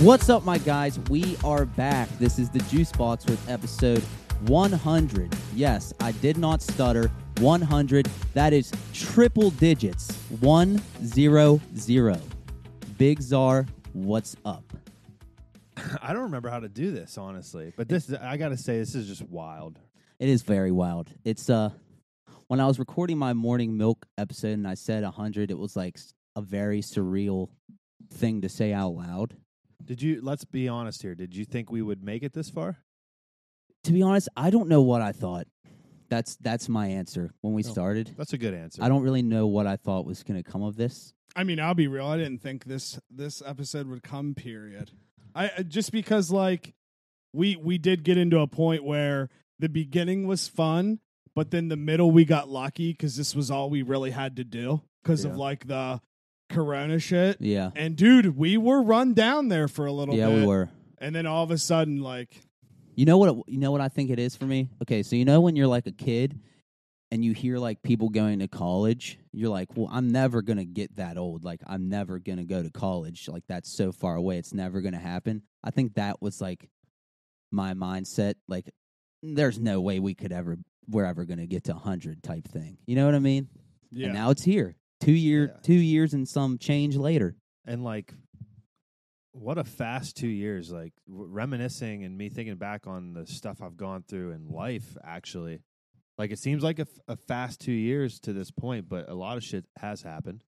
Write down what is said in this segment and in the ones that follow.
What's up, my guys? We are back. This is the Juice Box with episode 100. Yes, I did not stutter. 100. That is triple digits. 100. Big Czar, what's up? I don't remember how to do this honestly, but this is, I gotta say this is just wild. It is very wild. It's uh when I was recording my morning milk episode and I said 100, it was like s- a very surreal thing to say out loud. Did you? Let's be honest here. Did you think we would make it this far? To be honest, I don't know what I thought. That's that's my answer when we Oh. started. That's a good answer. I don't really know what I thought was going to come of this. I mean, I'll be real. I didn't think this this episode would come. Period. I uh, just because like we we did get into a point where the beginning was fun, but then the middle we got lucky because this was all we really had to do because Yeah. of like the Corona shit. Yeah. And dude, we were run down there for a little Yeah, bit. we were. And then all of a sudden, like You know what it, you know what I think it is for me? Okay, so you know when you're like a kid and you hear like people going to college, you're like, "Well, I'm never going to get that old. Like I'm never going to go to college. Like that's so far away. It's never going to happen." I think that was like my mindset like there's no way we could ever we're ever going to get to 100 type thing. You know what I mean? yeah, And now it's here. 2 year Yeah. 2 years and some change later. and like, what a fast two years! Like w- reminiscing and me thinking back on the stuff I've gone through in life. Actually, like it seems like a, f- a fast two years to this point, but a lot of shit has happened.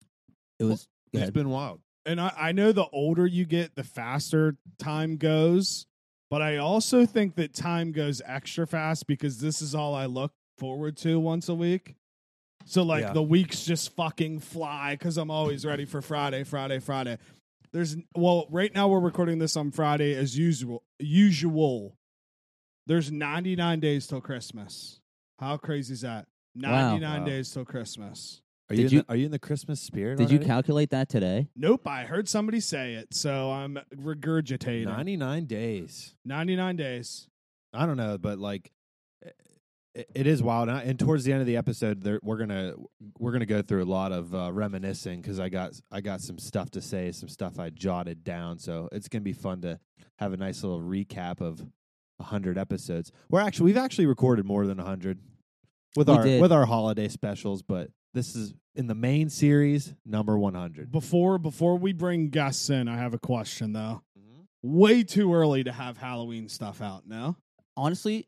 It was go It's ahead. been wild. and I, I know the older you get, the faster time goes. But I also think that time goes extra fast because this is all I look forward to once a week. So like Yeah. the weeks just fucking fly because I'm always ready for Friday, Friday, Friday. There's well, right now we're recording this on Friday as usual. Usual. There's 99 days till Christmas. How crazy is that? 99 Wow. days till Christmas. Are Did you, in you- the, are you in the Christmas spirit? Did you calculate that today? Nope, I heard somebody say it, so I'm regurgitating. ninety nine days? 99 days. I don't know, but like it, it is wild. And, I, and towards the end of the episode, there, we're gonna we're gonna go through a lot of uh, reminiscing because I got I got some stuff to say, some stuff I jotted down. So it's gonna be fun to have a nice little recap of hundred episodes. We're actually we've actually recorded more than hundred with We our did. with our holiday specials, but this is in the main series number one hundred. Before before we bring guests in, I have a question though. Mm-hmm. Way too early to have Halloween stuff out now. Honestly,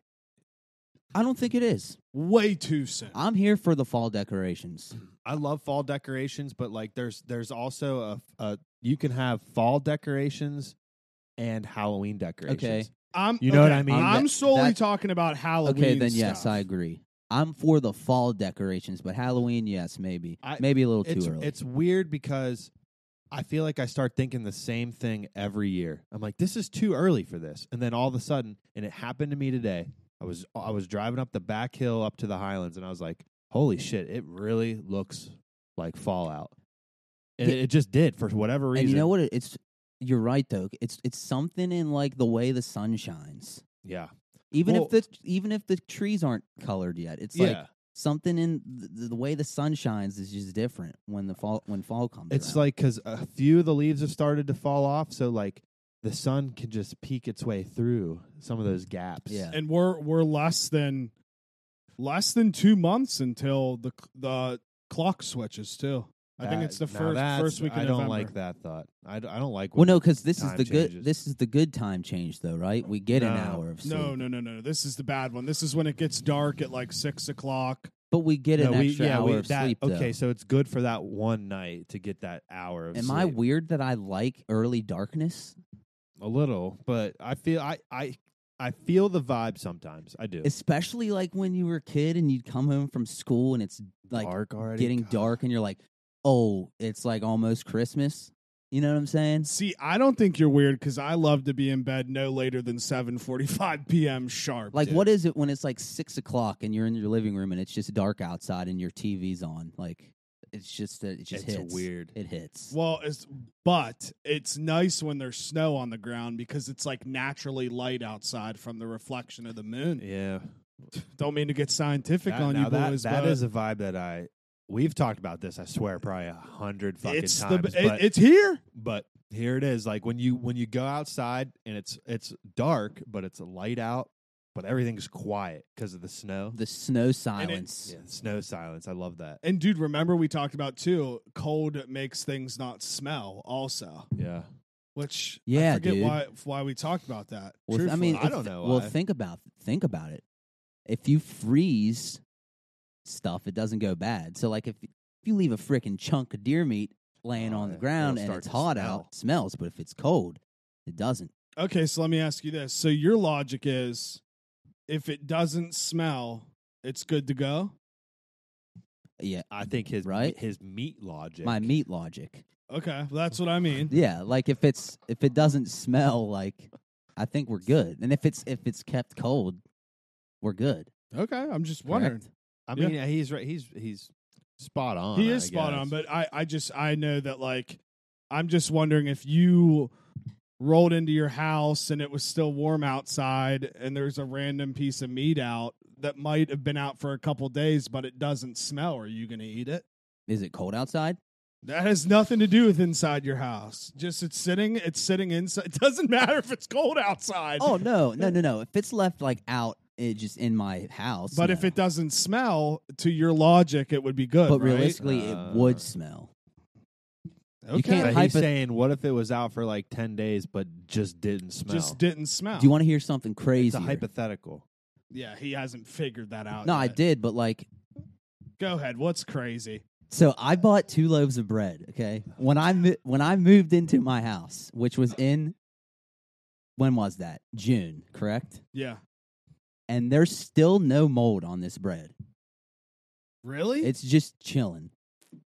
I don't think it is. Way too soon. I'm here for the fall decorations. I love fall decorations, but like there's there's also a, a you can have fall decorations and Halloween decorations. I'm You know what okay, I mean? I'm That- solely that- talking about Halloween. okay, then yes, stuff. I agree. I'm for the fall decorations, but Halloween, yes, maybe, I- maybe a little It's too early. it's weird because I feel like I start thinking the same thing every year. I'm like, this is too early for this, and then all of a sudden, and it happened to me today. I was I was driving up the back hill up to the Highlands, and I was like, holy shit, it really looks like Fallout. And it, it just did for whatever reason. and you know what? It's you're right though. It's it's something in like the way the sun shines. Yeah, Even Well- if the even if the trees aren't colored yet, it's like something in the, the way the sun shines is just different when the fall when fall comes. It's around. like 'cause a few of the leaves have started to fall off, so like the sun can just peek its way through some of those gaps. Yeah. And we're we're less than less than 2 months until the the clock switches too. I think That- it's the now first that's- first week in I don't November. like that thought. I, d- I don't like. well, when no, because this is time the good changes. this is the good time change though, right? We get an No. hour of sleep, No, no, no, no. This is the bad one. This is when it gets dark at like six o'clock. but we get an No, we- extra yeah, hour we- of that- sleep. though. Okay, so it's good for that one night to get that hour of Am sleep. I weird that I like early darkness? a little, but I feel I I I feel the vibe sometimes. I do. Especially like when you were a kid and you'd come home from school and it's like dark already. getting God. dark and you're like, oh, it's like almost Christmas. You know what I'm saying? See, I don't think you're weird because I love to be in bed no later than seven forty-five p.m. sharp. Like, dude. what is it when it's like six o'clock and you're in your living room and it's just dark outside and your TV's on? Like, it's just that it just It's hits. weird. It hits. Well, it's, but it's nice when there's snow on the ground because it's like naturally light outside from the reflection of the moon. Yeah. Don't mean to get scientific That- on now you that- boys, that but is a vibe that I. We've talked about this. I swear, probably a hundred fucking it's times. the but- it, it's here. but Here it is. Like when you when you go outside and it's it's dark, but it's light out, but everything's quiet because of the snow. The snow silence. Yeah, snow silence. I love that. And dude, remember we talked about too, cold makes things not smell also. Yeah. Which Yeah, I forget dude. why why we talked about that. Well, th- I mean, I if- don't know Well, why. think about think about it. If you freeze stuff, it doesn't go bad. So, like if if you leave a freaking chunk of deer meat laying Oh, on the yeah. ground It'll and start it's to hot smell. out, it smells. But if it's cold, it doesn't. okay, so let me ask you this. So your logic is if it doesn't smell, it's good to go? Yeah, I think his Right? his meat logic. my meat logic. Okay, well, that's what I mean. Yeah, like if it's if it doesn't smell, like I think we're good. And if it's if it's kept cold, we're good. Okay, I'm just wondering. Correct? I Yeah. mean, he's right. He's he's spot on. he I is spot on guess. but I, I just i know that like i'm just wondering if you rolled into your house and it was still warm outside and there's a random piece of meat out that might have been out for a couple days but it doesn't smell are you gonna eat it Is it cold outside? that has nothing to do with inside your house just it's sitting it's sitting inside it doesn't matter if it's cold outside Oh no, no, no, no. If it's left like out, it just in my house. but no. if it doesn't smell to your logic it would be good but right? realistically, it Uh, would smell. okay. can't But hype he's it- saying, what if it was out for like ten days, but just didn't smell? just didn't smell Do you want to hear something it's crazy? a hypothetical. yeah he hasn't figured that out No, I yet. did, but like, go ahead what's crazy so I bought two loaves of bread. Okay, when I mo- when I moved into my house, which was in when was that June, correct? Yeah. And there's still no mold on this bread. Really? It's just chilling,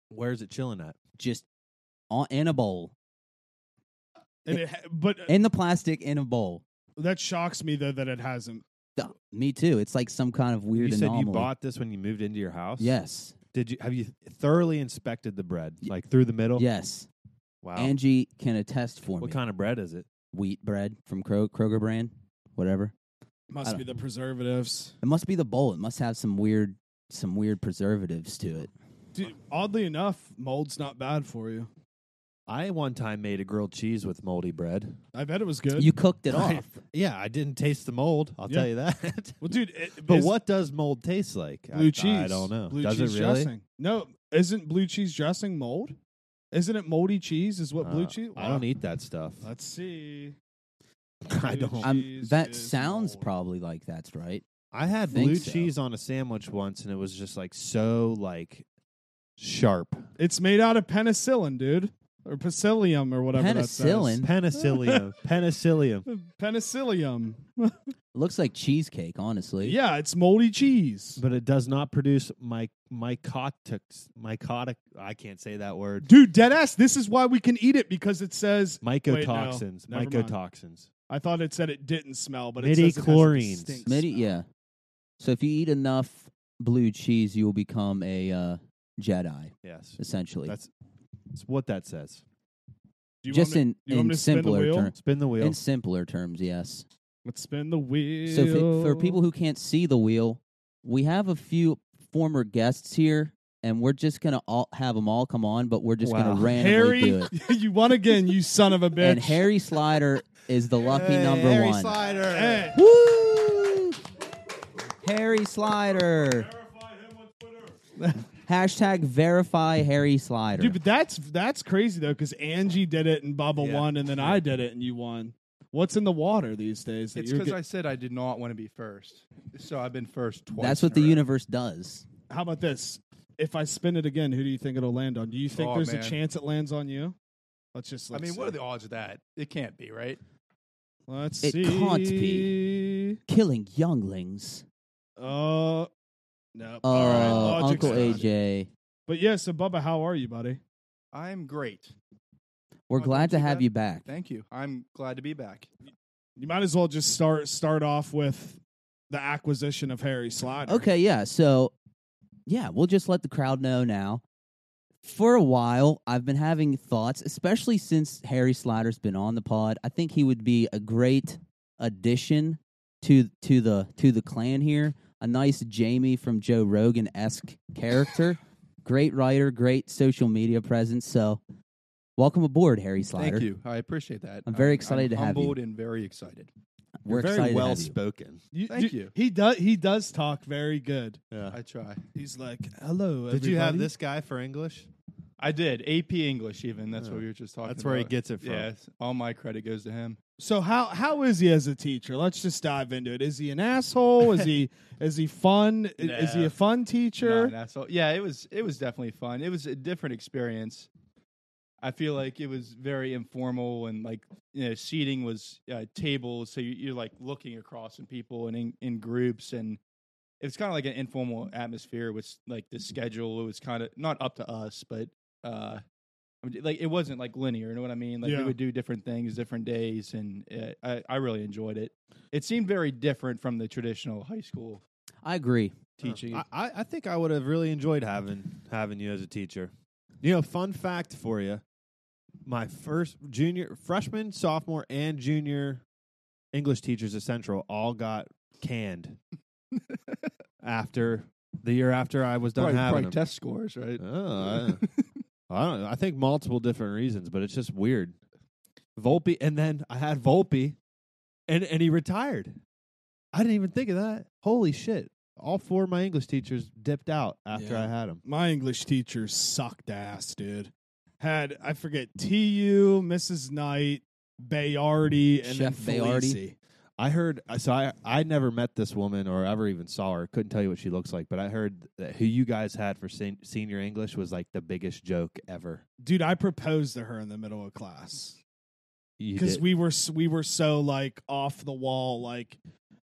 Where is it chilling at? just on, in a bowl, and it, ha- but uh, in the plastic, in a bowl. that shocks me though that it hasn't. Duh, me too. It's like some kind of weird you said anomaly. you bought this when you moved into your house. yes, Did you have you thoroughly inspected the bread, Ye- like through the middle? yes. Wow. Angie can attest for what me. kind of bread is it? Wheat bread from Kro- Kroger brand, whatever. I Must don't- be the preservatives. It must be the bowl. It must have some weird some weird preservatives to it. Dude, oddly enough, mold's not bad for you. I one time made a grilled cheese with moldy bread. I bet it was good. You cooked it Right. off. Yeah, I didn't taste the mold. I'll Yeah. tell you that. well, dude, it, but is what does mold taste like? I- blue cheese? I don't know. Blue does cheese it really? dressing. No, isn't blue cheese dressing mold? Isn't it moldy cheese? Is what blue Uh, cheese? I Wow. don't eat that stuff. e-, Let's see. I Blue don't. I'm, Cheese that is sounds mold. probably like that's right. I had Think blue so. cheese on a sandwich once, and it was just like so like sharp It's made out of penicillin, dude, or penicillium or whatever. that says. Penicillin? penicillium. penicillium. Penicillium. It looks like cheesecake, honestly. yeah, it's moldy cheese. But it does not produce my mycotics. Mycotic. I can't say that word. Dude, dead ass. This is why we can eat it because it says. Mycotoxins. never mind. mycotoxins. I thought it said it didn't smell, but it says it Midichlorines. Has a distinct Maybe smell. yeah. So if you eat enough blue cheese, you will become a uh, Jedi, Yes, essentially. that's, that's what that says. Do you want Just me- in, do you want me in to spin the simpler wheel? terms. Spin the wheel. In simpler terms, yes. let's spin the wheel. So for, for people who can't see the wheel, we have a few former guests here, and we're just gonna all have them all come on, but we're just Wow. gonna randomly do Harry, it. you won again, you son of a bitch. And Harry Slider is the lucky number one. Slider. Hey. Woo! Harry Slider. Hashtag verify Harry Slider. dude, but that's that's crazy though, because Angie did it and Bubba Yeah. won, and then I did it and you won. What's in the water these days? that It's you're because get- I said I did not want to be first, so I've been first twice. That's in what a the row. universe does. How about this? If I spin it again, who do you think it'll land on? Do you think Aw, there's Oh, man. a chance it lands on you? Let's just. I Let's mean, see. what are the odds of that? It can't be right. Let's It see. can't be. Killing younglings. Uh, no. Oh, All right. Logic's Uncle not. AJ. But yeah, so Bubba, how are you, buddy? I'm great. We're Oh, glad thank to you, have Ben. you back. Thank you. I'm glad to be back. You might as well just start start off with the acquisition of Harry Slider. Okay, yeah. So, yeah, we'll just let the crowd know now. For a while, I've been having thoughts, especially since Harry Slider's been on the pod. I think he would be a great addition to to the to the clan here. A nice Jamie from Joe Rogan esque character. great writer, great social media presence. So, Welcome aboard, Harry Slider. Thank you. I appreciate that. I'm very excited to have you. humbled and very excited. We're You're very excited well to have you. spoken. Thank do- you. He does. He does talk very good. Yeah. I try. He's like, "Hello, Did you have everybody." this guy for English? I did AP English. Even Oh. that's Yeah. what we were just talking. That's where he about. gets it from. Yes, all my credit goes to him. So how how is he as a teacher? Let's just dive into it. Is he an asshole? Is he is he fun? I- Is he Nah. a fun teacher? No, that's all. Yeah, it was. It was definitely fun. It was a different experience. I feel like it was very informal and like you know seating was uh, tables, so you, you're like looking across and people and in, in groups and it was kind of like an informal atmosphere with like the schedule. It was kind of not up to us, but uh, I mean, like it wasn't like linear. You know what I mean? Like Yeah. we would do different things, different days, and uh, I I really enjoyed it. It seemed very different from the traditional high school I agree. teaching. I, I I think I would have really enjoyed having having you as a teacher. You know, fun fact for you: my first junior, freshman, sophomore, and junior English teachers at Central all got canned after the year after I was done probably, having probably them. test scores, right? Oh, I, I don't know. I think multiple different reasons, but it's just weird. Volpe, and then I had Volpe, and and he retired. I didn't even think of that. Holy shit! All four of my English teachers dipped out after Yeah. I had him. My English teacher sucked ass, dude. Had I forget Tu, Mrs. Knight, Bayardi, and then Chef Bayardi. Felici. I heard. So I I never met this woman or ever even saw her. Couldn't tell you what she looks like, but I heard that who you guys had for sen- senior English was like the biggest joke ever. Dude, I proposed to her in the middle of class You because did. we were s- we were so like off the wall, like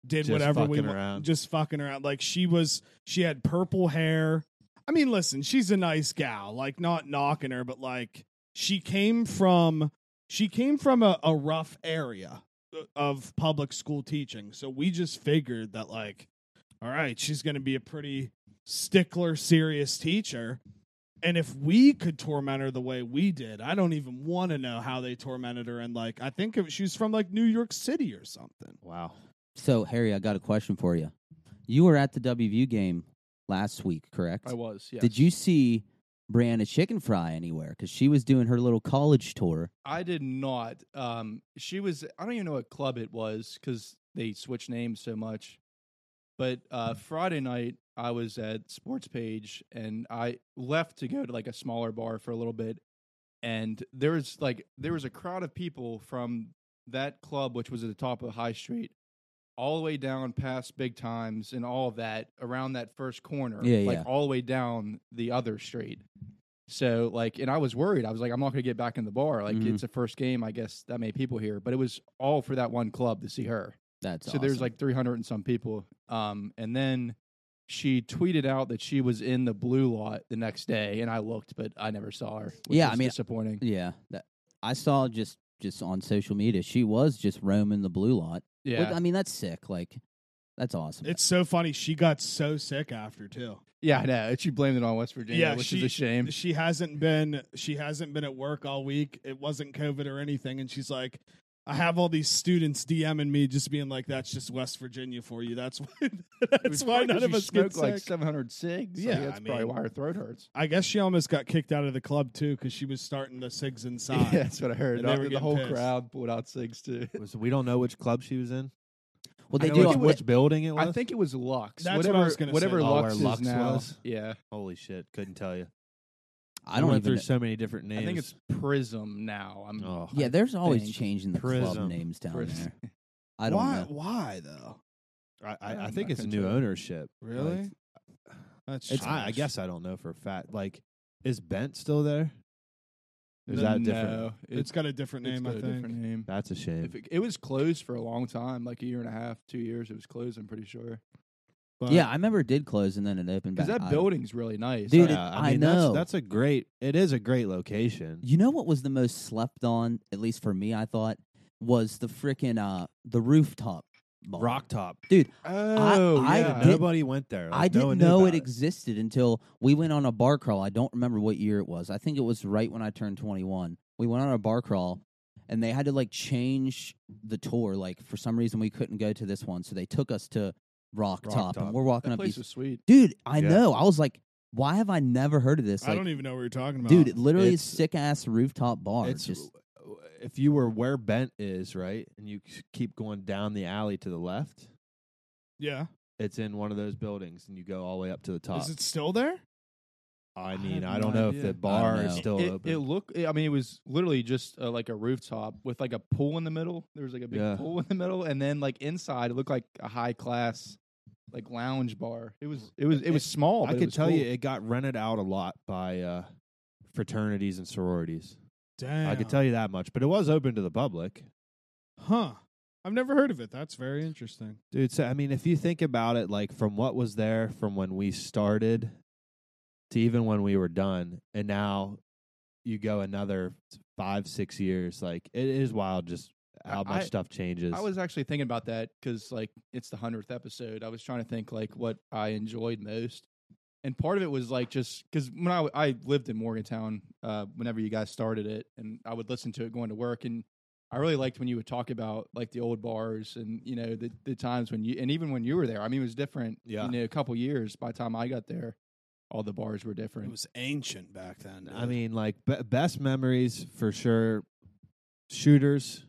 did Just whatever we fucking wa- around. just fucking around. Like she was, she had purple hair. I mean, listen, she's a nice gal. Like not knocking her, but like she came from she came from a, a rough area uh, of public school teaching. So we just figured that like, all right, she's going to be a pretty stickler, serious teacher. And if we could torment her the way we did, I don't even want to know how they tormented her. And like, I think it, she was from like New York City or something. wow. So, Harry, I got a question for you. You were at the WVU game last week, correct? I was. Yes. Did you see Brianna Chicken Fry anywhere? Because she was doing her little college tour. I did not. Um, she was. I don't even know what club it was because they switch names so much. But Mm. uh, Friday night, I was at Sports Page, and I left to go to like a smaller bar for a little bit. And there was like there was a crowd of people from that club, which was at the top of High Street, all the way down past Big Times and all of that around that first corner, Yeah, like yeah. all the way down the other street. So like, and I was worried. I was like, I'm not going to get back in the bar. Like, Mhm. it's the first game. I guess that many people here, but it was all for that one club to see her. That's so there's awesome. like 300 and some people. Um, and then she tweeted out that she was in the blue lot the next day, and I looked, but I never saw her. which Yeah, I was mean- disappointing. yeah, that, I saw just just on social media she was just roaming the blue lot. Like, Yeah, I mean that's sick. Like that's awesome. It's so funny. She got so sick after too. yeah, I know. And she blamed it on West Virginia, Yeah, which is she- a shame. She hasn't been she hasn't been at work all week. It wasn't COVID or anything, and she's like, I have all these students DMing me, just being like, "That's just West Virginia for you." That's why. It That's was why probably 'cause none of she us get smoked like sick. 700 cigs. Like, Yeah, that's I probably mean- why her throat hurts. I guess she almost got kicked out of the club too because she was starting the SIGs inside. Yeah, that's what I heard. And they were the getting whole pissed. crowd pulled out cigs too. Was, we don't know which club she was in. well, they I know do. it's which, which building it was. I think it was Lux. That's what I whatever, was gonna say. whatever Oh, Lux where is Lux now. was? Yeah, Holy shit! Couldn't tell you. I don't went even. through know- so many different names. I think it's Prism now. I'm Oh. yeah, there's always think changing the club Prism. names down Prism. there. I don't why? know. Why though? I, I, I I'm think not it's gonna new tell you. ownership. Really? Like, That's It's- I, I strange. guess I don't know for a fact. Like, is Bent still there? Or Is that different? No, it's got a different it's name. got I a think. different name. That's a shame. If it, it was closed for a long time, like a year and a half, two years. It was closed. I'm pretty sure But Yeah, I remember it did close and then it opened back. because that I- building's really nice. Dude, I- it- I I mean, know. That's, that's a great. It is a great location. You know what was the most slept on, at least for me, I thought, was the freaking uh the rooftop bar. Rock Top. oh, I yeah. did- Nobody went there. Like, I no didn't one knew know about it existed until we went on a bar crawl. I don't remember what year it was. I think it was right when I turned 21. We went on a bar crawl and they had to like change the tour. Like for some reason we couldn't go to this one, so they took us to Rock, Rock Top, Top. and we're walking that up place these was sweet. Dude, I Yeah. know. I was like Why have I never heard of this? I Like, don't even know what you're talking about, dude, it literally It's- sick ass rooftop bar. it's just if you were where Bent is, right, and you c- keep going down the alley to the left, yeah, it's in one of those buildings, and you go all the way up to the top. is it still there? I I mean, have I, no don't know if idea. I the don't bar is know. still it, open. It looked. I mean, it was literally just uh, like a rooftop with like a pool in the middle. There was like a big Yeah. pool in the middle, and then like inside, it looked like a high class, like lounge bar. It was. It was. It was small. I but Oh, it can was tell cool. you, it got rented out a lot by uh, fraternities and sororities. Damn, I can tell you that much, but it was open to the public. Huh? I've never heard of it. That's very interesting. Dude, so I mean, if you think about it, like from what was there from when we started to even when we were done, and now you go another five, six years, like it is wild just how I- much I- stuff changes. I was actually thinking about that because like it's the hundredth episode. I was trying to think like what I enjoyed most, and part of it was like just because when I w- I lived in Morgantown, uh, whenever you guys started it, and I would listen to it going to work, and I really liked when you would talk about like the old bars and you know the the times when you and even when you were there. I mean, it was different. Yeah. you know, a couple years by the time I got there, all the bars were different. It was ancient back then. I dude. mean, like be- best memories for sure. Shooters,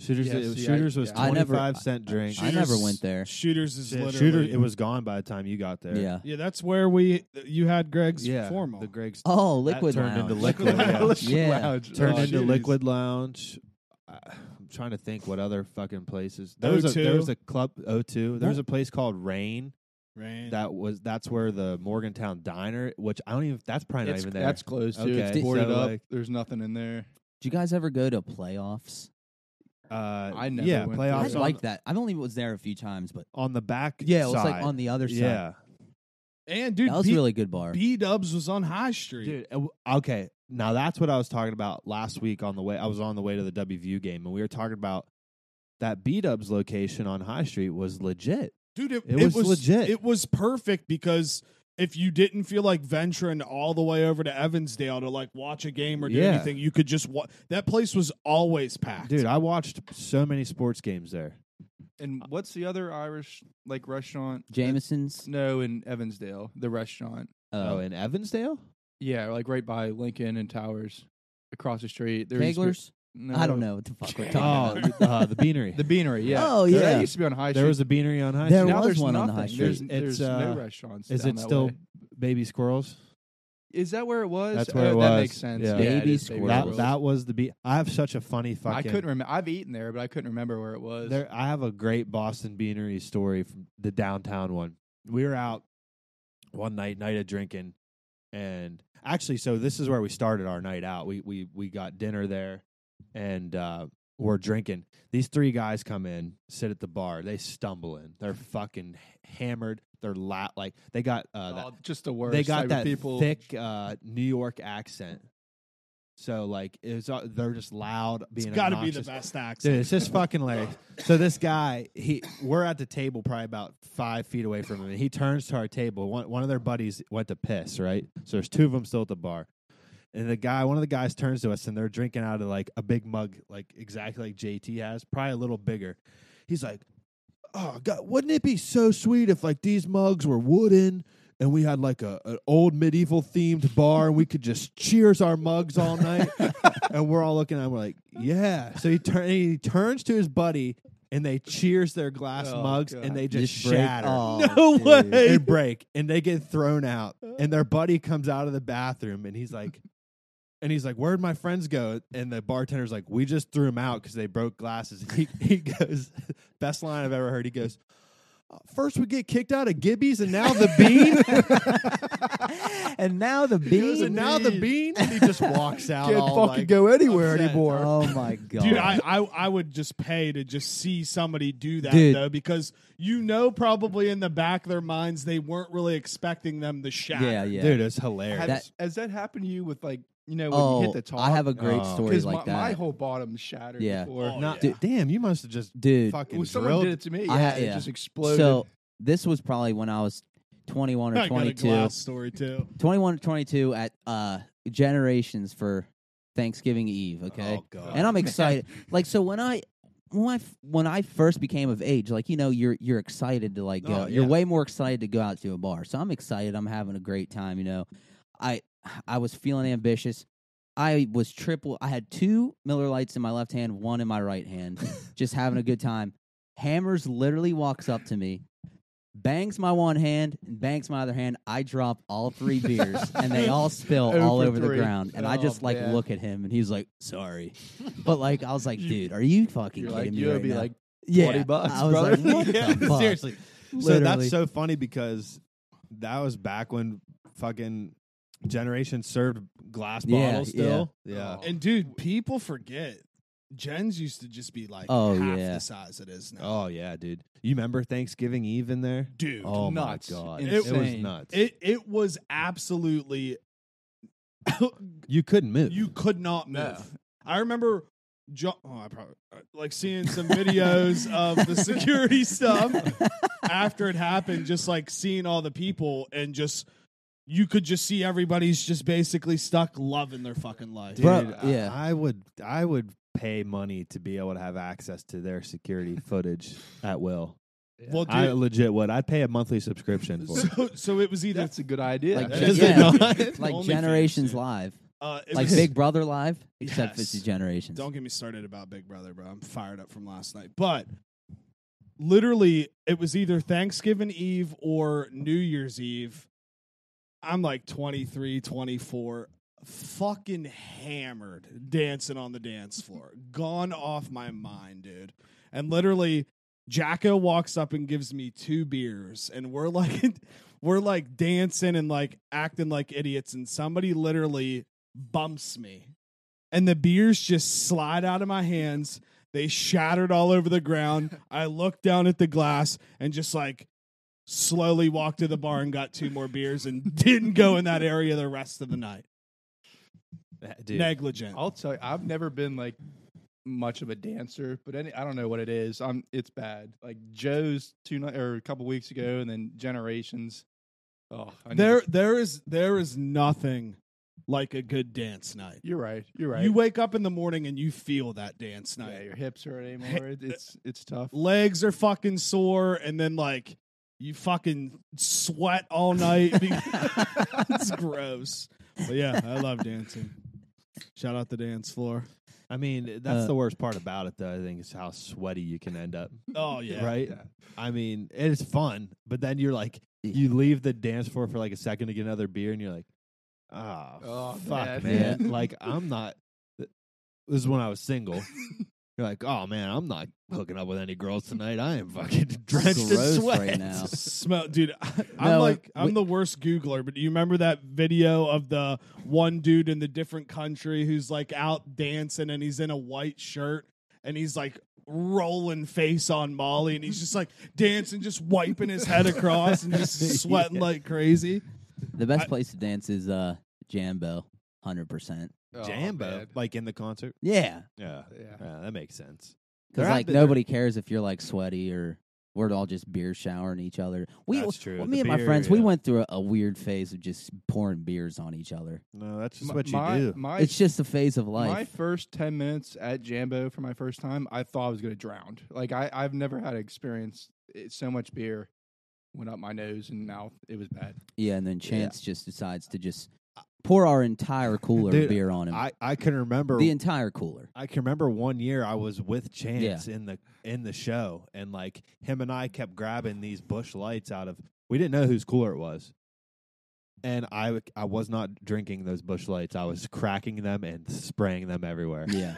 shooters, Yeah, it was- see, I- shooters was yeah. I twenty never- five cent drink. I never went there. Shooters is Yeah, literally Shooter, it was gone by the time you got there. yeah. Yeah, that's where we you had Greg's yeah, formal. the Greg's Oh, liquid turned into Lounge. Liquid Lounge. Yeah. Lounge. turned Oh, into shit. Shooters. Liquid Lounge. I- I'm trying to think what other fucking places. There was a there O2. was a club O2. There was a place called Rain. Rain. That was that's where the Morgantown Diner, which I don't even. That's probably It's- not even there. that's closed too. It's Okay, boarded so, up. like- There's nothing in there. Did you guys ever go to playoffs? uh, I never yeah went there. I playoffs was on- on, like that. I only was there a few times, but on the back. yeah, it was like side. on the other side. Yeah, and dude, that was B, a really good bar. Dubs was on High Street. dude. uh, w- Okay, now that's what I was talking about last week on the way. I was on the way to the WVU game, and we were talking about that B Dubs location on High Street was legit. Dude, it, It it was was, legit. It was perfect because if you didn't feel like venturing all the way over to Evansdale to like watch a game or do Yeah. anything, you could just wa- that place was always packed. Dude, I watched so many sports games there. Uh, And what's the other Irish like restaurant? Jameson's. No, in Evansdale, the restaurant. Oh, Uh, in Evansdale? Yeah, like right by Lincoln and Towers, across the street. There's Kegler's. No, I don't know what the fuck we're Oh, talking about. uh, the Beanery. The Beanery. Yeah. Oh, There- yeah. That used to be on High there was Street. a Beanery on High There Street. now was there's one on nothing. the High There's, Street. there's It's, uh, no restaurants. Is down it that still way. Baby Squirrels? Is that where it was? That's where it oh, That was. makes sense. Yeah. Yeah, it Baby is Baby Squirrels. That Squirrels. that was the be. I have such a funny fucking. I couldn't remember. I've eaten there, but I couldn't remember where it was. There, I have a great Boston Beanery story from the downtown one. We were out one night, night of drinking, and actually, so this is where we started our night out. We we we got dinner there, and uh, we're drinking. These three guys come in, sit at the bar. They stumble in. They're fucking hammered. They're la- like they got uh, that Oh, just the worst. they Like, got with that people. thick uh, New York accent. So like it was, uh, they're just loud. it's Being got to be the obnoxious. best accent. Dude, it's just fucking hilarious. So this guy, he, we're at the table probably about five feet away from him, and he turns to our table. One, one of their buddies went to piss, right? So there's two of them still at the bar, and the guy, one of the guys, turns to us, and they're drinking out of like a big mug, like exactly like JT has, probably a little bigger. He's like, "Oh God, wouldn't it be so sweet if like these mugs were wooden?" And we had like a an old medieval themed bar, and we could just cheers our mugs all night. and we're all looking at him, we're like, yeah. So he turn he turns to his buddy, and they cheers their glass Oh, mugs, God. and they just, break- shatter. Oh, No dude. way. They break and they get thrown out. And their buddy comes out of the bathroom and he's like, and he's like, where'd my friends go? And the bartender's like, we just threw them out because they broke glasses. And he, he goes, best line I've ever heard. He goes, "Uh, first we get kicked out of Gibby's and now the bean. and now the he goes, bean. and now the bean. And he just walks out. Can't all, fucking like, go anywhere upset. anymore. Oh my god, Dude, I, I I would just pay to just see somebody do that Dude. though, because you know probably in the back of their minds they weren't really expecting them to shout. yeah, yeah, Dude, it's hilarious. Have- That- has that happened to you with like you know when Oh, you hit the top? I have a great Oh. story because like my, that, my whole bottom shattered Yeah. before. Oh, Not- yeah. d- damn, you must have just dude. fucking Well, someone drilled. did it to me. Yeah, I- it yeah. just exploded. So this was probably when I was twenty-one or I got a twenty-two. glass story too. 21 to 22 at uh generations for thanksgiving eve okay Oh god. and i'm excited like so when i when I f- when I first became of age, like you know, you're you're excited to like go. Oh, out. You're yeah. way more excited to go out to a bar. So I'm excited. I'm having a great time. You know, I I was feeling ambitious. I was triple. I had two Miller Lights in my left hand, one in my right hand, just having a good time. Hammers literally walks up to me, bangs my one hand, and bangs my other hand. I drop all three beers, and they all spill Oh, all for over the three. ground. And I Oh, just like man. look at him, and he's like, "Sorry," but like I was like, "Dude, are you fucking You're kidding like, me?" you would right be now?" like, yeah. 20 bucks, I was brother. like, what the Yeah, fuck? seriously. So Literally. that's so funny because that was back when fucking generation served glass Yeah, bottles yeah. still. Yeah. Oh. And dude, people forget. Jen's used to just be like Oh, half yeah. the size it is now. Oh yeah, dude. You remember Thanksgiving Eve in there? Dude, Oh nuts. my god. It was Insane. nuts. it it was absolutely you couldn't move. you could not move. No. I remember jo- oh, I probably like seeing some videos of the security stuff after it happened just like seeing all the people and just you could just see everybody's just basically stuck loving their fucking life. Dude, Bro, I- yeah. I, would I would pay money to be able to have access to their security footage at will. Well, dude, I legit would. I'd pay a monthly subscription for it. so, so it was either that's a good idea. Like, Is yeah. it not? like OnlyFans, Generations dude. Live, uh, it like was- Big Brother Live, except Yes. it's the Generations. Don't get me started about Big Brother, bro. I'm fired up from last night. But literally, it was either Thanksgiving Eve or New Year's Eve. I'm like 23, 24, fucking hammered, dancing on the dance floor, gone off my mind, dude. And literally, Jacko walks up and gives me two beers, and we're like, we're like dancing and like acting like idiots, and somebody literally bumps me and the beers just slide out of my hands. They shattered all over the ground. I looked down at the glass and just like slowly walked to the bar and got two more beers and didn't go in that area the rest of the night. Dude, Negligent. I'll tell you, I've never been like much of a dancer, but any, I don't know what it is. I'm it's bad. Like Joe's two night or a couple weeks ago, and then Generations. Oh, I there Never, there is there is nothing like a good dance night. you're right. You're right. You wake up in the morning and you feel that dance night. yeah, your hips hurt anymore. It- It's it's tough. legs are fucking sore, and then like you fucking sweat all night. it's gross. But yeah, I love dancing. Shout out the dance floor. I mean, that's Uh, the worst part about it, though. I think is how sweaty you can end up. Oh yeah, right? Yeah. I mean, it's fun, but then you're like, Yeah. you leave the dance floor for like a second to get another beer, and you're like, oh, Oh, fuck, man. man. Yeah. Like, I'm not. This is when I was single. You're like, oh man, I'm not hooking up with any girls tonight. I am fucking drenched Gross in sweat right now. Smell, dude. I, I'm No, like it- I'm we- the worst Googler. But do you remember that video of the one dude in the different country who's like out dancing and he's in a white shirt and he's like rolling face on Molly and he's just like dancing, just wiping his head across and just sweating like crazy. the best I- place to dance is uh, Jambo, hundred percent. Oh, Jambo, man. like in the concert. Yeah, Yeah, Yeah. yeah, that makes sense. They're because out like there- nobody cares if you're like sweaty or we're all just beer showering each other. We, That's true. well, me The and my beer, friends, we yeah. went through a, a weird phase of just pouring beers on each other. No, that's just My- what you my, do. My, it's just a phase of life. my first ten minutes at Jambo for my first time, I thought I was gonna drown. Like I I've never had an experience it, so much beer went up my nose and mouth. It was bad. Yeah, and then Chance just decides to just uh, pour our entire cooler Dude, of beer on him. I I can remember the entire cooler. I can remember one year I was with Chance in the in the show, and like him and I kept grabbing these bush lights out of. We didn't know whose cooler it was, and I I was not drinking those bush lights. I was cracking them and spraying them everywhere. Yeah.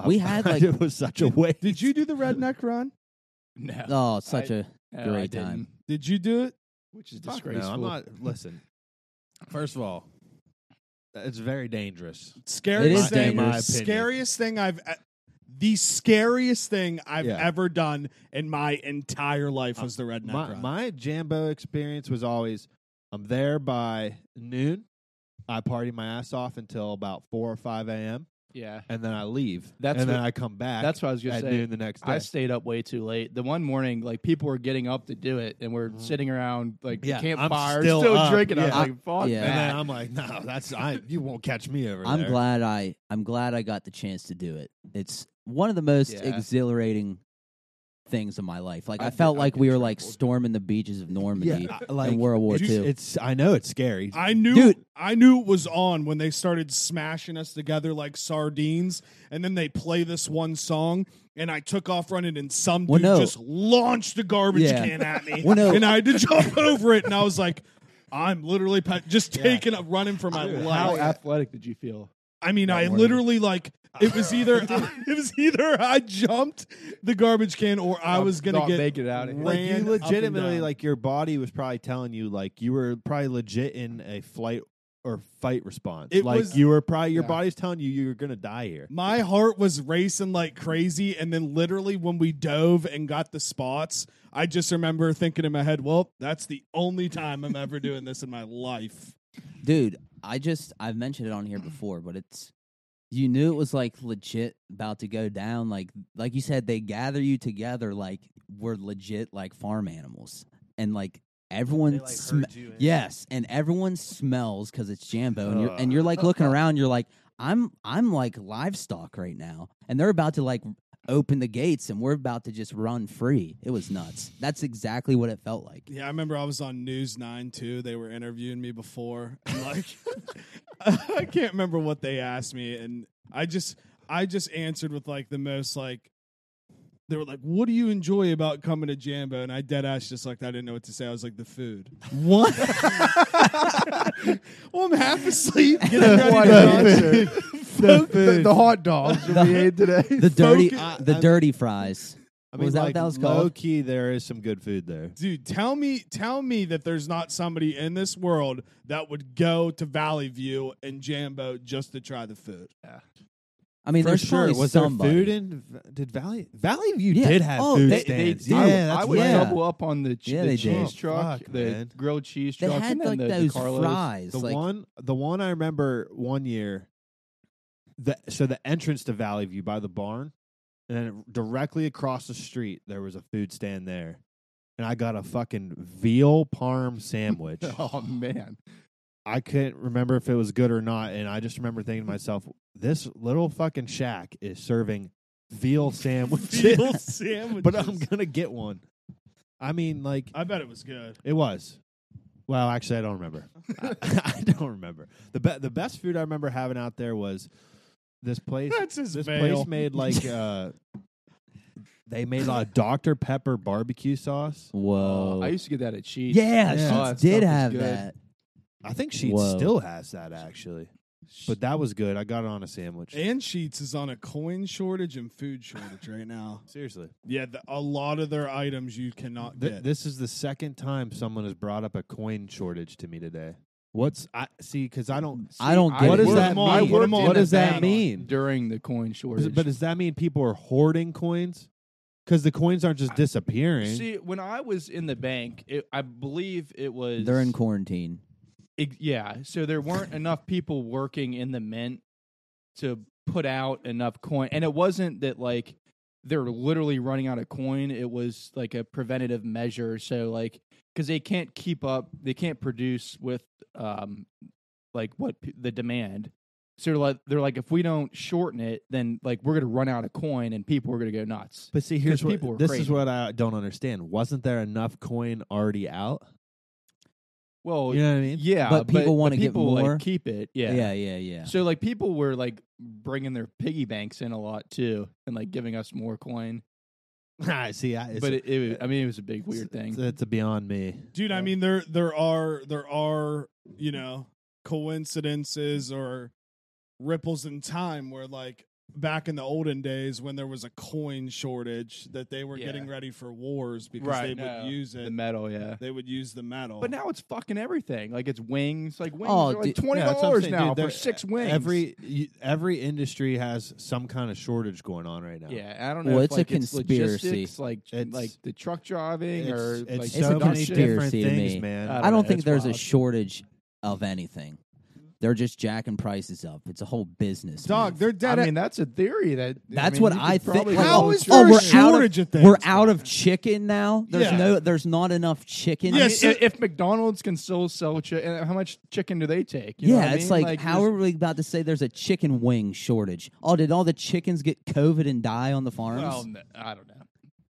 I- We had, like- it was such a waste. Did you do the redneck run? No. Oh, such I- a No, I Great time. didn't, Did you do it? Which is Fuck disgraceful. No, I'm not. Listen, first of all, it's very dangerous. Scariest is thing. dangerous. My opinion. Scariest thing I've. e, The scariest thing I've Yeah. ever done in my entire Uh, life was the redneck my, run. my Jambo experience was always I'm there by noon. I party my ass off until about 4 or 5 a.m. Yeah. And then I leave. That's and then what- I come back That's what I was gonna at say. noon the next day. I stayed up way too late. The one morning, like people were getting up to do it, and we're Mm-hmm. Mhm. sitting around like the Yeah, I'm campfire, still up, drinking. yeah. I was like, "Fuck Yeah. and that!" then I'm like, no, that's I. You won't catch me over I'm there. glad I I'm glad I got the chance to do it. It's one of the most Yeah. exhilarating things of my life. Like I, I feel- felt I like get we were like trampled. storming the beaches of Normandy I- in World War it's, Two. it's I know it's scary. I knew Dude. I knew it was on when they started smashing us together like sardines, and then they play this one song, and I took off running, and some Well, dude no. just launched a garbage Yeah. can at me, Well, no. and I had to jump over it, and I was like, I'm literally pe- just taking up running for my life. How athletic did you feel? I mean, That I morning. literally like it was either it was either I jumped the garbage can or I was gonna Thought, get make it out of ran here. like you up and legitimately down. like your body was probably telling you like you were probably legit in a flight or fight response. It like was- you were probably your Yeah. body's telling you you're gonna die here. My heart was racing like crazy, and then literally when we dove and got the spots, I just remember thinking in my head, "Well, that's the only time I'm ever doing this in my life." Dude, I just I've mentioned it on here before, but it's you knew it was like legit about to go down. Like like you said, they gather you together like we're legit like farm animals, and like everyone sm- yes, and everyone smells because it's Jambo, and you're and you're like looking around, you're like I'm I'm like livestock right now, and they're about to like open the gates, and we're about to just run free. It was nuts. That's exactly what it felt like. Yeah, I remember I was on News Nine too. They were interviewing me before, and like I can't remember what they asked me, and I just I just answered with like the most like they were like, "What do you enjoy about coming to Jambo?" And I dead ass just like I didn't know what to say. I was like, "The food." What? well, I'm half asleep. Getting The ready white to dogs. go. the, the, the hot dogs that we ate today. the dirty uh, Focus- the I- dirty fries. I mean, was that what like, that was low called? key, there is some good food there. Dude, tell me, tell me that there's not somebody in this world that would go to Valley View and Jambo just to try the food. I mean, For there's sure, probably was somebody. there food in? Did Valley Valley View Yeah. did have Oh, food they- They stands? did. yeah, I that's would right. double up on the, che- Yeah, the they did. cheese Oh, truck, fuck, the man. grilled cheese They truck, had and like then the, those the Carlos. fries. the like, one the one I remember one year the so the entrance to Valley View by the barn and then directly across the street there was a food stand there and I got a fucking veal parm sandwich. Oh man, I couldn't remember if it was good or not and I just remember thinking to myself this little fucking shack is serving veal sandwiches Veal sandwiches. but I'm going to get one. I mean like I bet it was good. it was. Well, actually, I don't remember. I, I don't remember. the be- The best food I remember having out there was this place. That's his this veil. place made like uh, they made a Dr Pepper barbecue sauce. whoa. I used to get that at cheese. Oh. yeah, Yeah. Oh, she that stuff did is have good. that. I think she Whoa. still has that actually, but that was good. I got it on a sandwich. And Sheets is on a coin shortage and food shortage right now. Seriously, Yeah, the, a lot of their items you cannot Th- get. this is the second time someone has brought up a coin shortage to me today. What's I see because I don't. I don't I get what it. does worked- that Put 'em on, mean? put 'em on What does and that down. mean? during the coin Does shortage. it- but does that mean people are hoarding coins? Because the coins aren't just disappearing. see, when I was in the bank, it, I believe it was They're in quarantine. Ex- yeah, so there weren't enough people working in the mint to put out enough coin, and it wasn't that like they're literally running out of coin. It was like a preventative measure, so like because they can't keep up, they can't produce with um like what p- the demand. So they're like, they're like, if we don't shorten it, then like we're gonna run out of coin, and people are gonna go nuts. but see, here's 'Cause people were what this is crazy. what I don't understand. Wasn't there enough coin already out? Well, You know what I mean? yeah, But people wanna get people, like, more. keep it, Yeah, yeah, yeah, yeah. yeah. So like people were like bringing their piggy banks in a lot too, and like giving us more coin. I see. I, it's, but it, it, I mean, it was a big weird it's, thing. it's a beyond me. Dude, I mean there there are there are, you know, coincidences or ripples in time where like back in the olden days when there was a coin shortage that they were Yeah. getting ready for wars because Right, they would no. use The it. metal, yeah. they would use the metal. But now it's fucking everything. Like it's wings. Like wings Oh, are like dude, e-, twenty Yeah, that's what I'm dollars saying, now dude. There- uh, for six wings. Every you- every industry has some kind of shortage going on right now. yeah, I don't know. Well, if, it's a like, conspiracy. logistics, like It's- like the truck driving it's, or it's like It's so a many production. conspiracy different to things, me. man. I I don't don't, know, think it's there's wild. a shortage of anything. They're just jacking prices up. It's a whole business. Dog, man. they're dead. I at- mean, that's a theory that. That's mean, what you could I think, probably like, go oh, how on is short- oh, there we're a out of- shortage of, things? We're out of chicken now. There's Yeah. no. There's not enough chicken. I mean, Yes. i- if, McDonald's can still sell chicken, how much chicken do they take? You know yeah, what I it's mean? like, how there's- are we about to say there's a chicken wing shortage? Oh, did all the chickens get COVID and die on the farms? Well, no, I don't know.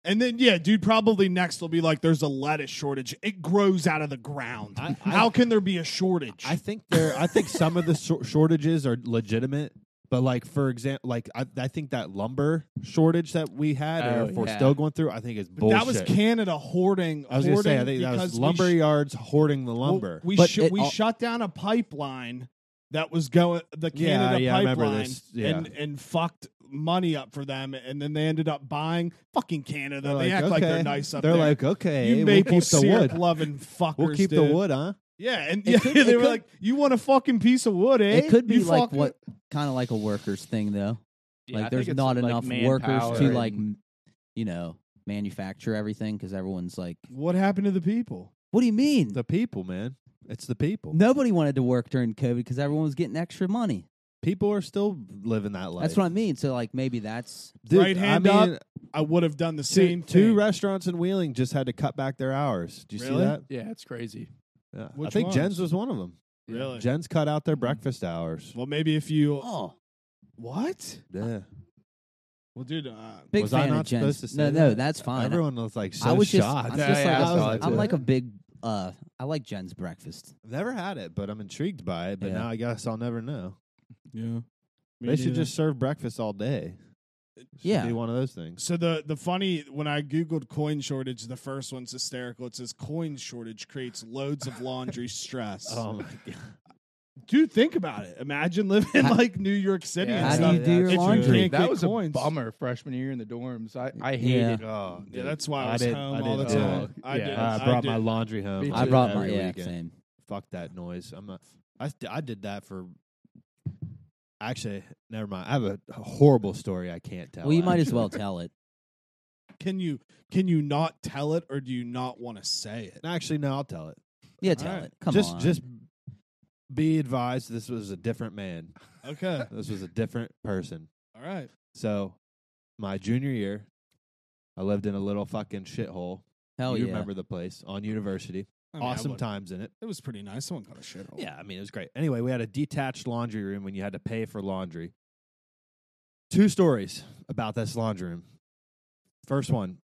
And then, yeah, dude, probably next will be like, there's a lettuce shortage. It grows out of the ground. I- I- How can there be a shortage? I think there. I think some of the shor- shortages are legitimate, but like for example, like I, I think that lumber shortage that we had, Oh, or if we're yeah. still going through, I think is But bullshit. that was Canada hoarding. I was gonna say, I hoarding think that was because we lumber sh- yards hoarding the well, lumber. We, But sh- it we all- shut down a pipeline that was going the Yeah, Canada yeah, I remember pipeline this. Yeah. and and fucked money up for them, and then they ended up buying fucking Canada. They're they act like okay. they're nice up They're there. like, okay, you we'll maple keep the syrup wood. loving fuckers. We'll keep dude. the wood, huh? Yeah, and It yeah, could- they it were could- like, "You want a fucking piece of wood, eh?" it could be You like fucking- what kind of like a workers thing though. Yeah, I like think there's it's, not like, enough manpower workers to like, m- and- you know, manufacture everything because everyone's like, What happened to the people? what do you mean? The people, man. It's the people. Nobody wanted to work during COVID because everyone was getting extra money. People are still living that life. That's what I mean. So like maybe that's Dude, Right hand I up, mean, I would have done the two- same two thing. restaurants in Wheeling just had to cut back their hours. Do you see Really? that? Yeah, it's crazy. Yeah. I Which think ones? Jen's was one of them. Really? Jen's cut out Mm. their breakfast hours. Well, maybe if you oh what? Yeah. Well, dude, uh, big was fan I not of Jen's. supposed to say no, no, that? that's fine. Everyone was like so I was just, shocked. I'm Yeah, just yeah, like, I saw I'm, that I'm too. like a big. uh I like Jen's breakfast. I've never had it, but I'm intrigued by it. But Yeah. now I guess I'll never know. yeah. they should just serve breakfast all day. Should Yeah. be one of those things. So the the funny when I googled coin shortage, the first one's hysterical. It says coin shortage creates loads of laundry stress. Oh my god! Dude, think about it. Imagine living in How- like New York City. Yeah, and How do it's you stuff. not- do your If you laundry? can't That get was coins. a bummer freshman year in the dorms. I, I Yeah. hated Oh, Yeah, that's why I was didn't- home I all the didn't do time. it. I Yeah. did. I I brought did. my laundry home. Me I too. brought my every yeah weekend. same. Fuck that noise. I'm not. I st- I did that for. Actually, never mind. I have a horrible story I can't tell. Well, you might as actually. well tell it. Can you can you not tell it or do you not want to say it? Actually, no. I'll tell it. Yeah, All tell right. it. Come just on. just be advised. This was a different man. Okay. This was a different person. All right. So, my junior year, I lived in a little fucking shithole. hell you yeah. remember the place on university. I mean, I awesome would- times in it. It was pretty nice. Someone got a shit hole. Yeah, I mean it was great. Anyway, we had a detached laundry room when you had to pay for laundry. Two stories about this laundry room. First one,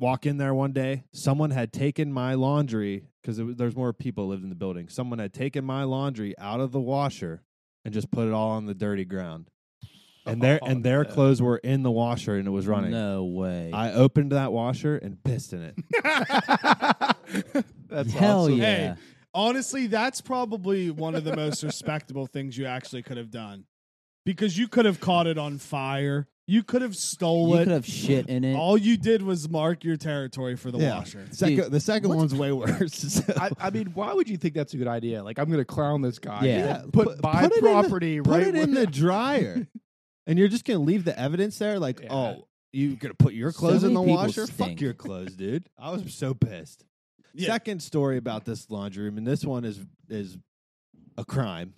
walk in there one day. Someone had taken my laundry because there's more people lived in the building. Someone had taken my laundry out of the washer and just put it all on the dirty ground. And their and their Oh, no. clothes were in the washer and it was running. No way. I opened that washer and pissed in it. it. That's hell awesome. yeah. Hey, honestly, that's probably one of the most respectable things you actually could have done because you could have caught it on fire. You could have you stolen could it. have shit in it. All you did was mark your territory for the Yeah. washer. Second, Dude, the second what's- one's way worse. so- I, I mean, why would you think that's a good idea? Like, I'm gonna clown this guy. Yeah. Yeah, Put, put- buy put it in the- property put right it in with- the dryer, and you're just gonna leave the evidence there. Like, Yeah. oh, you gonna put your So clothes in many the people washer? stink. Fuck your clothes, dude. I was so pissed. Yeah. Second story about this laundry room, and this one is is a crime.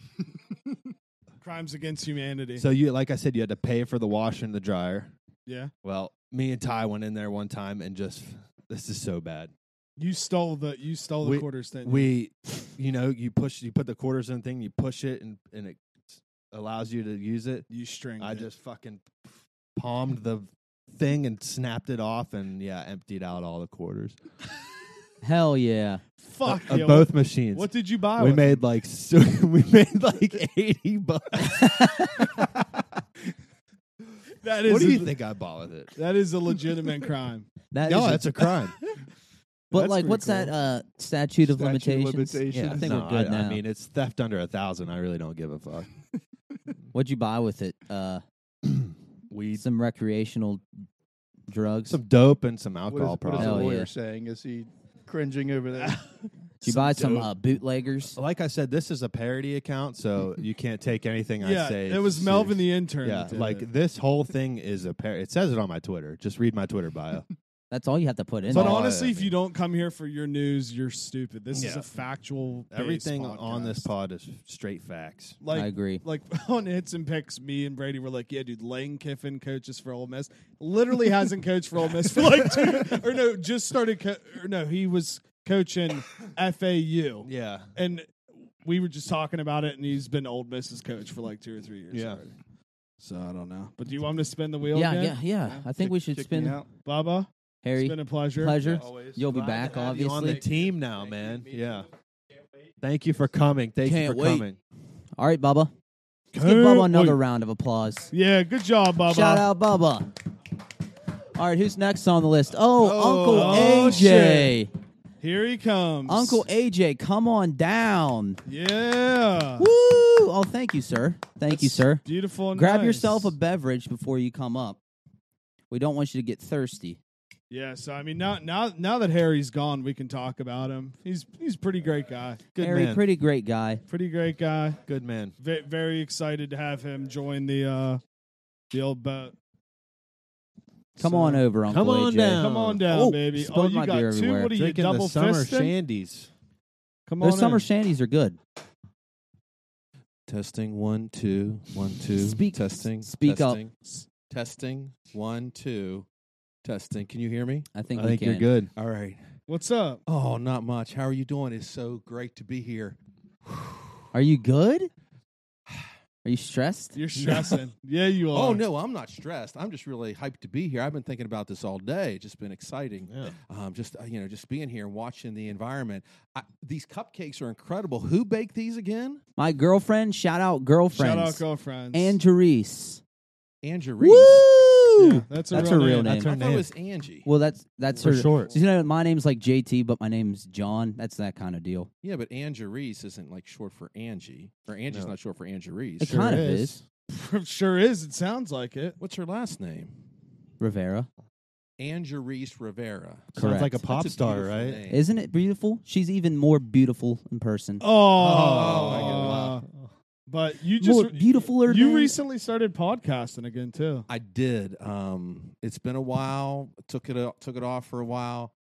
Crimes against humanity. So you, like I said, you had to pay for the washer and the dryer. yeah. Well, me and Ty went in there one time and just this is so bad. You stole the you stole the We- quarters thing. we you know you push you put the quarters in the thing you push it and and it allows you to use it you string. i just fucking palmed the thing and snapped it off and yeah emptied out all the quarters hell yeah. fuck of yeah, what- uh, both What, machines did you buy? we with it? made like so, we made like 80 bucks that is what do a- you think i bought with it That is a legitimate crime. That no is a- that's a crime but that's like pretty what's cool. that uh statute of Statute of limitations? limitations. Yeah, I think no, we're good I, now. I mean it's theft under a thousand i really don't give a fuck What'd you buy with it? Uh weed some recreational drugs. some dope and some What is, alcohol what is probably the Hell lawyer yeah. saying? Is he cringing over there? Did you buy some dope. uh, bootleggers? Like I said, this is a parody account, so you can't take anything yeah, I say. it was Melvin serious. the intern. Yeah, that did like it. this whole thing is a parody. It says it on my Twitter. Just read my Twitter bio. That's all you have to put in. But there. all I- honestly, I if you mean- don't come here for your news, you're stupid. This is Yeah. a factual. Everything on this pod is straight facts. I like agree. like on hits and picks, me and Brady were like, "Yeah, dude, Lane Kiffin coaches for Ole Miss. Literally hasn't coached for Ole Miss for like two or no, just started. Co- or no, he was coaching FAU, Yeah. and we were just talking about it, and he's been Ole Miss's coach for like two or three years. Yeah. already. So I don't know. But do you want him to spin the wheel? Yeah, again? yeah, yeah. I think we should Kick me spin out. Baba. Harry. It's been a pleasure. pleasure. Always. You'll be Glad to back, have you on the obviously. team now, Thank you. man. Me Yeah. too. Can't wait. Thank you for coming. Thank you Can't for wait. coming. All right, Bubba. Let's give Can't Bubba another wait. round of applause. Yeah, good job, Baba. Shout out, Bubba. All right, who's next on the list? Oh, Uncle Oh, AJ. shit. Here he comes, Uncle AJ, come on down. Yeah, Woo! Oh, thank you, sir. Thank you, That's sir. Beautiful. and Grab nice. yourself a beverage before you come up. We don't want you to get thirsty. Yeah, so I mean, now now now that Harry's gone, we can talk about him. He's he's a pretty great guy, Good Harry, man. pretty great guy. pretty great guy. Good man. Ve very excited to have him join the uh the old boat. Come So- on over, Uncle Come on AJ. down. come on down, Oh, baby. Oh, spilled you my got beer two. everywhere. What are you Drinking double the summer fisting? shandies. Come on, Those summer in. shandies are good. Testing one two one two. Speak- Testing. speak up. testing, Testing one two. Testing. Can you hear me? I think I we think can. you're good. All right. What's up? Oh, not much. How are you doing? It's so great to be here. Are you good? Are you stressed? You're stressing. yeah, you are. Oh no, I'm not stressed. I'm just really hyped to be here. I've been thinking about this all day. It's just been exciting. Yeah. Um, just uh, you know, just being here and watching the environment. I, these cupcakes are incredible. Who baked these again? My girlfriend, shout out girlfriends. Shout out girlfriends. Angie Reese. Angie Reese. Woo! Yeah, that's her That's real her real name. name. That's her I thought it name. was Angie. Well, that's that's For her. short. So, you know, my name's like JT, but my name's John. That's that kind of deal. yeah, but Angie Reese isn't like short for Angie, or Angie's No. not short for Angie Reese. It kind of is. sure is. It sounds like it. What's her last name? Rivera, Angie Reese Rivera. Sounds like correct? a pop That's a star, beautiful right? name. Isn't it beautiful? She's even more beautiful in person. Oh, I get but you just More beautefuler You than- recently started podcasting again too. I did. Um, it's been a while. Took it o- took it off for a while.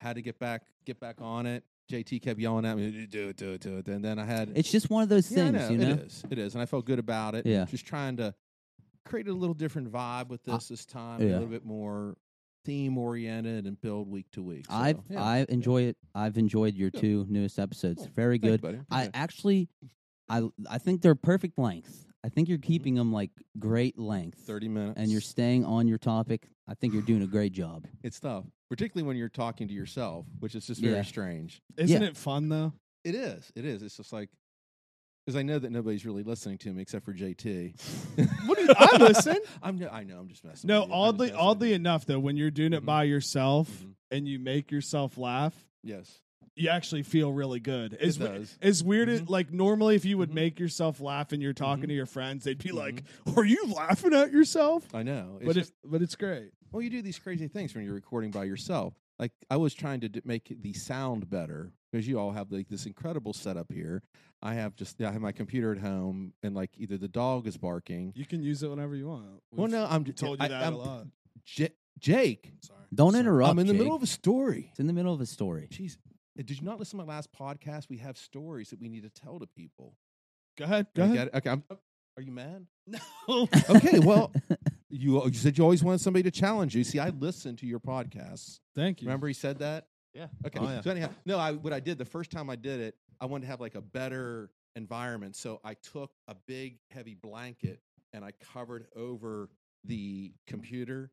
Had to get back get back on it. JT kept yelling at me, do it, do it, do it. And then I had It's just one of those Yeah, I things, you know. It is. It is. And I felt good about it. Yeah. Just trying to create a little different vibe with this this time, yeah. a little bit more theme oriented and build week to week. So, I've yeah. I enjoy it. I've enjoyed your Good. two newest episodes. Cool. Very Thank you, good. buddy. I Appreciate it. actually, I I think they're perfect length. I think you're keeping them like great length, 30 Mm-hmm. minutes. and you're staying on your topic. I think you're doing a great job. it's tough, particularly when you're talking to yourself, which is just Yeah. very strange. Isn't Yeah. it fun though? It is. It is. It's just like because I know that nobody's really listening to me except for JT. What do you, I listen? I'm. no- I know. I'm just messing. No, with you. I'm just oddly, messing with oddly you. enough though, when you're doing it Mhm. by yourself Mhm. and you make yourself laugh, Yes. you actually feel really good. As, It we- does. as weird as Mhm. like normally, if you would Mhm. make yourself laugh and you're talking Mhm. to your friends, they'd be like, "Are you laughing at yourself?" I know. Mm-hmm. It's but just, it's but it's great. well, you do these crazy things when you're recording by yourself. Like I was trying to d- make the sound better because you all have like this incredible setup here. I have just I have my computer at home and like either the dog is barking. You can use it whenever you want. well, no, I'm We've told you I, that I'm- a lot. J- Jake, Sorry. Don't Sorry. interrupt. I'm in the Jake. middle of a story. It's in the middle of a story. Jeez, uh, did you not listen to my last podcast? We have stories that we need to tell to people. Go ahead. Go You ahead. get it? Okay, I'm, uh, are you mad? No. Okay, well, you, you said you always wanted somebody to challenge you. See, I listened to your podcasts. Thank you. Remember, he said that. Yeah. Okay. Oh, yeah. So anyhow, no, I what I did the first time I did it, I wanted to have like a better environment, so I took a big heavy blanket and I covered over the computer,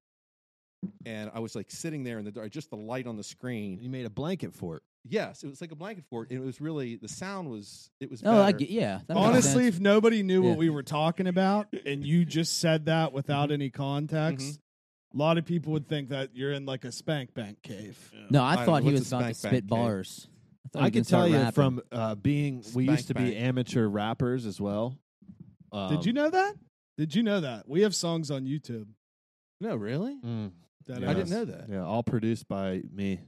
and I was like sitting there in the dark, just the light on the screen, You made a blanket for it. Yes, it was like a blanket fort, and it was really the sound was it was. Oh, I better. get, yeah. that makes Honestly, sense. if nobody knew Yeah. Mm-hmm. what we were talking about and you just said that without any context, a lot of people would think that you're in like a spank bank cave. no, I, I don't thought know, he what's was a about to spank spit bank, Kate? bars. thought he I was can gonna start tell you rapping. from uh, being we used Spank to be bank. amateur rappers as well. Um, Did um, you know that? Did you know that? We have songs on YouTube. No, really, Mm, That uh, Yeah. I is- didn't know that. yeah, all produced by me.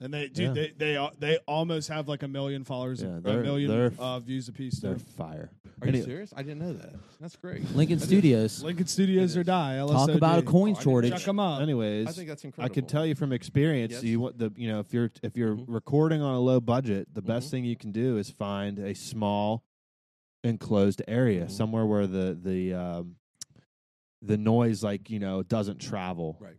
And they, Yeah. dude, they they al- they almost have like a million followers, Yeah, a they're- million they're- uh, views apiece. They're There. fire. Are you Any- serious? I didn't know that. That's great. Lincoln That is- Studios. Lincoln Studios or die. LSOD. Talk about a coin Oh, I shortage. Chuck them up. Anyways, I think that's I incredible. can tell you from experience. Yes. You want the you know if you're if you're Mhm. recording on a low budget, the best Mhm. thing you can do is find a small enclosed area Mhm. somewhere where the the um, the noise like you know doesn't travel. Right.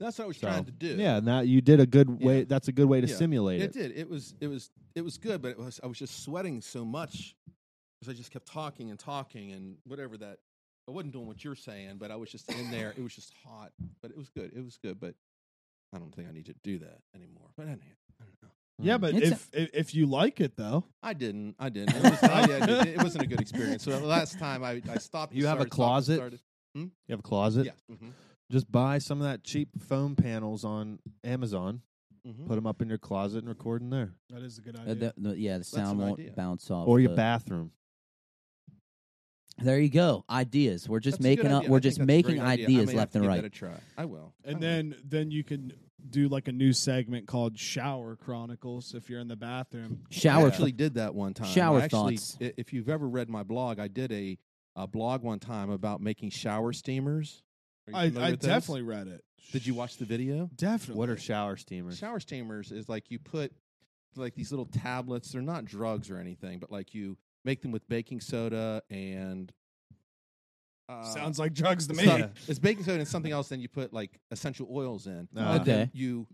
That's what I was So, trying to do. Yeah, and that you did a good way. Yeah. That's a good way to Yeah. simulate It it. did. It was it was it was good, but it was I was just sweating so much because I just kept talking and talking and whatever that I wasn't doing what you're saying, but I was just in there. It was just hot, but it was good. It was good, but I don't think I need to do that anymore. But anyhow, I don't know. Yeah, Mm-hmm. but It's a- if, if if you like it though, I didn't. I didn't. It, was, I- yeah, it, it wasn't a good experience. So the last time I, I stopped. and You have a started, stopped and closet? started. You have a closet. Yeah. mhm, Just buy some of that cheap foam panels on Amazon. mhm. Put them up in your closet and record in there, that is a good Uh, idea. the, the- yeah, the sound an won't idea. bounce off. or your the- bathroom. There you go. Ideas. We're just That's a good making up. idea. I We're think just that's a great making idea. I ideas may have left to and give right. that a try. I will. I and will. then then you can do like a new segment called Shower Chronicles if you're in the bathroom. Shower. I actually did that one time. shower I actually, thoughts. i- If you've ever read my blog, I did a, a blog one time about making shower steamers. Are you I, familiar I with those? definitely read it. did. You watch the video? Definitely. What are shower steamers? Shower steamers is like you put like these little tablets. They're not drugs or anything, but like you make them with baking soda and. Uh, Sounds like drugs to me. so- It's baking soda and something else. Then you put like essential oils in. Ah. And then Okay. You,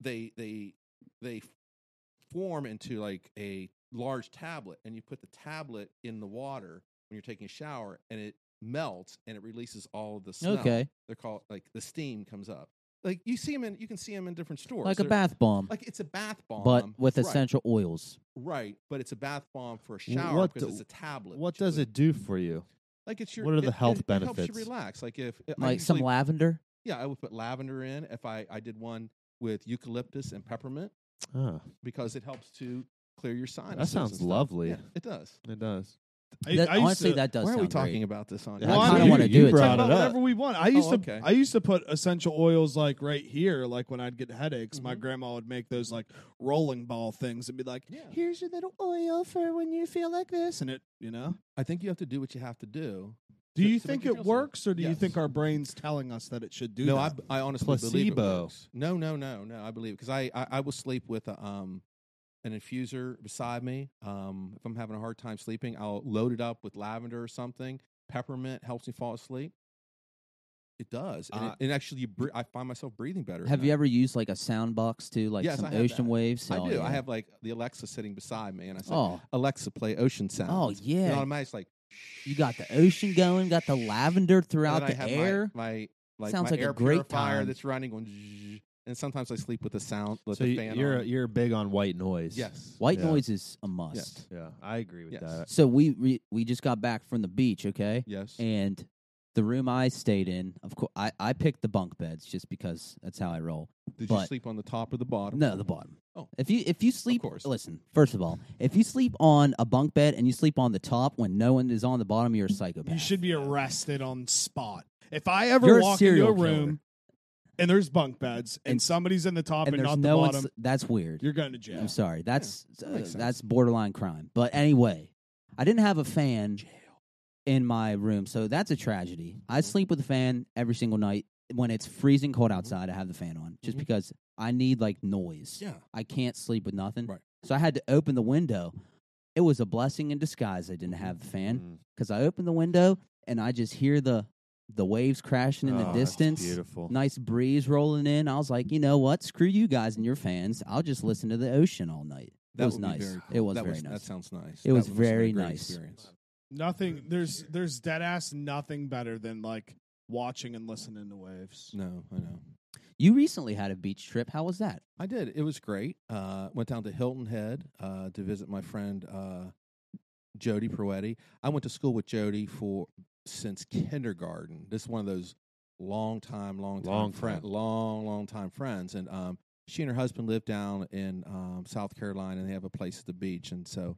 they they they form into like a large tablet, and you put the tablet in the water when you're taking a shower, and it melts and it releases all of the smell. Okay. They're called like the steam comes up. Like you see them in, you can see them in different stores. Like a They're- bath bomb, Like it's a bath bomb, but with right, essential oils. Right, but it's a bath bomb for a Wh- shower what because do- it's a tablet. What that you does put- it do for you? Like it's your. what are the it- health it, It helps benefits? you relax. Like if I Like some usually- lavender. yeah, I would put lavender in. If I I did one with eucalyptus and peppermint Ah, because it helps to clear your sinuses. that and sounds stuff. lovely. Yeah, it does. It does. I, That- I used honestly, to, that does. Why are we sound great. talking about this on? Yeah, I Well, I kinda mean, wanna you- do you it. talk brought too. about it up. whatever we want. I used Oh, okay. to I used to put essential oils like right here, like when I'd get headaches. My Mhm. grandma would make those like rolling ball things and be like, Yeah. "Here's your little oil for when you feel like this," and it, you know. I think you have to do what you have to do. Do To- you to make think you it feel so- works, or do you Yes. think our brains telling us that it should do? no, that? I, b- I honestly believe it Placebo. works. No, no, no, no. I believe because I, I I will sleep with a, um an infuser beside me. Um, if I'm having a hard time sleeping, I'll load it up with lavender or something. Peppermint helps me fall asleep. It does, and, Uh, it, and actually, you bre- I find myself breathing better. at Have you night. ever used like a sound box too, like Yes, some I have ocean that. waves? I Oh, do. yeah. I have like the Alexa sitting beside me, and I say, Oh, "Alexa, play ocean sounds." oh And yeah. automatic's like, You got the ocean going. Got the lavender and throughout then I the have my- air. My, like Sounds my like a air great purifier time. that's running going, zzzz, and sometimes I sleep with the sound, with So the you- fan you're on. you're big on white noise. yes, White Yeah. noise is a must. Yeah, I agree with Yes. that. So we re- we just got back from the beach, okay? yes. And the room I stayed in, of course, I, I picked the bunk beds just because that's how I roll. Did you but- sleep on the top or the bottom? No, the bottom. Oh. If you if you sleep, course. listen. First of all, if you sleep on a bunk bed and you sleep on the top when no one is on the bottom, you're a psychopath. You should be arrested on spot. If I ever You're a walk into serial a killer. room and there's bunk beds and, And- somebody's in the top and and, there's not no the one. bottom, s- That's weird. you're going to jail. I'm sorry. That's that uh, makes sense. that's borderline crime. But anyway, I didn't have a fan in my room, so that's a tragedy. I sleep with a fan every single night. When it's freezing cold Mm-hmm. outside, I have the fan on just Mhm. because I need like noise. Yeah. I can't sleep with nothing. Right. So I had to open the window. It was a blessing in disguise I didn't Mm-hmm. have the fan Mm. because I opened the window and I just hear the the waves crashing in Oh, the that's distance. beautiful. Nice breeze rolling in. I was like, you know what? Screw you guys and your fans. I'll just listen to the ocean all night. That it was would be nice. very cool. It was that very nice. That sounds nice. It was That must have been a very great nice. experience. Nothing. There's there's dead ass nothing better than like watching and listening to waves. No, I know. you recently had a beach trip. How was that? I did. It was great. Uh, went down to Hilton Head uh, to visit my friend uh, Jody Peretti. I went to school with Jody for since kindergarten. This is one of those long time, long time, Long friend, time. long, long time friends. And um, she and her husband live down in um, South Carolina, and they have a place at the beach. And so,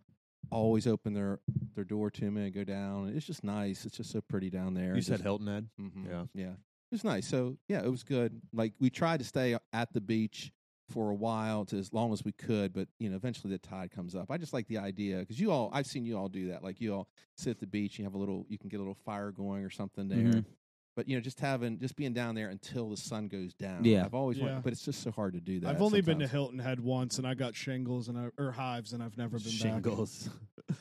always open their their door to me and go down. And it's just nice. It's just so pretty down there. You and said just- Hilton Head. hmm Yeah. Yeah. It was nice. So, yeah, it was good. Like, we tried to stay at the beach for a while to as long as we could, but you know, eventually the tide comes up. I just like the idea because you all, I've seen you all do that. Like you all sit at the beach, you have a little, you can get a little fire going or something there. Mhm. But you know, just having, just being down there until the sun goes down. Yeah. I've always, Yeah. wanted, but it's just so hard to do that. I've only been to sometimes Hilton Head once, and I got shingles and I, or hives, and I've never been Shingles.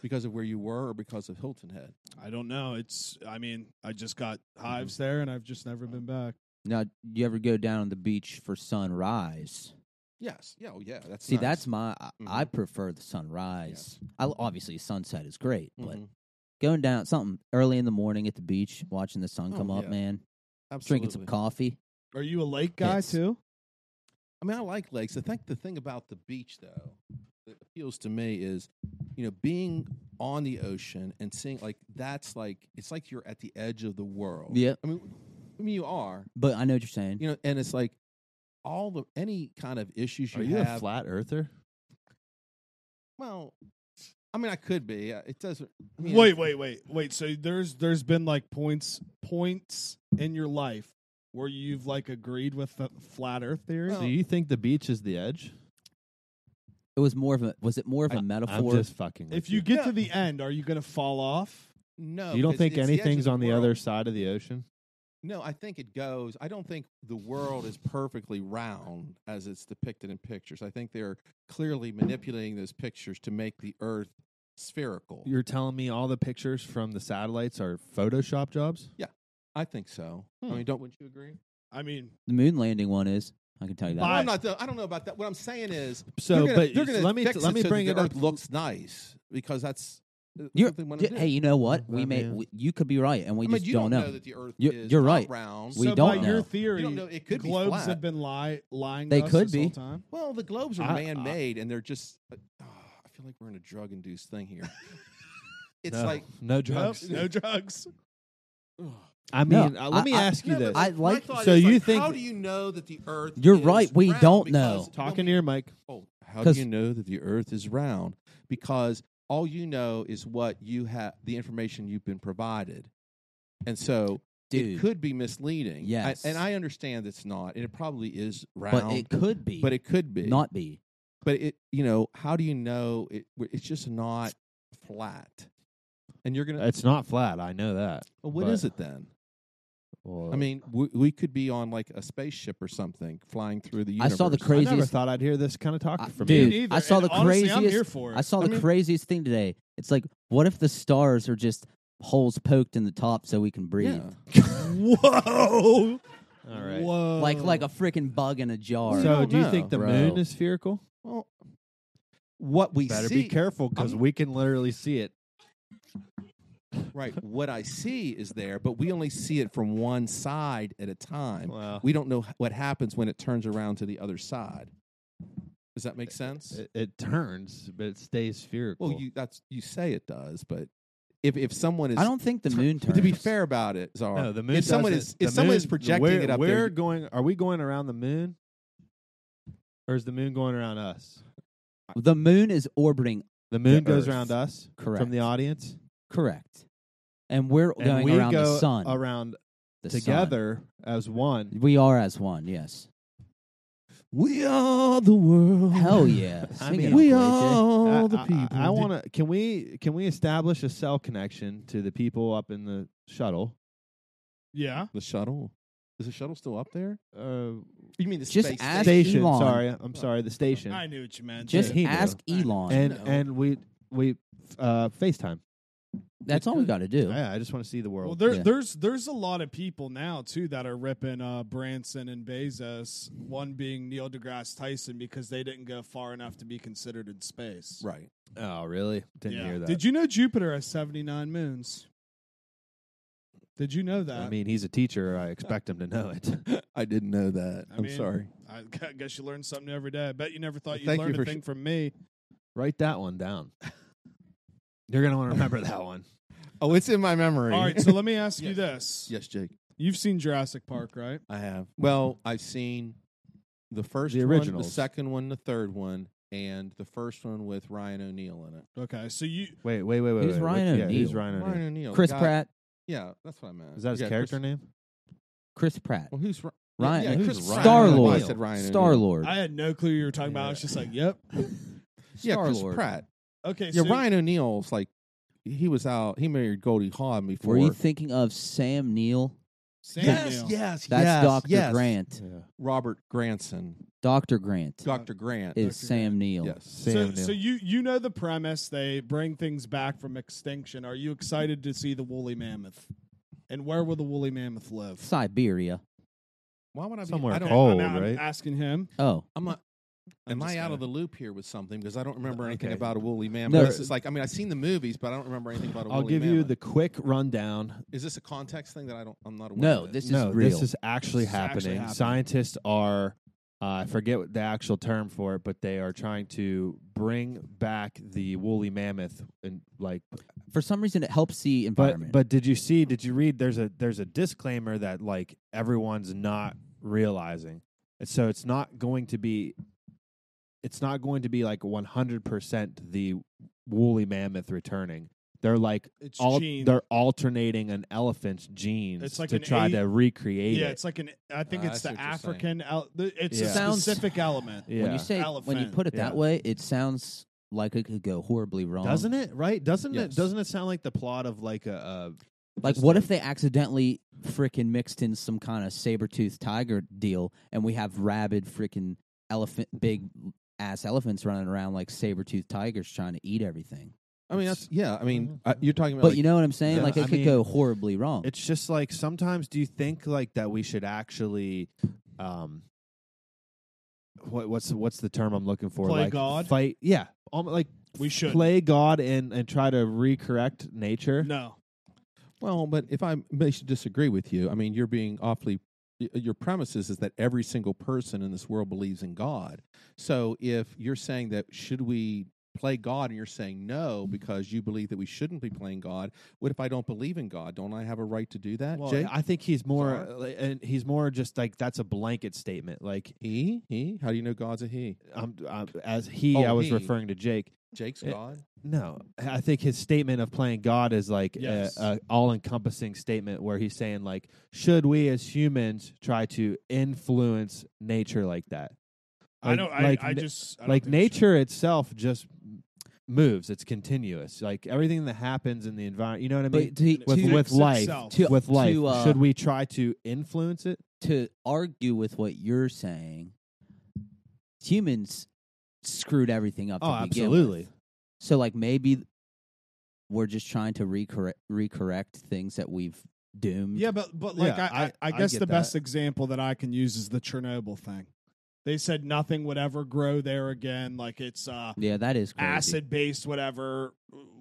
because of where you were or because of Hilton Head. back. I don't know. It's. I mean, I just got hives there, and I've just never been back. Now, do you ever go down on the beach for sunrise? Yes. Yeah. Oh, yeah. That's See, nice. that's my. I, I Mhm. prefer the sunrise. I l obviously sunset is great, but Mhm. going down something early in the morning at the beach, watching the sun Oh, come up, yeah. man, Absolutely. drinking some coffee. Are you a lake guy Hits. too? I mean, I like lakes. I think the thing about the beach, though, that appeals to me is, you know, being on the ocean and seeing like that's like it's like you're at the edge of the world. Yeah. I mean, I mean, you are, But I know what you're saying. you know, and it's like all the any kind of issues you, Are you have. a flat earther? well, I mean, I could be. Uh, It doesn't. I mean, Wait, it's- wait, wait, wait. So there's there's been like points points in your life where you've like agreed with the flat Earth theory. Well, Do you think the beach is the edge? It was more of a. Was it more of a I'm metaphor? just fucking. with if you you get Yeah. to the end, are you gonna fall off? No, you don't because think it's the edge of anything's on the world. other side of the ocean? No, I think it goes. I don't think the world is perfectly round as it's depicted in pictures. I think they're clearly manipulating those pictures to make the Earth spherical. You're telling me all the pictures from the satellites are Photoshop jobs? I think so. Hmm. I mean, don't wouldn't you agree? I mean, the moon landing one is. I can tell you that. No, Bye. I'm not. I don't know about that. What I'm saying is, So, they're gonna, but they're you- gonna let me fix let me so that bring the it up. Earth looks nice because that's uh, You're- something when Yeah, hey, you know what? We I may. mean- We, you could be right, and we I mean, just you don't know. that the Earth You're- is you're not right. round. We so don't by know. your you theory, don't know. It could be globes flat. have been lie, lying. to They us could this whole be. time? Well, the globes are I- I- man-made, and they're just. Uh, oh, I feel like we're in a drug-induced thing here. it's no, like no Nope, drugs. no drugs. I No, mean, uh, let I- me I- ask you No, this. but I my like- thought so is, you like, think how that- do you know that the Earth? You're is right, we round? don't Because know. when Talking to we- your mic. Oh, how do 'Cause- you know that the Earth is round? Because all you know is what you have, the information you've been provided, and so Dude, it could be misleading. I- Yes. and I understand it's not, and it probably is round, but it could be. but it could be not be. But it, you know, how do you know it? It's just not flat. And you're gonna. It's not flat. I know that. Well, what but- is it then? Well, I mean, we, we could be on like a spaceship or something, flying through the I universe. saw the I craziest never thought I'd hear this kind of talk I- from dude, you. Me neither, I saw and the honestly, I'm craziest- here for it. I saw I the mean- craziest thing today. It's like, what if the stars are just holes poked in the top so we can breathe? Yeah. Whoa! All right. Whoa! Like Oh. like a freaking bug in a jar. We So, don't do you know, think the bro. moon is spherical? Well, what we Better see, be careful because I'm- we can literally see it. right? What I see is there, but we only see it from one side at a time. Wow. We don't know h- what happens when it turns around to the other side. Does that make sense? It, it turns, but it stays spherical. well, you that's you say it does, but if if someone is, I don't think the moon turns. But to be fair about it, Czar, no, the moon. if someone doesn't- is the if someone is moon- projecting we're, it up we're there, going. Are we going around the moon, or is the moon going around us? the moon is orbiting The moon goes Earth. around us correct. from the audience, correct. And we're and going we around go the sun. around the sun. together as one. We are as one, yes. we are the world. Hell Oh, yeah. I Sing it mean, up, we Ray J. I- I- I, want to. Can we? Can we establish a cell connection to the people up in the shuttle? yeah. The shuttle is the shuttle still up there? Uh, You mean the Just space ask station? station. Elon. Sorry, I'm sorry. The station. I knew what you meant. Just Yeah. ask Elon. and No. and we we uh FaceTime. That's all we got to do. Yeah, I just want to see the Well, world. there, Yeah. there's there's a lot of people now too that are ripping uh, Branson and Bezos. One being Neil deGrasse Tyson because they didn't go far enough to be considered in space. Right. oh, really? Didn't Yeah. hear that. Did you know Jupiter has 79 moons? Did you know that? I mean, he's a teacher. I expect him to know it. I didn't know that. I I'm mean, sorry. I gu- guess you learn something new every day. I bet you never thought you'd Thank you learn for a sh- thing from me. Write that one down. You're gonna want to remember that one. Oh, it's in my memory. All right, so let me ask you Yes. this: yes, Jake. You've seen Jurassic Park, right? I have. Well, I've seen the first The one, the originals. second one, the third one, and the first one with Ryan O'Neal in it. Okay, so you Wait, wait, wait, wait. Who's wait. Ryan yeah, Who's O'Neal? Ryan O'Neal? Ryan O'Neal. Chris God- Pratt. Yeah, that's what I meant. Is that his Yeah, character Chris- name? Chris Pratt. Well, who's Ri- Ryan, yeah, Chris Ryan. Star I don't know why I Lord, said Ryan O'Neal. Star Lord, I had no clue you were talking about. I was just like, yep. Yeah, Star Chris Lord. Pratt. Okay, Yeah, so Ryan O'Neill's like he was out. He married Goldie Hawn before. Were you thinking of Sam Neill? Sam Neill. yes, That's Doctor Grant. Robert Grantson, Doctor Grant Doctor Grant. is Dr. Sam Neill. Yes, So, Sam so you you know the premise. They bring things back from extinction. Are you excited to see the woolly mammoth? And where will the woolly mammoth live? Siberia. Why would I be Somewhere I don't, cold. I'm, I'm Oh, right? asking him. Oh, I'm not, I'm am just I out gonna- of the loop here with something? Because I don't remember Okay. anything about a woolly mammoth. No. This is like I mean I've seen the movies, but I don't remember anything about a I'll woolly give mammoth. you the quick rundown. Is this a context thing that I don't? I'm not aware. no, of this is no, real. this is actually This is actually happening. happening. Scientists are, uh, I forget what the actual term for it, but they are trying to bring back the woolly mammoth and like For some reason, it helps the environment. But but did you see? Did you read? There's a there's a disclaimer that like everyone's not realizing, And so it's not going to be, it's not going to be like 100 percent the woolly mammoth returning. They're like It's all Gene. they're alternating an elephant's genes It's like to an try eight- to recreate yeah, it. it's like an. I think Uh, I it's see the what you're saying. African. Al- the- it's Yeah. a Sounds- specific element. yeah. when you say when you Elephant. put it that Yeah. way, it sounds like it could go horribly wrong. doesn't it right? Doesn't Yes. it? Doesn't it sound like the plot of like a, a Like, just what a- if they accidentally frickin' mixed in some kind of saber toothed tiger deal, and we have rabid frickin' elephant, big ass elephants running around like saber toothed tigers trying to eat everything? I mean that's yeah. I mean uh, you're talking about. But like, you know what I'm saying? Yeah, like, it I could mean, go horribly wrong. Mm-hmm. it's just like sometimes do you think like that we should actually um what what's what's the term I'm looking for Play like God? fight yeah almost like we should. play God and and try to recorrect nature No, Well, but if I may should disagree with you, I mean, you're being awfully. y- Your premise is, is that every single person in this world believes in God. So if you're saying that should we play God, and you're saying no because you believe that we shouldn't be playing God, what if I don't believe in God? Don't I have a right to do that, well Jake? I think he's more uh, Sorry? like, and he's more just like that's a blanket statement like he, he. How do you know God's a he? um, um as he Oh, I was he. referring to Jake Jake's Eh, God. no I think his statement of playing God is like a- Yes. a, all encompassing statement where he's saying like should we as humans try to influence nature like that I don't. I, like I na- just I don't like think we should. nature itself just moves it's continuous like everything that happens in the environment you know what i mean but to, with, to, to- with Fixes life itself. To- with to, life uh, should we try to influence it to argue with what you're saying, humans screwed everything up. oh to begin with. absolutely So like maybe we're just trying to recorrect recorrect things that we've doomed. Yeah, but but like Yeah, I, I, I- I I guess get the that. best example that I can use is the Chernobyl thing. They said nothing would ever grow there again. Like it's uh, Yeah, that is crazy. acid based, whatever,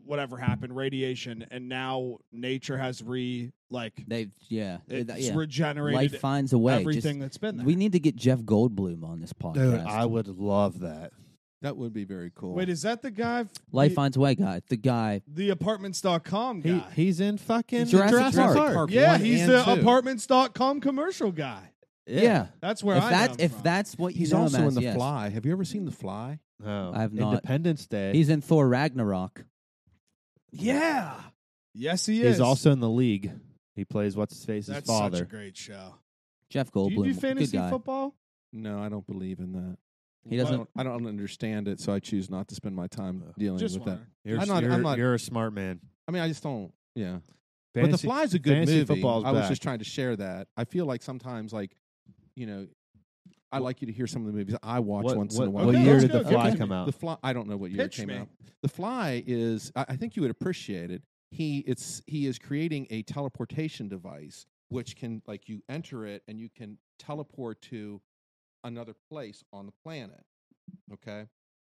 whatever happened, radiation, and now nature has re like They yeah, it- it's yeah. regenerated Life finds a way. Just- everything that's been there. we need to get Jeff Goldblum on this podcast. dude i would love that That would be very cool. Wait, is that the guy? f- Life the, finds a way guy. The guy. the apartments.com he, guy. he's in fucking Jurassic Jurassic, Park. Park. Park yeah, one he's and the two. apartments.com commercial guy. Yeah. That's where if I that's know him if from. that's what you He's know him also as, in The yes. Fly. Have you ever seen The Fly? Oh, I have not. independence day He's in Thor Ragnarok. yeah, yes, he is. He's also in the league. He plays what's his face's that's such a father. great show. Jeff Do Goldblum. you do good fantasy guy. football? No, I don't believe in that. He doesn't- I don't, I don't understand it, so I choose not to spend my time dealing Just with that. wondering. You're, I'm not- you're- I'm not- you're a smart man. I mean, I just don't. Yeah. but The Fantasy- Fly's a good fantasy movie. football's I was back. just trying to share that. I feel like sometimes, like, you know, I like you to hear some of the movies I watch what, once what- in a while. what Okay, year let's did go, The give it Fly to come me. out? The Fly. I don't know what year Pitch it came me. out. The Fly is. I, I think you would appreciate it. He it's he is creating a teleportation device which can like you enter it and you can teleport to another place on the planet. Okay.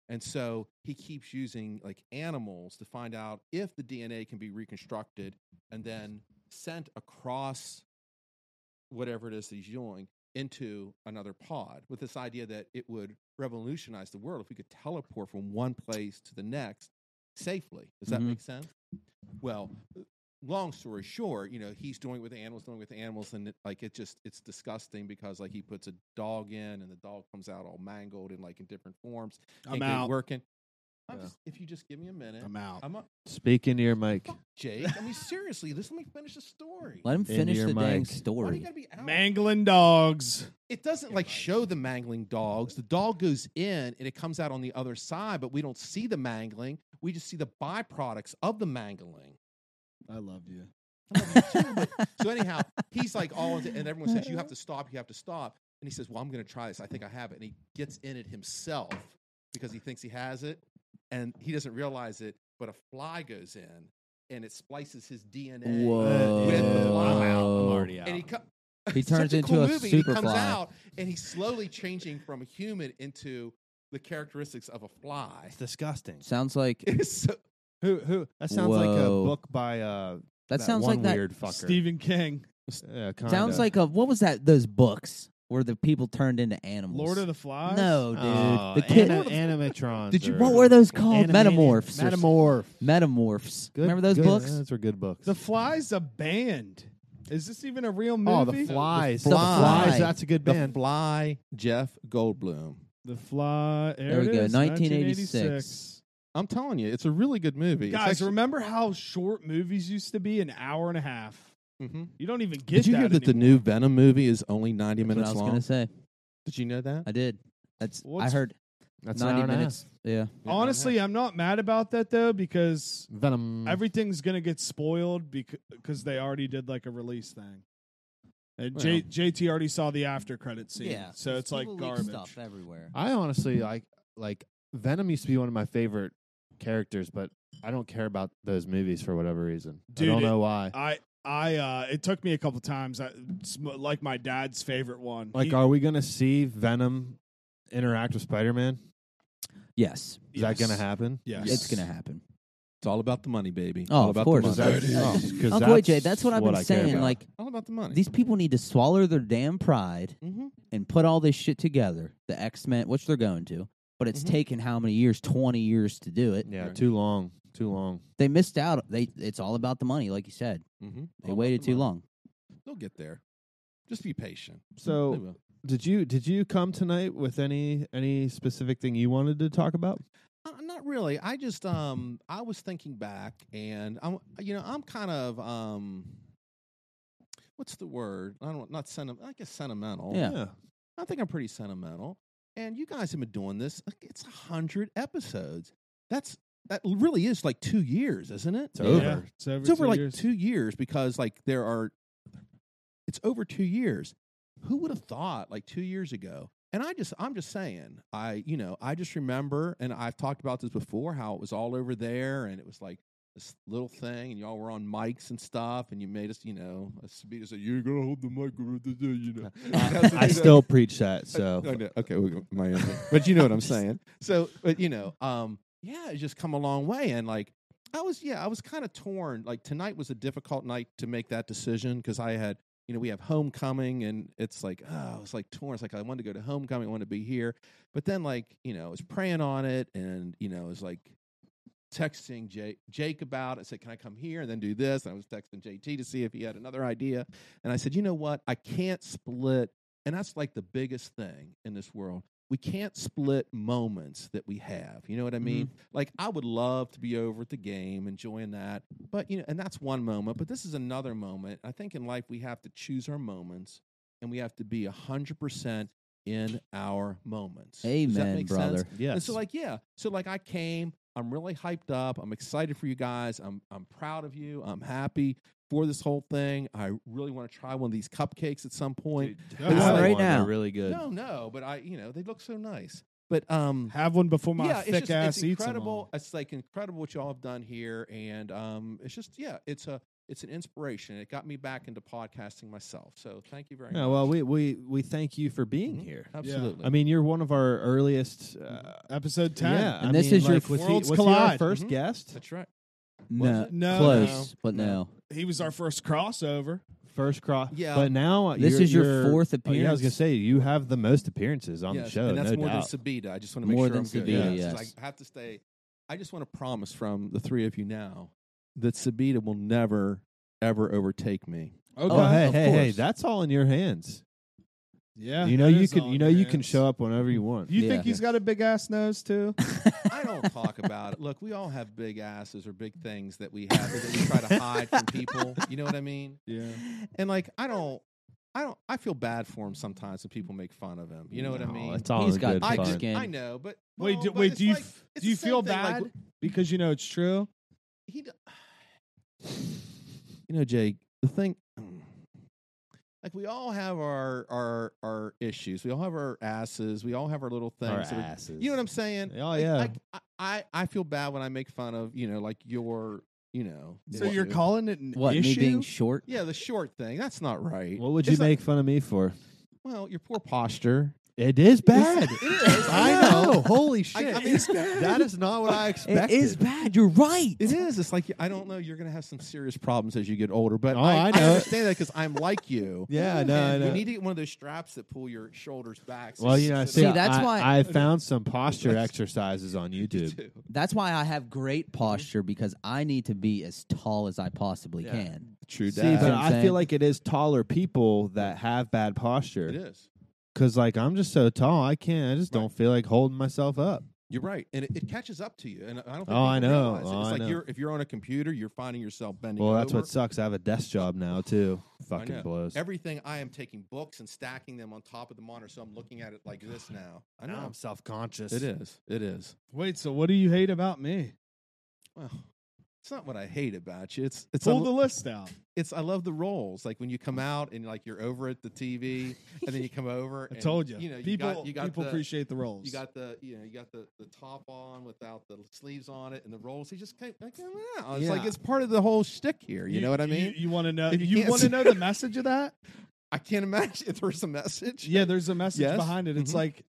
And so he keeps using like animals to find out if the DNA can be reconstructed and then sent across whatever it is that he's doing into another pod with this idea that it would revolutionize the world if we could teleport from one place to the next safely. Does that Mhm. make sense? Well, uh, long story short, you know, he's doing it with animals, doing it with animals, and it, like it just it's disgusting because like he puts a dog in and the dog comes out all mangled and like in different forms. I'm can't get it out. working. I'm Yeah. just, if you just give me a minute, I'm out. I'm not, Speak into your mic. fuck Jake. I mean, seriously, this, let me finish the story. Let him Into finish your the dang mic. Why do you story. gotta be out? Mangling dogs. it doesn't like show the mangling dogs. The dog goes in and it comes out on the other side, but we don't see the mangling. We just see the byproducts of the mangling. I love you. I love you too, but- so anyhow, he's like all into, and everyone says you have to stop, you have to stop, and he says, "Well, I'm going to try this. I think I have it." And he gets in it himself because he thinks he has it, and he doesn't realize it. But a fly goes in and it splices his DNA. Whoa. With the lime out. Oh. I'm already out. And he co- He it's such turns a into cool a movie. and He comes superfly. out and he's slowly changing from a human into the characteristics of a fly. It's disgusting. Sounds like It is so- Who? Who? That sounds like a Whoa. book by uh. that, sounds one like that. weird fucker. Stephen King, Yeah, kinda. Sounds like a what was that? Those books where the people turned into animals. Lord of the Flies. No, dude. Oh, the kid. ana- animatrons. Did you- or- what were those called? Animaniacs. Metamorphs or- Metamorph. Metamorphs. Good- Remember those good- books? Those were good books. The Flies a band. Is this even a real movie? oh, the flies. The The Fly. flies. That's a good the band. fly Jeff Goldblum. The Fly. There it we go, is, 1986. 1986. I'm telling you, it's a really good movie. It's Guys, actually- remember how short movies used to be? An hour and a half. Mhm. You don't even get Did you hear that the anymore. new Venom movie is only 90 That's what minutes I was long? gonna say. Did you know that? I did. That's What's- I heard That's ninety an hour and a minutes. Yeah. Honestly, I'm not mad about that though because half. Venom. Hmm. everything's gonna get spoiled because they already did like a release thing. And J- JT already saw the after credit scene, so it's like garbage. stuff everywhere. I honestly like like Venom used to be one of my favorite characters, but I don't care about those movies for whatever reason. Dude, I don't it- know why. I I uh it took me a couple times. I, it's m- like my dad's favorite one. like, He- are we gonna see Venom interact with Spider Man? Yes, Is that gonna yes. happen? Yes, it's gonna happen. It's all about the money, baby. Oh, all of about course. The money. Oh, That is- Oh, 'cause Uncle AJ, that's what I've been I care saying. about. Like all about the money. these people need to swallow their damn pride hmm and put all this shit together. The X Men, which they're going to, but it's Mhm. taken how many years? Twenty years to do it. yeah, Right. too long, too long. They missed out. They it's all about the money, like you said. hmm They waited too long. They'll get there. Just be patient. Mm-hmm. So- They will. Did you did you come tonight with any any specific thing you wanted to talk about? Uh, not really. I just um I was thinking back and I'm you know, I'm kind of um what's the word? I don't not sentimental. I guess sentimental. Yeah. I think I'm pretty sentimental. And you guys have been doing this. like, It's a hundred episodes. That's that really is like two years, isn't it? It's Yeah. over. Yeah, it's over, It's over two like years. two years because like there are it's over two years. Who would have thought like two years ago? And I just I'm just saying, I you know, I just remember and I've talked about this before, how it was all over there and it was like this little thing and y'all were on mics and stuff and you made us, you know, Sabita said, You're gonna hold the mic over the day, you know. I, I still preach that. So I know. Okay, well, my answer. But you know what I'm saying. So, but you know, um, yeah, it's just come a long way. And like, I was, yeah, I was kind of torn. Like tonight was a difficult night to make that decision because I had, you know, we have homecoming, and it's like, oh, I was like torn. It's like I wanted to go to homecoming, I wanted to be here, but then like, you know, I was praying on it, and you know, I was like texting Jake, Jake about it. I said, can I come here and then do this? And I was texting JT to see if he had another idea. And I said, you know what? I can't split. And that's like the biggest thing in this world. We can't split moments that we have. You know what I mean? Mm-hmm. Like I would love to be over at the game, enjoying that. But you know, and that's one moment, but this is another moment. I think in life we have to choose our moments and we have to be a hundred percent in our moments. Does that Amen, make brother. sense? yes. And so like yeah, so like I came, I'm really hyped up. I'm excited for you guys. I'm I'm proud of you. I'm happy for this whole thing. I really want to try one of these cupcakes at some point. That Yeah. one, Right they're now. really good. No, no, but I you know, they look so nice. But um Have one before my yeah, thick it's just, ass it's eats 'em incredible. all. It's like incredible what y'all have done here and um it's just yeah, it's a it's an inspiration. It got me back into podcasting myself. So thank you very Yeah, much. well, we, we we thank you for being Mhm. here. Absolutely. I mean, you're one of our earliest. Uh, Episode ten. Yeah, And this is your Mm-hmm. was he, Worlds was he our Collide. 1st Mhm. guest, that's right. No, it? No, close, no, but no. no. He was our first crossover. first cross. Yeah. but now This you're- is your you're- fourth oh, yeah, I was gonna appearance. say you have the most appearances on the Yes, show. And that's no more doubt. than Sabita. I just want to make More sure than I'm good. Sabita, Yes, 'cause yes. I have to stay. I just want to promise from the three of you now that Sabita will never, ever overtake me. oh, hey, of hey, hey! course. That's all in your hands. Yeah. you know that you is can all you know your you can ass. show up whenever you want. Do you Yeah. think he's got a big ass nose too? I don't talk about it. Look, we all have big asses or big things that we have that we try to hide from people. You know what I mean? Yeah. And like, I don't, I don't, I feel bad for him sometimes when people make fun of him. You know what I mean? It's all He's in got good big I, fun. do- fun. skin. I know, but Wait, no, do, but wait, it's do you like- f- it's do you the same feel thing, like, bad because you know it's true? he, d- you know, Jake, the thing, like we all have our our our issues. We all have our asses. We all have our little things. Our that we- asses. You know what I'm saying? Oh, Like, yeah. like, I, I I feel bad when I make fun of you know like your you know. So what- you're calling it an What me issue? being short? Yeah, the short thing. That's not right. What would you It's not- make fun of me for? well, your poor posture. It is bad. I know. Holy I, shit. I mean, it's bad. that is not what I It expected. is bad. You're right. It is. It's like I don't know. You're going to have some serious problems as you get older, but Oh, I, I know. understand that because I'm like you. Yeah, I know, I And know. You need to get one of those straps that pull your shoulders back. so Well, you know, sit see, See, up. that's I, why- I found some posture exercises on YouTube. Too. That's why I have great posture because I need to be as tall as I possibly Yeah. can. True See, dad. but what I'm I saying? feel like it is taller people that have bad it posture. is. Because, like, I'm just so tall, I can't. I just Right. don't feel like holding myself up. You're right, and it, it catches up to you. And I don't. Think Oh, I people know. realize it. Oh, It's I like know. you're if you're on a computer, you're finding yourself bending. Well, that's over. what sucks. I have a desk job now, too. I Fucking know. blows. Everything I am taking books and stacking them on top of the monitor, so I'm looking at it like this now. I Now know. I'm self conscious. It is. It is. Wait, so what do you hate about me? Well, it's not what I hate about you. It's it's Pull un- the list out. it's I love the roles. Like when you come out and like you're over at the TV, and then you come over. I and, told you. You know, people you got, you got people the, appreciate the roles. You got the you know you got the, the top on without the sleeves on it and the rolls. He just came like, I don't know. It's like Yeah. it's part of the whole shtick here. You, know what I mean? You, want to know? If you You can't want see- to know the message of that? I can't imagine if there's a message. Yeah, there's a message Yes. behind it. It's Mhm. like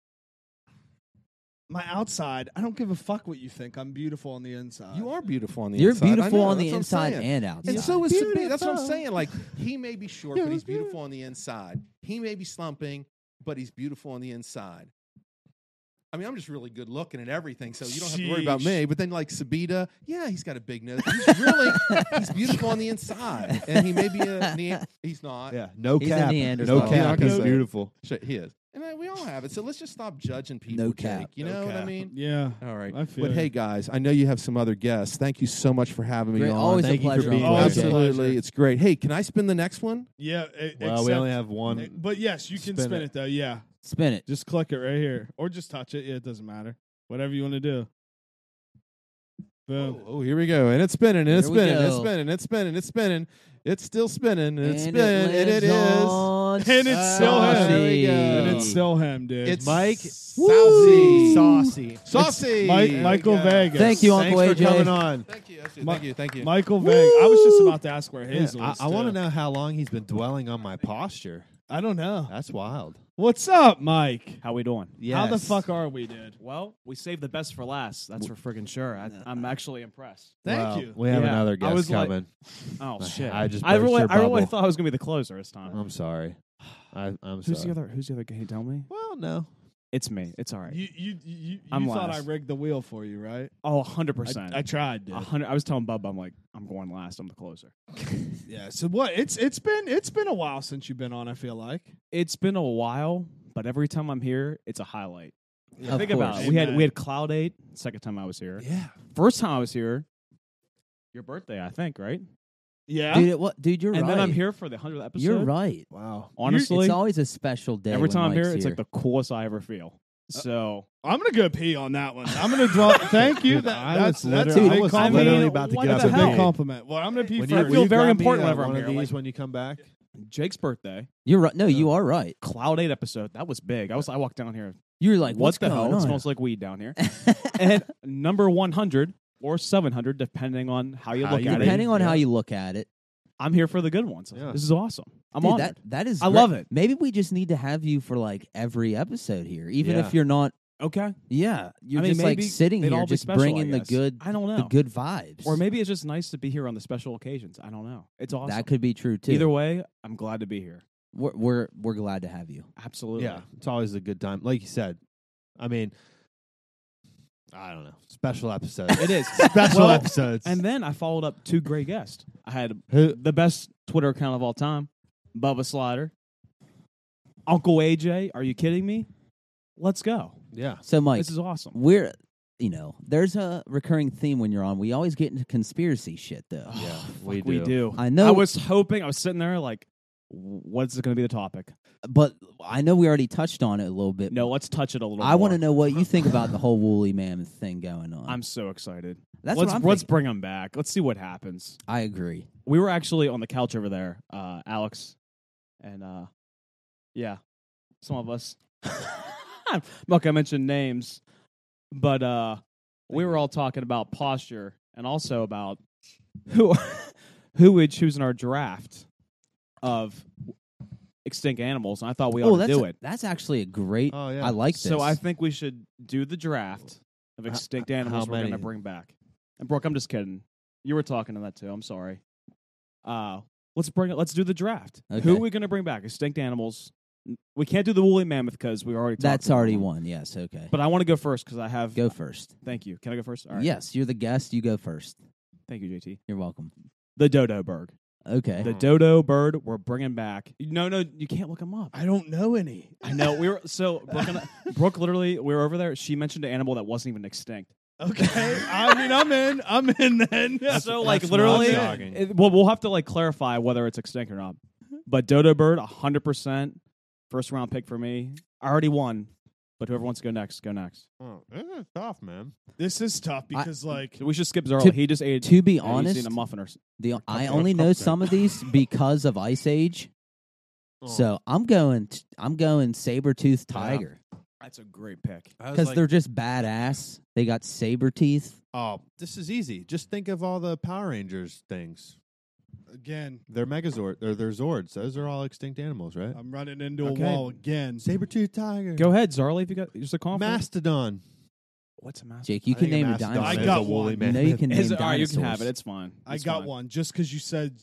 my outside. I don't give a fuck what you think. I'm beautiful on the inside. you are beautiful on the You're inside. I beautiful know, on the that's what I'm inside saying. and outside. And so is Sabine. That's what I'm Beautiful. saying. Like he may be short, but he's Beautiful. beautiful on the inside. He may be slumping, but he's beautiful on the inside. I mean, I'm just really good looking and everything, so you don't have to worry about Sheesh. me. But then, like Sabita, yeah, he's got a big nose. He's really he's beautiful on the inside, and he may be a Nea- he's not. Yeah. No He's a cap. No Neanderthal. You're not cap. gonna He's say it. beautiful. Shit, he is, and uh, we all have it. So let's just stop judging people. No Jake. cap. You know what I mean? Yeah. All right. I feel But you. hey, guys, I know you have some other guests. Thank you so much for having me Great. on. Always Thank a you for pleasure. being on here. Wednesday. Absolutely. Absolutely, it's great. Hey, can I spin the next one? Yeah. e- Well, we except- e, only have one. But yes, you can Spin spin it. it though. Yeah. Spin it. Just click it right here, or just touch it. Yeah, it doesn't matter. Whatever you want to do. Boom. Oh, oh, here we go. And it's spinning, and it's Here we spinning, it's go. spinning, it's spinning, it's spinning. It's still spinning, and it's And spinning, and lives it is. on And it's still him. Saucy. There we go. And it's still him, dude. It's Mike Saucy. Saucy. Saucy. Mike, There we Michael go. Vegas. Thank you, Uncle Thanks for AJ. coming on. Thank you. actually, Mi- Thank you. Thank you. Michael Veg. I was just about to ask where Yeah, his I, was. I want to uh, too. know how long he's been dwelling on my posture. I don't know. That's wild. What's up, Mike? How we doing? How the Yes. fuck are we, dude? Well, we saved the best for last. That's for friggin' sure. I, I'm actually impressed. Thank Well, you. We have Yeah. another I guest was like- coming. Oh shit! I just I burst really, your I really bubble. thought I was gonna be the closer this time. I'm sorry. I, I'm who's sorry. the other? Who's the other? Can you tell me? Well, no. It's me. It's all right. You you you, you I'm thought last. I rigged the wheel for you, right? oh, hundred I, percent. I tried. Dude. A hundred. I was telling Bub, I'm like, I'm going last. I'm the closer. Yeah. So what? It's it's been it's been a while since you've been on. I feel like. It's been a while, but every time I'm here, it's a highlight. Yeah. Of Think about course. it. We had Amen. we had Cloud Eight. Second time I was here. Yeah. First time I was here. Your birthday, I think, right? Yeah. Dude, it, what, dude, you're and right. then I'm here for the hundredth episode. You're right. Wow. Honestly, it's always a special day. every when time I'm Mike's here, it's like the coolest I ever feel. So I'm gonna go pee on that one. I'm gonna draw. thank you. Dude, That, I that's was that's a literally- big I was compliment. literally about to What get up the that's a and big hell? compliment. Well, I'm gonna pee When you, I first. when feel you very grab me, important uh, whenever I'm one of here, these like- when you come back. Jake's birthday, you're right. No, you are right. Cloud Eight episode. That was big. I was. I walked down here. You're like, what what's the hell? going It on? smells like weed down here. and number one hundred or seven hundred, depending on how you How look you at Depending it. on how Yeah. you look at it, I'm here for the good ones. Yeah. This is awesome. I'm Dude, on that that is. I great. love it. Maybe we just need to have you for like every episode here, even Yeah. if you're not. Okay. Yeah, you're I mean, just maybe like sitting they'd all here, be just special, I bringing the guess. good, I don't know. the good vibes. or maybe it's just nice to be here on the special occasions. I don't know. It's awesome. that could be true too. Either way, I'm glad to be here. we're we're, we're glad to have you. Absolutely. Yeah. It's always a good time. Like you said, I mean, I don't know. Special episodes. It is. Special Well, episodes. And then I followed up two great guests. I had Who- the best Twitter account of all time, Bubba Slider, Uncle AJ, are you kidding me? Let's go. Yeah. So, Mike, this is awesome. we're you know there's a recurring theme when you're on. We always get into conspiracy shit though. Yeah. Fuck, we do. I know, I was hoping. I was sitting there like, what's going to be the topic? but I know we already touched on it a little bit. No, let's touch it a little. I want want to know what you think about the whole woolly mammoth thing going on. I'm so excited. That's let's what I'm let's thinking. bring them back. Let's see what happens. I agree. We were actually on the couch over there, uh, Alex, and uh, yeah, some of us. I'm not gonna mention names, but uh, we were all talking about posture and also about who who would choose in our draft of extinct animals. And I thought we ought oh, to that's do a- it. that's actually a great. Oh yeah. I like this. So I think we should do the draft of extinct animals how we're going to many? bring back. And Brooke, I'm just kidding. You were talking to that too. I'm sorry. Uh, let's bring it. Let's do the draft. Okay. Who are we going to bring back? Extinct animals. We can't do the woolly mammoth because we already. talked that's about already them. one. Yes. Okay. But I want to go first because I have. go first. Thank you. Can I go first? All right. Yes, you're the guest. You go first. Thank you, JT. You're welcome. The dodo bird. Okay. The dodo bird. We're bringing back. No, no, you can't look him up. I don't know any. I know. We were so Brooke, and I- Brooke. Literally, we were over there. She mentioned an animal that wasn't even extinct. Okay, I mean, I'm in. I'm in then. so like that's literally, not shocking. it- well, we'll have to like clarify whether it's extinct or not. Mm-hmm. But Dodo Bird, hundred percent, first round pick for me. I already won, but whoever wants to go next, go next. Oh, this is tough, man. This is tough because like So we should skip Zerl. To- He just ate. to be yeah, he's eating honest- a muffin or s- The I couple- only know couple some of these because of Ice Age. Oh. So I'm going. t- I'm going saber tooth tiger that's a great pick. because they're just badass. They got saber teeth. oh, this is easy. Just think of all the Power Rangers things. again, They're Megazord or they're Zords. Those are all extinct animals, right? I'm running into Okay. a wall again. Saber tooth tiger. Go ahead, Zarly. If you got just a confident. Mastodon. What's a master? Jake, you I can think a name a mastodon dinosaur. I is got a I woolly one. mammoth. know you can name Is it- all right, you can have dinosaurs. it. It's fine. I It's got fine. one just because you said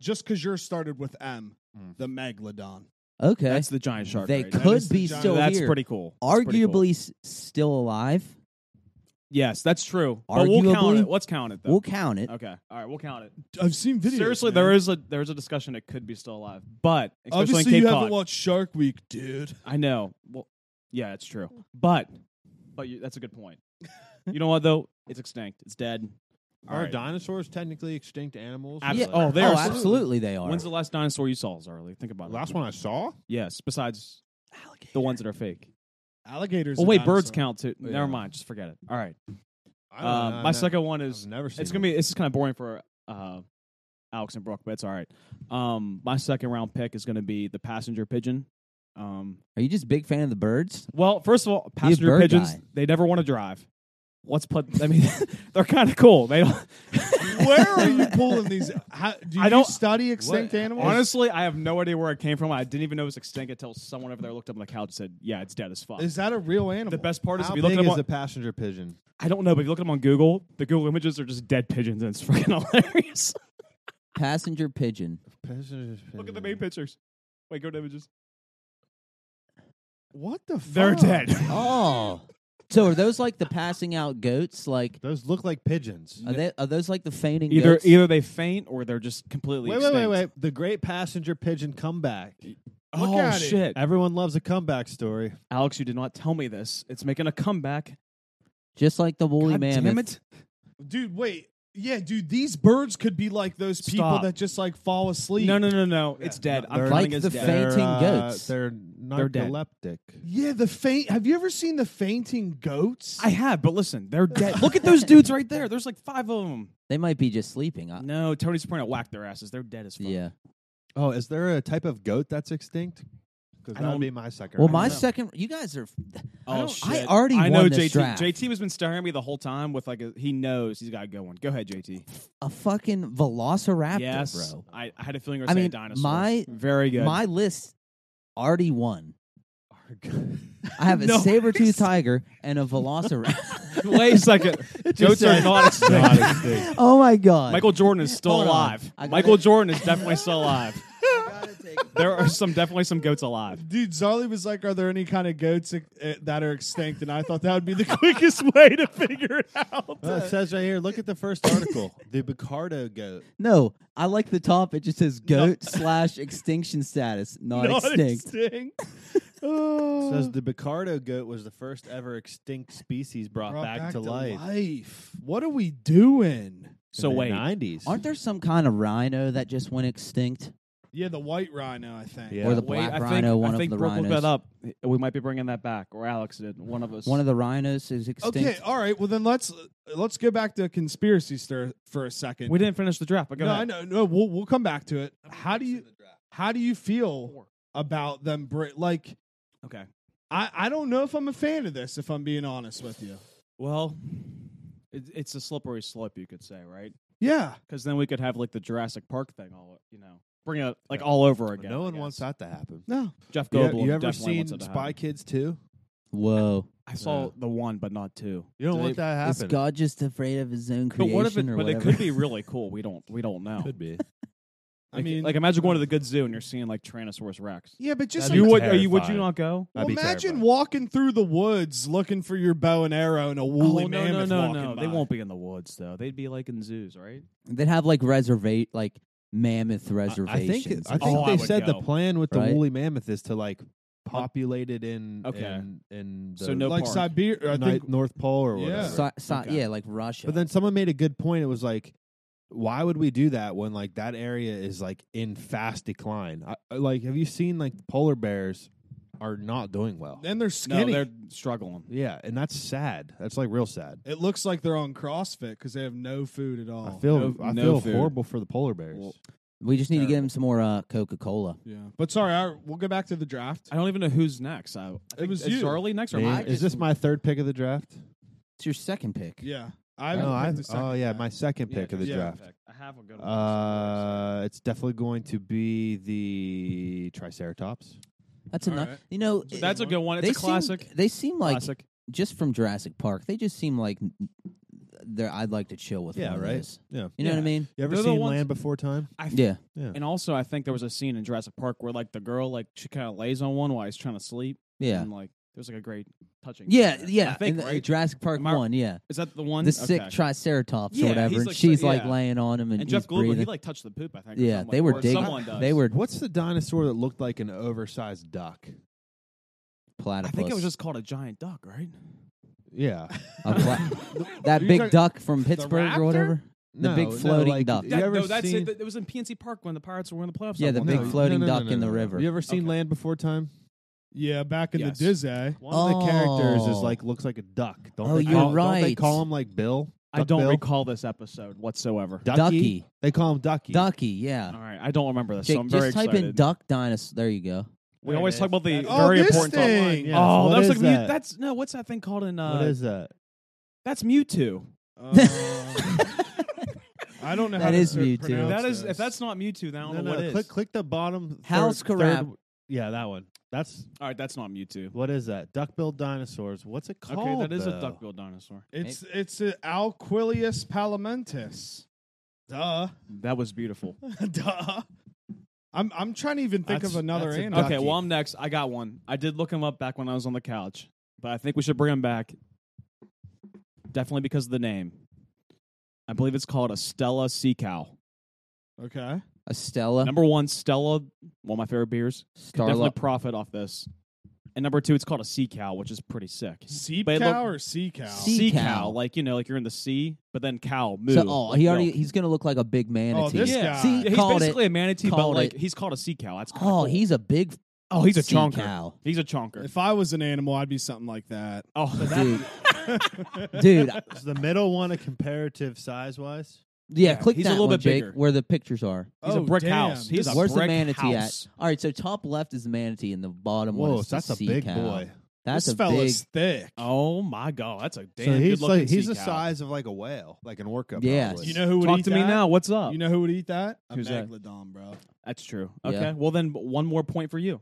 just because yours started with M, Mm. the megalodon. Okay. That's the giant shark. they right? That could is the be giant- still that's here. pretty cool. That's pretty cool. arguably s- still alive. yes, that's true. But we'll count Arguably- it. Let's count it. Though. We'll count it. okay. All right, we'll count it. I've seen videos. Seriously, man. there is a there is a discussion it could be still alive, but especially obviously in you Cape haven't Cod. watched Shark Week, dude. I know. Well, yeah, it's true, but but you, that's a good point. you know what though? It's extinct. It's dead. All Are right. dinosaurs technically extinct animals? Abs- Yeah. Oh, they oh, are absolutely they are. When's the last dinosaur you saw, Zarly? Think about it. Last one I saw. Yes, besides Oh, Alligator. the ones that are fake. Alligators. Oh are wait, birds dinosaurs. count too. Yeah. Never mind. Just forget it. All right. I don't Um, know, my I've second one never- is I've never seen. It's gonna be. This is kind of boring for uh, Alex and Brooke, but it's all right. Um, my second round pick is going to be the passenger pigeon. Um, Are you just big fan of the birds? Well, first of all, passenger bird pigeons, guy. they never want to drive. Let's put I mean they're kind of cool. They don't Where are you pulling these? How, do you I don't- study extinct animals? Honestly, I have no idea where it came from. I didn't even know it was extinct until someone over there looked up on the couch and said, "Yeah, it's dead as fuck." is that a real animal? the best part is How if you look big them is on, a passenger pigeon? I don't know, but if you look them on Google, the Google images are just dead pigeons and it's freaking hilarious. Passenger pigeon. Passenger pigeon. look at the main pictures. Wait, go to images. What the? They're fuck? dead. Oh. So are those like the passing out goats? Like Those look like pigeons. are they are those like the fainting either goats? either they faint or they're just completely Wait, wait, extinct. wait, wait! The great passenger pigeon comeback. Oh at it. shit. Everyone loves a comeback story. Alex, you did not tell me this. It's making a comeback. Just like the woolly God mammoth. damn it. dude. Wait, yeah, dude. These birds could be like those people Stop. that just like fall asleep. No, no, no, no. It's dead. I'm They're- calling Like it's the dead. Fainting they're, uh, goats. They're dead. narcoleptic. Yeah, the faint. Have you ever seen the fainting goats? I have, but listen, they're dead. Look at those dudes right there. There's like five of them. They might be just sleeping. I, No, Tony Soprano whacked their asses. They're dead as fuck. yeah. Oh, is there a type of goat that's extinct? Because I that would don't- be my second. Well, round. my know. second. You guys are. I Oh don't- shit. I already I know won JT. this draft. JT has been staring at me the whole time with like a, he knows he's got a good one. Go ahead, JT. A fucking velociraptor, yes, bro. I, I had a feeling you were I going to say mean, a dinosaur. my- very good. My list already won. I have a No saber worries. tooth tiger and a velociraptor. Wait a second. Goats are not Not extinct. extinct. oh my god! Michael Jordan is still Hold on. alive. I got Michael it. Jordan is definitely still alive. I gotta take there are some definitely some goats alive. Dude, Zarly was like, "Are there any kind of goats ex- eh, that are extinct?" And I thought that would be the quickest way to figure it out. Well, it says right here. Look at the first article. the Picardo goat. No, I like the top. It just says goat slash extinction status, not, Not extinct. extinct. It Oh. says the Picardo goat was the first ever extinct species brought, Brought back, to, life. life. What are we doing? So in the wait, nineties. Aren't there some kind of rhino that just went extinct? Yeah, the white rhino, I think. Yeah. Or the wait, black I think, rhino, one I of think the Brooke looked rhinos. that up. We might be bringing that back, or Alex did. One of us. One of the rhinos is extinct. Okay, all right. Well, then let's let's go back to conspiracy stir for a second. we didn't finish the draft. But go no, ahead. I know. No, we'll we'll come back to it. How do you how do you feel about them? Br- like, Okay. I I don't know if I'm a fan of this. If I'm being honest with you. Well, it, it's a slippery slope, you could say, right? Yeah. Because then we could have like the Jurassic Park thing, all you know, bring it like all over again. no I one guess. wants that to happen. No. Jeff You, e- Goldblum. you ever definitely seen wants it to Spy happen. Kids two? Whoa. I saw the one, but not two. You don't They- want that to Is happen. God just afraid of his own But creation what if it? or But it whatever? could be really cool. We don't. We don't know. Could be. I Like- mean, like imagine going to the good zoo and you're seeing like Tyrannosaurus Rex. yeah, but just That'd be You like, would? Are you, would you terrifying. not go? well, I'd be imagine terrified. walking through the woods looking for your bow and arrow and a woolly oh, no, no, mammoth no, walking no. by. They won't be in the woods though. They'd be like in zoos, right? They'd have like reservate, like mammoth I I think reservations. I think Oh, I they would said go. the plan with the Right? woolly mammoth is to like populate it in Okay. in, in So the no like park. Siberia. I ni- think North Pole or Yeah. whatever. Si- si- Okay. Yeah, like Russia. But then someone made a good point. It was like, why would we do that when like that area is like in fast decline? I, I- like, have you seen like polar bears are not doing well? then they're No, skinny. they're struggling. Yeah, and that's sad. That's like real sad. it looks like they're on CrossFit because they have no food at all. I feel Oh, no- I no feel food. horrible for the polar bears. Well, we just need to give terrible. him some more uh, Coca Cola. yeah, but sorry, I, we'll go back to the draft. I don't even know who's next. I, I think- was is you. Charlie next or Name- am I? I is just- this my third pick of the draft? It's your second pick. Yeah, I No, would I- pick the second oh yeah, guy. my second Yeah, pick of the yeah. draft. I have a good one. Uh, it's definitely going to be the Triceratops. That's a All ni- right. You know, So it- That's a good one. It's they a classic. Seem, they seem like classic. just from Jurassic Park. They just seem like they I'd like to chill with. Yeah, one of right? those. Yeah. You know what I mean? You ever They're the seen ones- Land Before Time? I th- Yeah. And also, I think there was a scene in Jurassic Park where like the girl like she kind of lays on one while he's trying to sleep. Yeah. And like there's like a great touching. Yeah, scene there. yeah. I think in the- right? Jurassic Park Am I- one, yeah. is that the one? The sick Okay. Triceratops Yeah, or whatever. he's and like- she's so- like yeah. laying on him and, And he's Jeff Goldblum, he breathing. like touched the poop. I think. or yeah, something, they like- were or digging. Someone does. They were What's the dinosaur that looked like an oversized duck? I platypus. think it was just called a giant duck, right? Yeah. A pla- Are that you big talking- duck from Pittsburgh raptor? or whatever. The big floating duck. You That, ever no, that's seen, it. It was in PNC Park when the Pirates were in the playoffs. Yeah, that the one big time. floating duck in the river. You ever seen Okay. Land Before Time? yeah, back in Yes. the dizzy. One of the characters is Oh. like looks like a duck. Don't Oh, they you're call, Don't they right. call him like Bill? I Duck don't Bill? recall this episode whatsoever. Ducky? Ducky. They call him Ducky. Ducky, yeah. All right, I don't remember this. Jake, so I'm very just type excited. in duck dinosaur. There you go. We always talk about the Oh, very this important stuff. thing! Yes, Oh, what that's like is Mew- that? that's no. What's that thing called in? Uh, what is that? that's Mewtwo. Uh, I don't know That how is to Mewtwo. pronounce That is this. if that's not Mewtwo, then I don't no, know no, what is. click, click the bottom. House third, crab. third- Yeah, that one. That's All right, that's not Mewtwo. what is that? Duck-billed dinosaurs. What's it called? okay, that is though? a duck-billed dinosaur. it's it's a Alquilius palamentis. Duh, That was beautiful. duh. I'm I'm trying to even think That's- of another that's a animal. okay, Ducky. well I'm next. I got one. I did look him up back when I was on the couch, but I think we should bring him back. Definitely because of the name. I believe it's called a Stella Sea Cow. Okay, A Stella. Number one, Stella, one of my favorite beers. Could definitely Starla. profit off this. And number two, it's called a sea cow, which is pretty sick. sea But it cow look- or sea cow? Sea Sea, cow. cow. like you know, like you're in the sea, but then cow moo. So, oh, like he already milk. he's gonna look like a big manatee. this yeah. guy. See, Yeah, he's called basically it. a manatee, but Called like it. he's called a sea cow. That's kinda Oh, cool. he's a big. oh he's a sea chonker. cow. He's a chonker. If I was an animal, I'd be something like that. Oh, Dude, dude, Is the middle one a comparative size wise? yeah. Yeah, click he's a that little one, bit Jake, bigger. where the pictures are. he's a Oh, brick damn. house. He's This- a Where's the brick manatee house. at? All right, so top left is the manatee, and the bottom one Whoa, is the that's a sea big cow. boy. That's this a big. fella's thick. Oh my god, that's a damn so he's good looking like he's sea the cow. size of like a whale, like an orca. Yes. probably. You know who would Talk eat to me that? now. What's up? You know who would eat that? A Who's that? megalodon, bro. that's true. Yeah. Okay, well then one more point for you.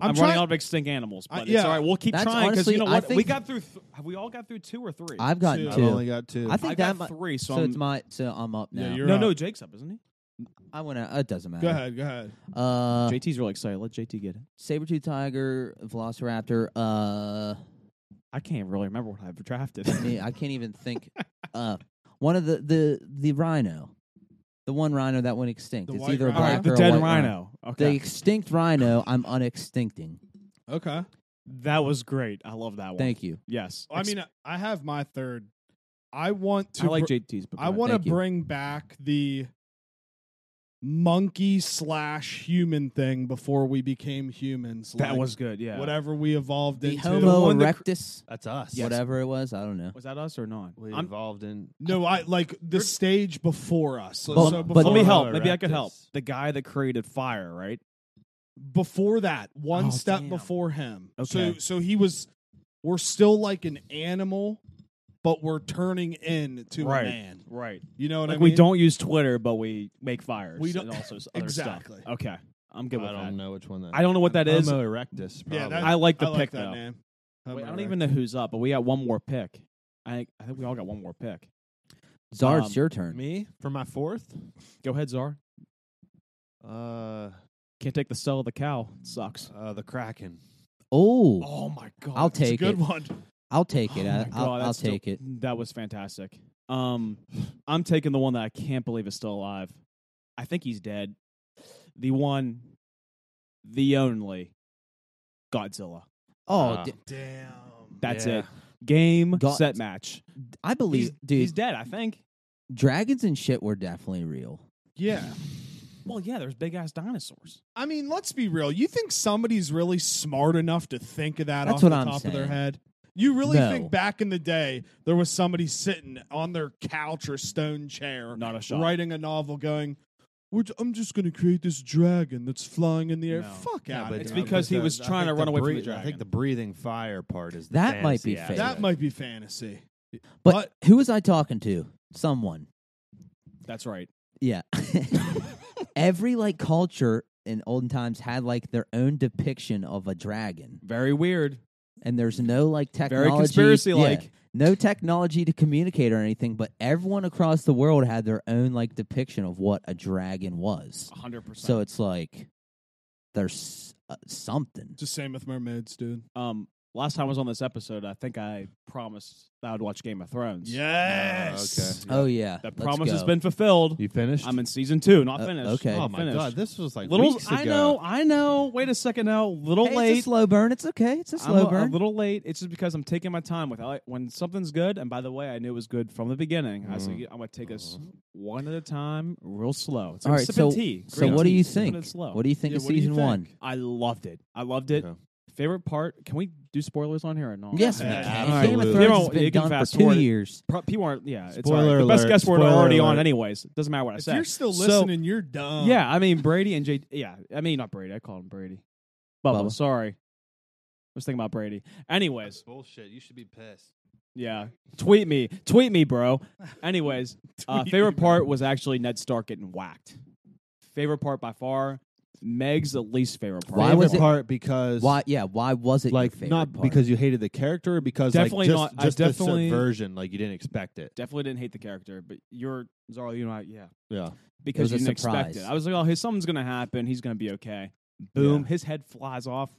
I'm, I'm, trying. running out of extinct animals, I- but yeah. it's all right. We'll keep That's trying because you honestly- know I what? We think- got through. Th- have we all got through two or three? I've gotten Two. I've two. only got two. I think I that got might. three. So, So I'm, it's my. So I'm up now. Yeah, you're no, up. no, Jake's up, isn't he? I want to. It doesn't matter. Go ahead. Go ahead. Uh, JT's real excited. Let JT get it. saber tooth tiger, velociraptor. Uh, I can't really remember what I've drafted. me, I can't even think. Uh, one of the the the rhino, the one rhino that went extinct. The it's white either a rhino? black Alright, the or a dead white rhino. The Okay, extinct rhino. I'm unextincting. Okay. that was great. I love that one. Thank you. Yes, I Ex- mean, I have my third. I want to. I like br- JT's. But I go want to Thank you. bring back the monkey slash human thing before we became humans. ahead. that like was good. Yeah, whatever we evolved The into. Homo one that cr- erectus, That's us. whatever it was, I don't know. was that us or not? We I'm- involved in. No, I like the stage before us. So, But- so but- before, let me Homo help. Maybe I could erectus. help. The guy that created fire, right? before that, one Oh, step damn. before him. So Okay. so he was we're still like an animal, but we're turning in to Right. a man. Right. You know what like I mean? we don't use Twitter, but we make fires. We don't- and also s- other Exactly. Stuff. Okay, I'm I good with that. don't know which one that. I don't know what that is. Homo erectus. Yeah, probably. that- I like the I like pick that though. name. Wait, I Homo don't even know who's up, but we got one more pick. I think, I think we all got one more pick. Zard, um, it's your turn. me for my fourth. Go ahead, Czar. Uh, Can't take the cell of the cow. It sucks. uh, the Kraken. Oh, Oh my god. I'll It's a take good it. one. I'll take it. Oh I, my I'll, God, I'll that's still- take it. That was fantastic. Um, I'm taking the one that I can't believe is still alive. I think he's dead. The one, the only, Godzilla. Oh, Uh, d- Damn. That's Yeah. it. Game God- set match. I believe, He's, dude. he's dead. I think. dragons and shit were definitely real. Yeah. Well, yeah. There's big ass dinosaurs. I mean, let's be real. You think somebody's really smart enough to think of that That's off what the I'm top of their saying. head? You really No. think back in the day there was somebody sitting on their couch or stone chair Not a shot. writing a novel going, "We're j- I'm just going to create this dragon that's flying in the air. No. Fuck out but of it's here. because he uh, was I trying think to the run away from breath- the I dragon. think the breathing fire part is the That might be fancy fake. aspect. that might be fantasy. But, who was I talking to? Someone. That's right. Yeah. Every like culture in olden times had like their own depiction of a dragon, Very weird. and there's no like Very technology. conspiracy yeah, like. no technology to communicate or anything, but everyone across the world had their own like depiction of what a dragon was. Hundred percent. So it's like there's uh, something. It's the same with mermaids, dude. um, last time I was on this episode, I think I promised that I would watch Game of Thrones. Yes. okay. Oh yeah, That let's promise has go. been fulfilled. You finished? I'm in season two, not Uh, finished. okay. oh my finished. god, this was like little. weeks I ago. know. I know. Wait a second. Now, little Hey, late. It's a slow burn. It's okay. It's a I'm slow a, a burn. little late. It's just because I'm taking my time with. I like when something's good. And by the way, I knew it was good from the beginning. I Mm. said I'm gonna take us one at a time, real slow. It's like All right, sipping so tea. so green what do tea, you sipping think? it slow. What do you think Yeah, of what do you season think? one? I loved it. I loved it. Okay. Favorite part? Can we do spoilers on here or not? Yes, Yeah, we can. absolutely. Game of You Thrones don't- has been you can done fast for two forward it. years. Pro- people aren't. Yeah, it's Spoiler alright. The best alert, guess word spoiler already on, alert. anyways. Doesn't matter what I If say. you're still So- listening, um, you're dumb. yeah, I mean Brady and J. Yeah, I mean not Brady. I call him Brady. Bubba, Bubba. sorry. I was thinking about Brady. Anyways, bullshit. You should be pissed. yeah, tweet me, tweet me, bro. Anyways, uh, Tweet favorite me. part was actually Ned Stark getting whacked. Favorite part by far. Meg's the least favorite part. Why Favorite was it- part because Why? Yeah. Why was it your like favorite not part? because you hated the character, or because Definitely like, not- just, I just definitely- the subversion, like you didn't expect it. Definitely didn't hate the character, but you're Zarl. You know, I- yeah, Yeah, was because you a didn't expect surprise. it. I was like, oh, hey, something's gonna happen. He's gonna be okay. Boom, his head flies off.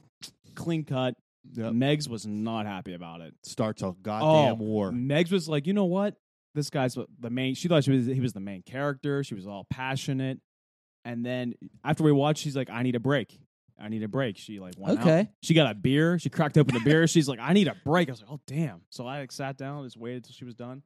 Clean cut. Yep. Megs was not happy about it. starts a Oh, goddamn war. Megs was like, you know what? This guy's the main. She thought she was he was the main character. She was all passionate, and then after we watched, she's like, I need a break. I need a break. She like went out. Okay. She got a beer. She cracked open a beer. She's like, I need a break. I was like, oh damn. So I like, sat down, just waited till she was done.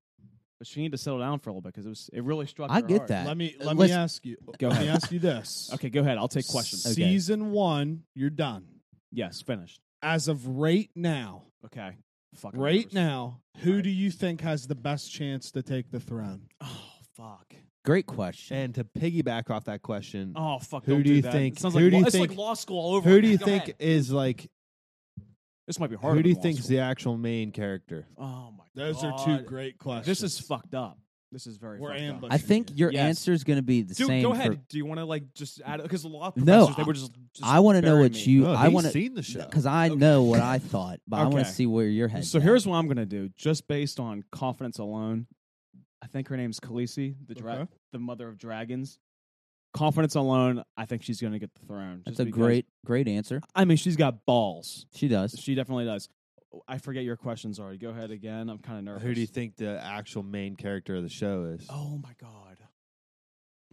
But she needed to settle down for a little bit because it was it really struck. I her get hard. that. Let me let me Let's- ask you. Go let ahead. me ask you this. Okay, go ahead. I'll take questions. Okay. Season one, you're done. Yes, finished. As of right now, Okay. Fuck. right now, who Right. do you think has the best chance to take the throne? Oh fuck. Great question. And to piggyback off that question, Oh fuck. Who don't do you that. think- It sounds who like do law- you it's like think- law school all over. who do you Go think ahead. is like? This might be hard. Who do you think is the actual main character? Oh my Those god. are two great questions. This is fucked up. This is very We're fucked ambush- up. I think your Yes. answer is going to be the Dude, same. go for- ahead. do you want to like just add because a lot of No, professors they were just, just I want to know bury what me. you. I he's want to seen the show. because I know what I thought, but I want Okay. to see where your head. So here's what I'm gonna do, just based on confidence alone. I think her name's Khaleesi, the dra- Okay. the mother of dragons. confidence alone, I think she's going to get the throne. That's just a because- great, great answer. I mean, she's got balls. She does. She definitely does. I forget your questions already. Go ahead again. I'm kind of nervous. Who do you think the actual main character of the show is? Oh my god.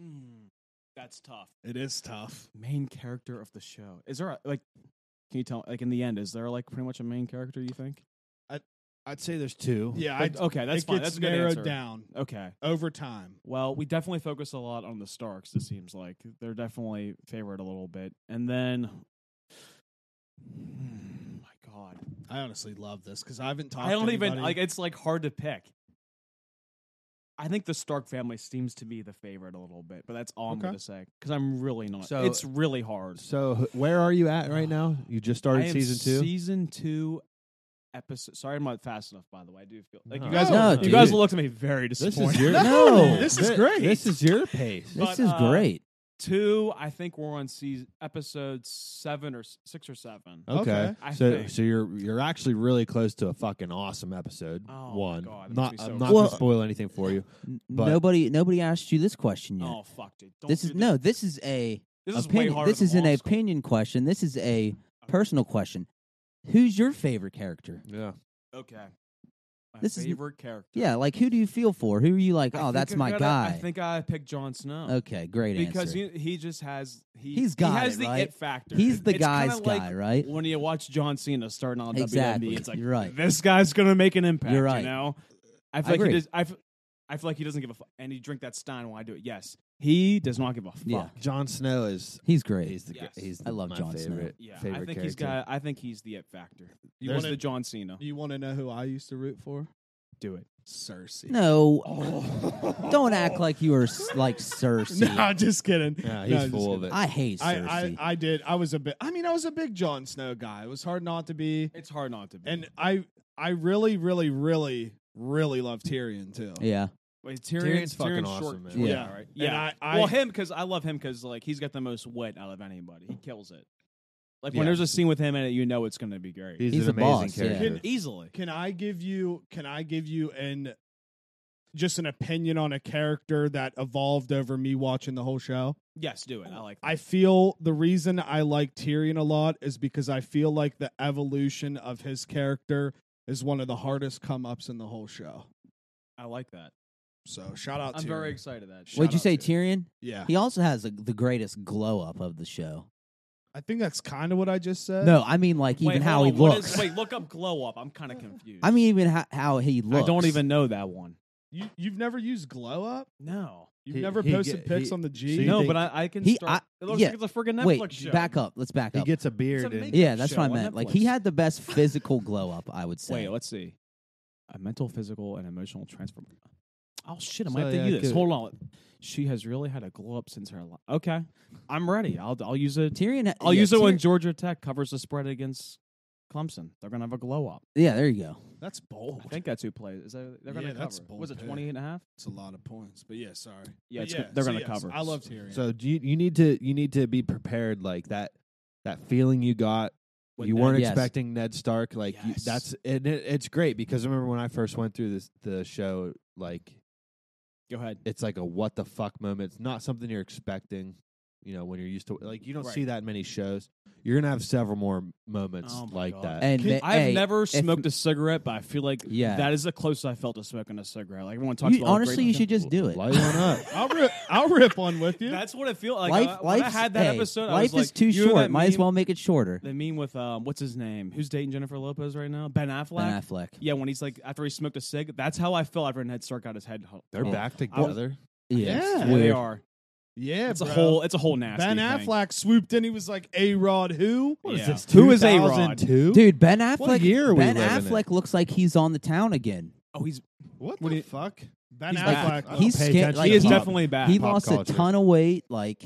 Mm, that's tough. It is tough. Main character of the show. Is there a, like? Can you tell? Like in the end, is there like pretty much a main character? You think? I'd say there's two. Yeah, Like, okay, that's it fine. gets that's a good narrowed answer. down Okay. over time. Well, we definitely focus a lot on the Starks. It seems like they're definitely favored a little bit, and then. Hmm, my God, I honestly love this because I haven't talked. I don't to even anybody. like. It's like hard to pick. I think the Stark family seems to be the favorite a little bit, but that's all I'm Okay. going to say because I'm really not. So- it's really hard. So h- where are you at right now? You I just started am season two. Season two episode. Sorry, I'm not fast enough. By the way, I do feel like you No. guys. No, you dude. guys looked at me very this disappointed. is your No. This is Thi- great. This is your pace. This But, is uh, great. two. I think we're on season episode seven or s- six or seven. Okay. I So think. so you're you're actually really close to a fucking awesome episode. Oh One. my God, that not makes me so I'm not Well- gonna spoil anything for you. N- but- nobody, nobody asked you this question yet. Oh fuck, dude! Don't this do is no. This is a This is way opinion. harder. This than is an law school. opinion question. This is a personal question. Who's your favorite character? Yeah. Okay. My This is n- favorite character. Yeah, like who do you feel for? Who are you like? I Oh, think that's I my gotta- guy. I think I picked Jon Snow. okay, great because answer. he, he just has he, He's got he has it, the right? it factor. He's the It's guy's kinda guy, like right? When you watch John Cena starting on Exactly. WWE, it's like You're right. this guy's gonna make an impact. You're right. You know, I feel I like agree. he does. I feel, I feel like he doesn't give a fuck. And he drink that Stein while I do it. Yes, he does not give a fuck. Yeah. Jon Snow is He's great. he's the Yes. g- he's I love my Jon Snow. favorite Yeah, I think favorite he's character. got. I think he's the it factor. You There's wanna- the John Cena. Do you want to know who I used to root for? Do it. Cersei. No, Oh. don't act like you are s- like Cersei. No, just kidding. Yeah, No, he's just full of kidding. it. I hate I, Cersei. I, I did. I was a bit. I mean, I was a big Jon Snow guy. It was hard not to be. It's hard not to be. And I, I really, really, really, really love Tyrion too. yeah, Wait, Tyrion, Tyrion's Tyrion's fucking short, awesome, man. Yeah. Yeah, Yeah. right. And Yeah, I- I- well, him because I love him because like he's got the most wit out of anybody. He kills it. Like Yeah. when there's a scene with him in it, you know it's going to be great. He's, He's an a amazing boss, yeah. character. Easily, Can I give you? Can I give you an, just an opinion on a character that evolved over me watching the whole show? yes, do it. I like. I feel the reason I like Tyrion a lot is because I feel like the evolution of his character is one of the hardest come ups in the whole show. I like that. So shout out. I'm Tyrion. very excited that. Shout what'd you out say, to- Tyrion? Yeah, He also has a, the greatest glow up of the show. I think that's kind of what I just said. No, I mean like Uh, Wait, even hold how on, he what is- looks. wait, look up glow up. I'm kind of confused. I mean even how, how he I looks. don't even know that one. you you've never used glow up. No, You've He- never he posted get- pics he- on the so G. you no, think- but I, I can. He- start, I- it looks yeah. like it's a freaking Netflix wait. show. Back up. Let's back He up. gets a beard. It's a and- make- yeah, that's show what I on meant. Like Netflix. he had the best physical glow up. I would say. Wait, let's see. A mental, physical, and emotional transform. Oh shit! I So, might have to yeah, use this. good. Hold on. She has really had a glow up since her. Li- okay, I'm ready. I'll I'll use it. Tyrion. ha- I'll yeah, use it when Tyr- Georgia Tech covers the spread against Clemson. They're gonna have a glow up. Yeah, there you go. that's bold. I think that's who plays. Is that, they're gonna Yeah, cover. that's bold Was it pick. 28 and a half? It's a lot of points, but yeah, sorry. Yeah, But it's go- they're so gonna yes, cover. I love Tyrion. So do you, you need to you need to be prepared like that that feeling you got When you Ned- weren't Yes. expecting Ned Stark like you, Yes. that's and it, it's great because I remember when I first went through this the show like Go ahead. it's like a what the fuck moment it's not something you're expecting you know when you're used to like you don't Right. see that many shows you're gonna have several more moments Oh my like God. that And ma- I've hey, never if- smoked a cigarette, but I feel like Yeah. that is the closest I felt to smoking a cigarette. Like everyone talks You, about. how great honestly, you the- should just do it. light one up I'll rip. I'll rip one with you. That's what it feels like. life, I, when I life's- had that hey, episode. I life was like, is too you know short. that Might as meme- well make it shorter. The meme with um, what's his name? Who's dating Jennifer Lopez right now? Ben Affleck. Ben Affleck. Yeah, when he's like after he smoked a cig, that's how I felt after Ned Stark got his head. hu- they're off. back I was- together Yeah, Yeah. it's Yeah, they weird. are. yeah, It's a bro. whole. It's a whole nasty. Ben thing. Affleck swooped in. He was like, "A Rod, who? What is Yeah. this, who Who is is a A-Rod? Rod two Dude, Ben Affleck. year are we ben living in? Affleck looks like he's on the town again. Oh, he's what, What the do you- fuck Ben He's Affleck. back. I don't He's pay skin- attention like, he to is he- pop. definitely back. He Pop lost culture. a ton of weight. Like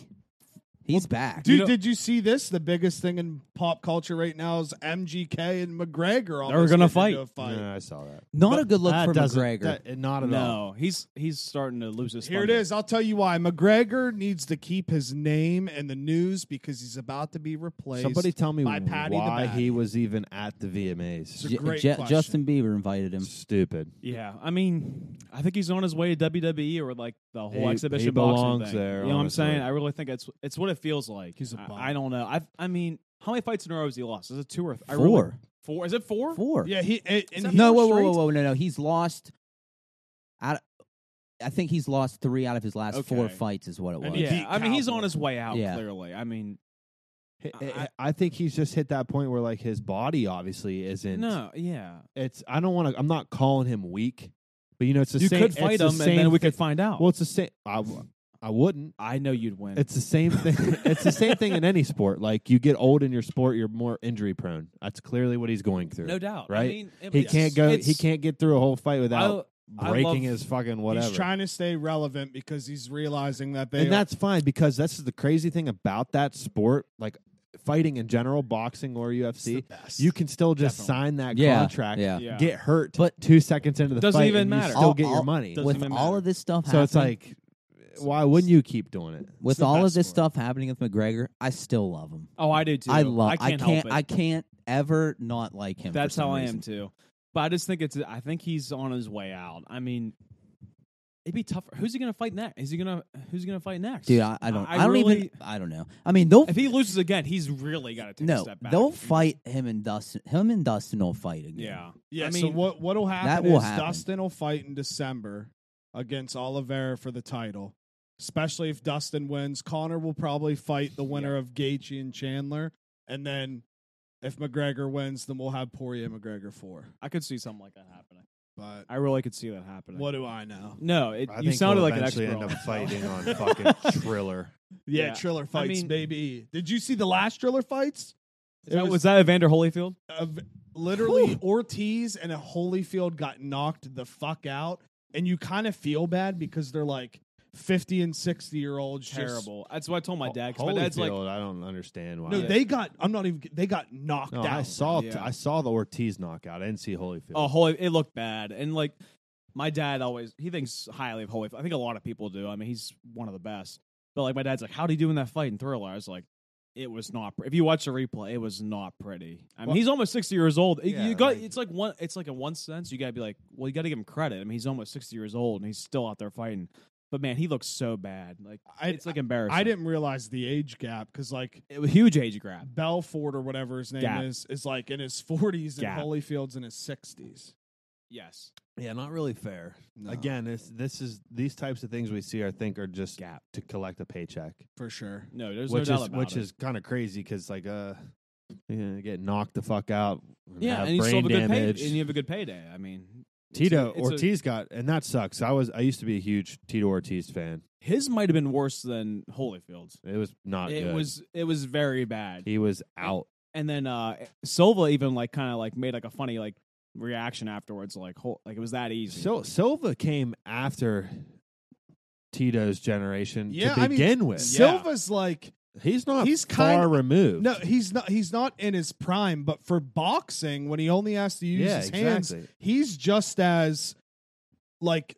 he's back. Dude, know- did you see this? The biggest thing in pop culture right now is MGK and McGregor. They're almost gonna getting into a fight. Yeah, I saw that. Not a But good look that for doesn't- McGregor. that- not at all. No, he's he's starting to lose his. Here it thunder. is. I'll tell you why. McGregor needs to keep his name in the news because he's about to be replaced. Somebody tell me by Patty the why Batty. he was e-, even at the VMAs. It's a great question. Justin Bieber invited him. Stupid. Yeah, I mean, I think he's on his way to WWE or like the whole He- exhibition he belongs boxing thing. you there, know what I'm honestly. saying? I really think it's it's what it feels like. He's a I- bum. I, don't know. I I mean, how many fights in a row has he lost? Is it two or th- I really- Four. four? Is it four? Four. Yeah, he and, and he- No, whoa, whoa, whoa, whoa, no, no. He's lost. Out, I think he's lost three out of his last four Okay. fights, is what it was. And he Yeah, beat I mean, he's Cowboy. on his way out. Yeah. Clearly, I mean, I, I- I think he's just hit that point where like his body obviously isn't. no, yeah, it's. I don't want to. I'm not calling him weak, but you know it's the you same. could it's fight the him, same and then we thi- could find out. Well, it's the same. I, w- I wouldn't. I know you'd win. It's the same thing. it's the same thing in any sport. Like you get old in your sport, you're more injury prone. That's clearly what he's going through. no doubt, I right? mean, it- He it's- can't go. He it's- can't get through a whole fight I- without I breaking love- his fucking whatever. He's trying to stay relevant because he's realizing that they and are- that's fine because that's the crazy thing about that sport, like fighting in general, boxing or it's the UFC. best. You can still just Definitely. sign that Yeah, contract, yeah. Yeah. get hurt, But- two seconds into the Doesn't fight, even and you matter. still All- get your all- money. Doesn't with even all matter. of this stuff So it's happening- like, why wouldn't you keep doing it? with the all of best this sport. stuff happening with McGregor, I still love him. Oh, I do too. I love. I I can't. can't. help it. I can't ever not like him. for That's some how I reason. am too. But I just think it's. I think he's on his way out. I mean, it'd be tougher. Who's he gonna fight next? Is he gonna? Who's he gonna fight next? dude. I, I don't. I, don't really, even. I don't know. I mean, they'll If he loses again, he's really got to take a no. step back. They'll fight him and Dustin. Him and Dustin will fight again. Yeah. Yeah, I so mean- what what'll happen will is happen. Dustin will fight in December against Oliveira for the title. Especially if Dustin wins, Connor will probably fight the winner of Gaethje and Chandler, and then if McGregor wins, then we'll have Poirier McGregor four. I could see something like that happening. But I really could see that happening. what do I know? No, it, I you think sounded we'll like an eventually expert. end on up it. fighting on fucking Triller. Yeah, Yeah. Triller fights, mean- baby. Did you see the last Triller fights? Is that- was, that Evander Holyfield? of literally Ortiz and a Holyfield got knocked the fuck out, and you kind of feel bad because they're like fifty and sixty year olds. just- Oh, Terrible. That's what I Oh told my dad. 'cause my dad's like, Holyfield, I don't understand why. no, they got. I'm not even. They got knocked Oh, No, out. I saw Yeah. I saw the Ortiz knockout. I didn't see Holyfield. "Oh, Holy, it looked bad." And like, my dad always he thinks highly of Holyfield. I think a lot of people do. I mean, he's one of the best. But like, my dad's like, "How would he do in that fight in Thriller?" I was like, "It was not. Pre- if you watch the replay, it was not pretty." I mean, Well- he's almost sixty years old. You- Yeah, you got like- it's like one. It's like in one sense, you gotta be like, "Well, you gotta give him credit." I mean, he's almost sixty years old and he's still out there fighting. But man, he looks so bad. Like I- it's like embarrassing. I didn't realize the age gap because like It was a huge age grab. Belfort or whatever his name Gap. is is like in his forties and Gap. Holyfield's in his sixties. Yes. yeah, not really fair. Again, this this is these types of things we see. I think are just Gap. to collect a paycheck, for sure. No, there's which no doubt is about which it. is kind of crazy because like uh, you're gonna get knocked the fuck out. And yeah, have and you still brain have a good pay, and damage. you have a good payday. I mean, it's a- Tito it's a- Ortiz got, and that sucks. I was I used to be a huge Tito Ortiz fan. his might have been worse than Holyfield's. It was not It good. was it was very bad. he was out. and then uh Silva even like kind of like made like a funny like reaction afterwards, like Hol- like it was that easy. So Silva came after Tito's generation Yeah, to I mean, begin with. Silva's like He's not He's far kind- removed. no, he's not. He's not in his prime, but for boxing, when he only has to use yeah, his exactly. hands, he's just as like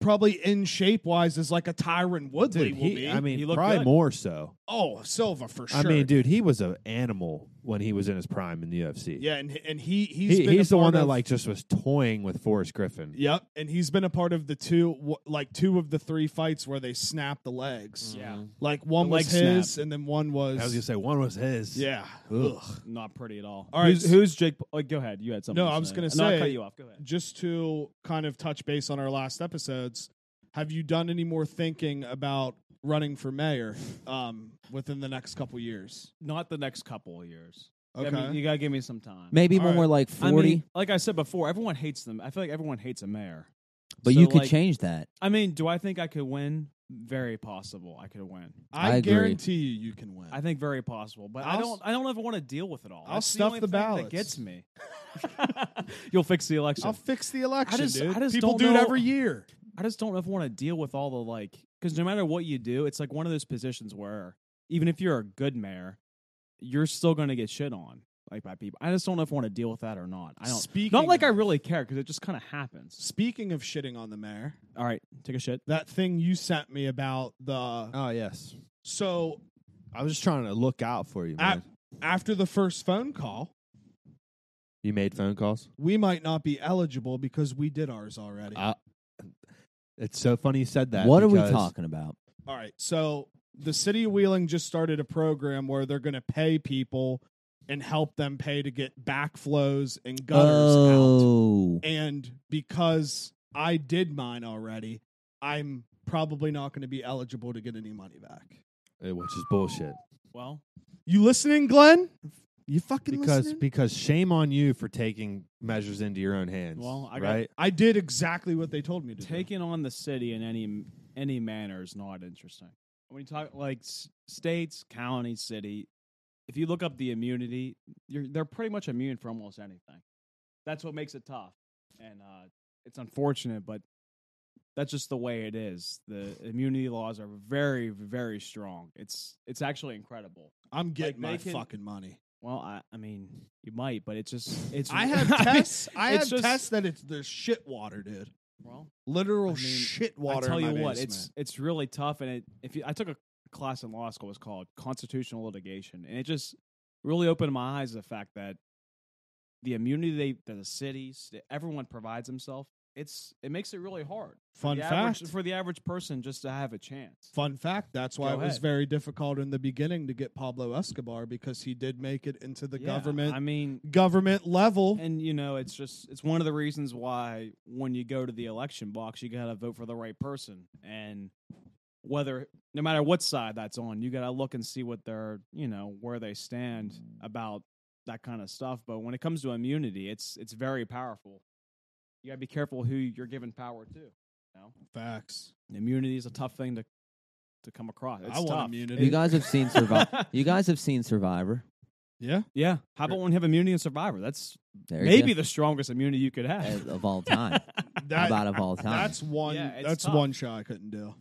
probably in shape wise as like a Tyron Woodley Dude, will he, be. I mean, He looked probably good. more so. oh, Silva for sure. I mean, dude, he was an animal when he was in his prime in the UFC. yeah, and and he he's he, been a he's the part one that of- like just was toying with Forrest Griffin. Yep, and he's been a part of the two, w- like two of the three fights where they snapped the legs. Mm. yeah, Like one The was leg snap. his, and then one was, I was gonna say one was his. yeah. Ugh. not pretty at all. All right, who's, s- who's Jake? Pa- Like, go ahead. You had something. No, to I was say. gonna No, I say- cut you off. Go ahead. Just to kind of touch base on our last episodes, have you done any more thinking about running for mayor um, within the next couple years? Not the next couple of years. I Okay. mean, you gotta give me some time. Maybe All when right. we're like I forty, mean, like I said before, everyone hates them. I feel like everyone hates a mayor. but So, you could like, change that. I mean, do I think I could win? Very possible. I could win. I I, agree. guarantee you, you can win. I think very possible, but I I'll don't. I don't ever want to deal with it all. I'll That's the stuff only the thing that ballots. gets me. You'll fix the election. I'll fix the election, I just- dude. I just People don't do know- it every year. I just don't ever want to deal with all the like because no matter what you do, it's like one of those positions where even if you're a good mayor, you're still going to get shit on like by people. I just don't know if I want to deal with that or not. I don't. Speaking Not like I of- really care because it just kind of happens. Speaking of shitting on the mayor, All right, take a shit. that thing you sent me about the Oh yes, so I was just trying to look out for you, man. a- after the first phone call, you made phone calls. we might not be eligible because we did ours already. Uh, it's so funny you said that. what are we because- talking about? All right. So the city of Wheeling just started a program where they're going to pay people and help them pay to get backflows and gutters out. oh, And because I did mine already, I'm probably not going to be eligible to get any money back. uh, Which is bullshit. Well, You listening, Glenn? You fucking Because listening? because shame on you for taking measures into your own hands. Well, I got- right. I did exactly what they told me to do. taking on the city in any any manner is not interesting. When you talk like s- states, county, city, if you look up the immunity, you're, they're pretty much immune for almost anything. That's what makes it tough, and uh, it's unfortunate, but that's just the way it is. The immunity laws are very, very strong. It's it's actually incredible. I'm getting my making- fucking money. Well, I, I mean, you might, but it's just it's. I have mean, tests. I it's have just- tests that it's there's shit water, dude. Well, Literal I mean, shit water. I tell in my you what, basement. it's it's really tough, and it, if you, I took a class in law school, it was called constitutional litigation, and it just really opened my eyes to the fact that the immunity they that the cities that everyone provides themselves, it's it makes it really hard. fun the fact. average, for the average person just to have a chance. Fun fact, that's why Go it was ahead. very difficult in the beginning to get Pablo Escobar because he did make it into the Yeah, government I mean, government level. and you know, it's just it's one of the reasons why when you go to the election box, you gotta vote for the right person, and whether no matter what side that's on, you gotta look and see what they're you know where they stand about that kind of stuff. But when it comes to immunity, it's it's very powerful. You gotta be careful who you're giving power to. You know? Facts. Immunity is a tough thing to to come across. It's I want tough. immunity. you guys have seen Survivor. you guys have seen Survivor. Yeah. yeah. How about when you have immunity and survivor? That's There you maybe go. the strongest immunity you could have. of all time. How about of all time? that's one Yeah, it's that's tough. one show I couldn't do.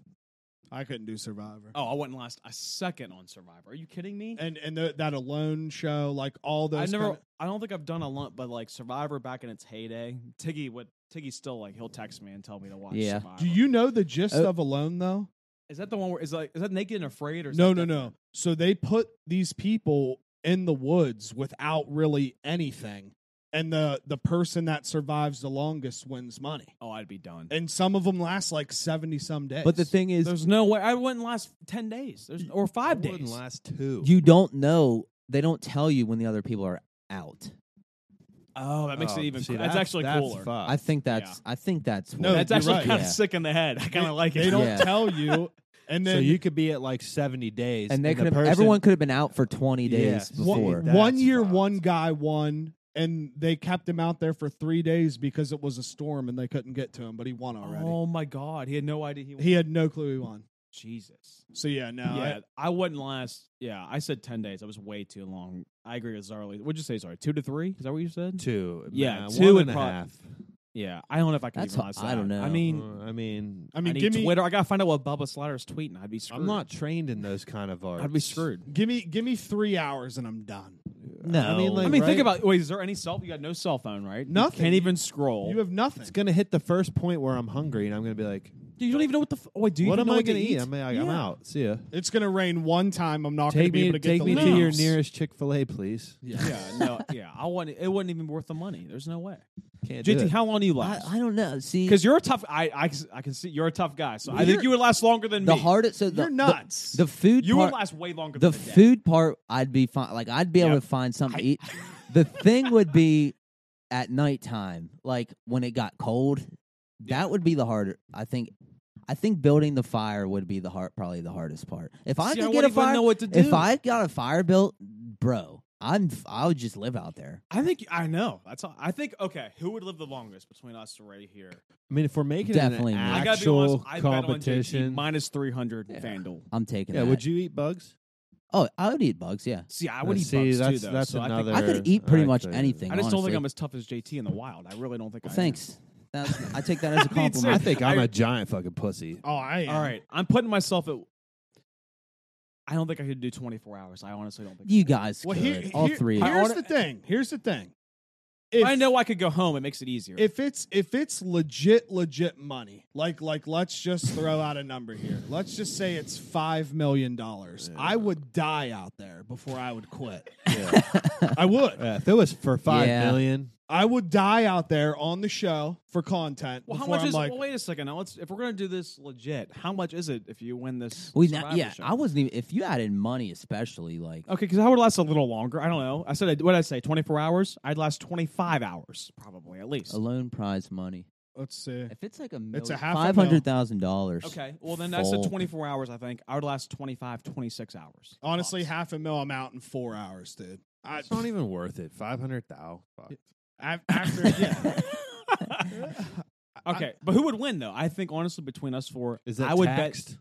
I couldn't do Survivor. Oh, I wouldn't last a second on Survivor. Are you kidding me? And and th- that alone show, like all those I never. kinda- I don't think I've done a lump, but like Survivor back in its heyday, Tiggy would. Tiggy's still like he'll text me and tell me to watch. Yeah. Survivor. Do you know the gist Oh. of Alone though? Is that the one where is like is that Naked and Afraid or is No, that no, no. different? So they put these people in the woods without really anything. And the the person that survives the longest wins money. Oh, I'd be done. And some of them last like 70 some days. But the thing is, There's no way I wouldn't last ten days. There's or I five wouldn't days. last two. you don't know. They don't tell you when the other people are out. oh, that makes Oh, it even. see, coo- that's, actually that's cooler. fucked. I think that's. I think that's. No, what- Uh, that's you're actually right. kind of Yeah. sick in the head. I kind of like it. They don't Yeah. tell you. And then so you could be at like seventy days, and they the could have. person- Everyone could have been out for twenty days Yes. Wha- before. that- one That's year, fucked. one guy won, and they kept him out there for three days because it was a storm and they couldn't get to him, but he won already. Oh my god, he had no idea he. He had no clue he won. Jesus. So yeah, no. I- yeah, I, wouldn't last. Yeah, I said ten days. That was way too long. I agree with Zarly. What'd you say, Zarly? Two to three? Is that what you said? two, Yeah, man, two one would and a prob- half. Yeah, I don't know if I can That's even ho- last I don't that. I know. mean, Uh, I mean, I I mean, need give me Twitter. I gotta find out what Bubba Slatter's tweeting. I'd be screwed. I'm not trained in those kind of arts. I'd be screwed. give me give me three hours and I'm done. no, I mean, like, I mean, think right? about. Wait, is there any cell? You got no cell phone, right? You Nothing. can't You- even scroll. You have nothing. It's gonna hit the first point where I'm hungry, and I'm gonna be like, you don't even know what the. F- oh, wait, do you? "What even am know I what to gonna eat? eat? I'm, like, I'm Yeah. out. See ya. It's gonna rain one time. I'm not Take gonna be me, able to get take the me to your leaves. nearest Chick Fil A, please. Yeah, no, yeah. I want. It wasn't even worth the money. There's no way. Can't do JT, it. how long do you I, last? I don't know. See, Because you're a tough. I, I I can see you're a tough guy. So I think You're- you would last longer than the me. hardest. So the, you're nuts. The, the food. you part, would last way longer. the than a day. food part i'd be fine like i'd be Yep. able to find something to eat the thing would be at nighttime like when it got cold that would be the harder i think i think building the fire would be the hard probably the hardest part if i See, could I get wouldn't a even fire know what to do. if i got a fire built bro i'm f- i would just live out there I think I know. That's all. I think okay. Who would live the longest between us right here? I mean, if we're making Definitely it not. an I I gotta be honest. actual I bet on JT competition, minus three hundred Yeah. Vandal. i'm taking yeah, that would you eat bugs? oh i would eat bugs yeah See, I would Uh, eat see, bugs that's- too, though. that's so I, i think, another- could eat pretty much actually, anything I just don't honestly. think I'm as tough as JT in the wild. I really don't think. I am. thanks That's- i take that as a I mean, compliment I think I'm a giant fucking pussy. Oh, I am. All right, I'm putting myself at. I don't think I could do 24 hours. I honestly don't think. You I could. guys Well, could. here, here- All three. of you. Here's the thing. Here's the thing. If, I know I could go home. It makes it easier. if it's if it's legit legit money like like let's just throw out a number here let's just say it's five million dollars i would die out there before i would quit i would Yeah, uh, if it was for five million, Yeah. i would die out there on the show for content well, how before much i'm is? like well, wait a second. Now, let's if we're gonna do this legit, how much is it if you win this? We now, Survivor yeah, show? I wasn't even. If you added money, especially like Okay, because I would last a little longer. I don't know. I said, what did I say? 24 hours? I'd last 25 hours, probably, at least. a loan prize money, let's see if it's like a million, It's a half a mil. five hundred thousand dollars. Okay, well, then I said Full. 24 hours, I think. I would last 25, 26 hours. honestly Tops. half a mil i'm out in four hours dude I, it's not even worth it. Five hundred thou. Fuck. I- after yeah okay, but who would win, though? I think, honestly, between us four, Is that I would bet. taxed?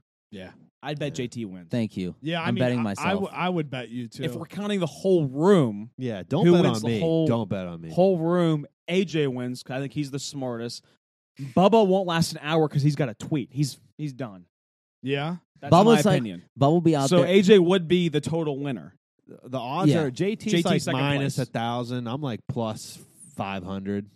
I'd bet Yeah. JT wins. Thank you. yeah I I'm mean, betting I- I, myself. would- I would bet you too If we're counting the whole room, Yeah, don't Who bet wins on the me. whole- don't bet on me. whole room, AJ wins 'cause I think he's the smartest. Bubba won't last an hour because he's got a tweet. He's he's done. yeah That's my Bubba's like- opinion. Bubble be out so there. AJ would be the total winner. the odds Yeah. are JT's, JT 's like second minus a place. thousand. I'm like plus five hundred.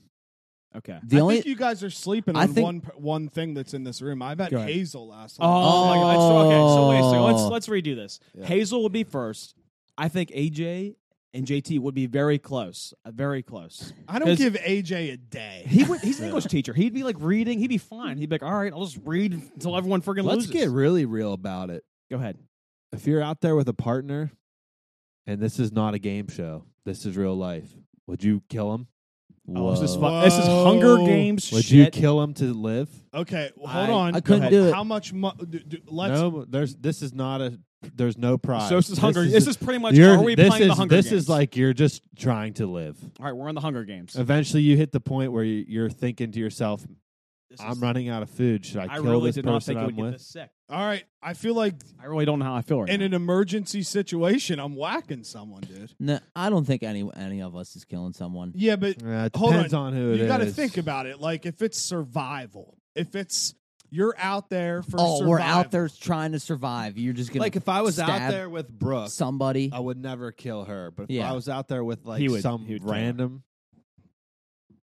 Okay. the I only think you guys are sleeping I on think- one per- one thing that's in this room. I bet Go ahead. Hazel last. Oh, my god. So, okay, so wait, so let's let's redo this. Yeah. Hazel would be first. I think AJ and JT would be very close. uh, Very close. I don't 'Cause- give AJ a day. He would he's an English teacher. He'd be like reading, he'd be fine. He'd be like, all right, I'll just read until everyone freaking Let's loses. get really real about it. Go ahead. If you're out there with a partner, and this is not a game show, this is real life. Would you kill him? Oh, this is Whoa. fun. This is Hunger Whoa. Games Would you shit. kill him to live? Okay, well, hold I- on. I couldn't do it. How much? Mo- do, do, let's. No, there's this is not a there's no prize. so this is Hunger. This is, pretty much you're- are we this playing is, the Hunger this Games? is like you're just trying to live. all right, we're in the Hunger Uh, Games. Eventually, you hit the point where you- you're thinking to yourself, This "I'm is- running out of food. Should I, I kill really this did not person think it would I'm get with?" this sick. All right, I feel like I really don't know how I feel right in now. an emergency situation, I'm whacking someone, dude. No, I don't think any any of us is killing someone. Yeah, but Yeah, it Hold depends on, who it is. you got to think about it. Like if it's survival, if it's you're out there for. Oh, we're out survival. there trying to survive. You're just gonna like if Oh. I was out stab there with Brooke, somebody. I would never kill her. But if Yeah. I was out there with like He would- some he would kill her. random,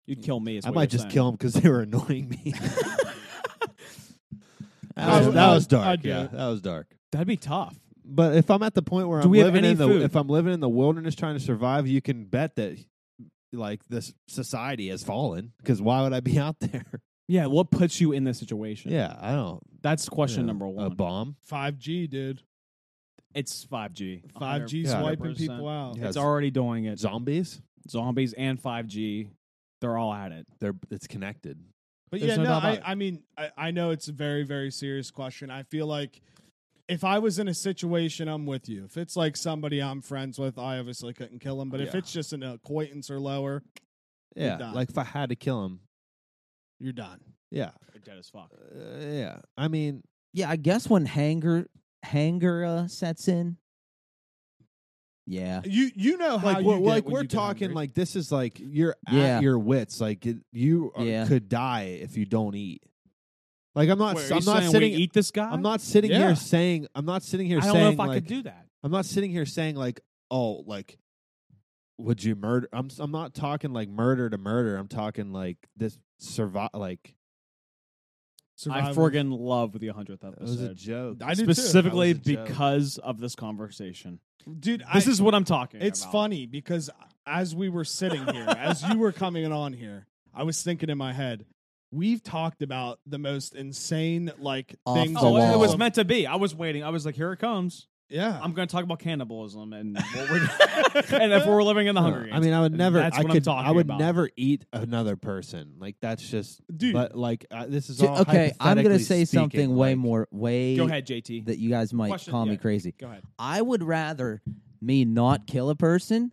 You'd kill me. Is I what might you're just saying. kill them because they were annoying me. I that, was, would- that was I'd- dark. I'd do yeah, it. that was dark. That'd be tough. But if I'm at the point where Do I'm we have living any in the food? if I'm living in the wilderness trying to survive, you can bet that like this society has fallen because why would I be out there? Yeah, what puts you in this situation? yeah, I don't. That's question yeah, uh, number A one. bomb. 5G, dude. it's 5G. 5G Yeah. swiping people out. Yeah. It's already doing it. Zombies. Zombies and 5G, they're all at it. They're it's connected. But There's yeah, no no, doubt about I, it. I mean, I, I know it's a very, very serious question. I feel like if I was in a situation, I'm with you. If it's like somebody I'm friends with, I obviously couldn't kill him. But if Yeah. it's just an acquaintance or lower, You're Yeah, done. like if I had to kill him. you're done. Yeah, They're dead as fuck. Uh, yeah. I mean, yeah, I guess when hanger hanger uh, sets in. Yeah, You you know how like you we're, get like when we're you get talking hungry. like this is like you're Yeah. at your wits. Like it, you are, Yeah. could die if you don't eat. Like I'm not. Wait, are I'm you not saying sitting. We eat this guy. I'm not sitting Yeah. here saying. I'm not sitting here I don't saying know if I like could do that. I'm not sitting here saying like, oh, like, would you murder? I'm s- I'm not talking like murder to murder. I'm talking like this survive. Like I Survival. friggin' love the hundredth it was a episode, joke. I do too. specifically That was a joke. because of this conversation. dude. This I- is what I'm talking. it's about. funny because as we were sitting here, as you were coming on here, I was thinking in my head. We've talked about the most insane like Off things. the Oh, wall. it Wow. was meant to be. I was waiting. I was like, here it comes. yeah. I'm going to talk about cannibalism and what we're and if we're living in the No, Hunger Games. Uh, I mean, I would never. That's I what I'm could. talking I would about. never eat another person. Like that's just. Dude. But like uh, this is Ju- all okay. I'm gonna hypothetically say speaking, something way like- more way go ahead, JT. that you guys might Question- call me yeah. crazy. go ahead. I would rather me not kill a person,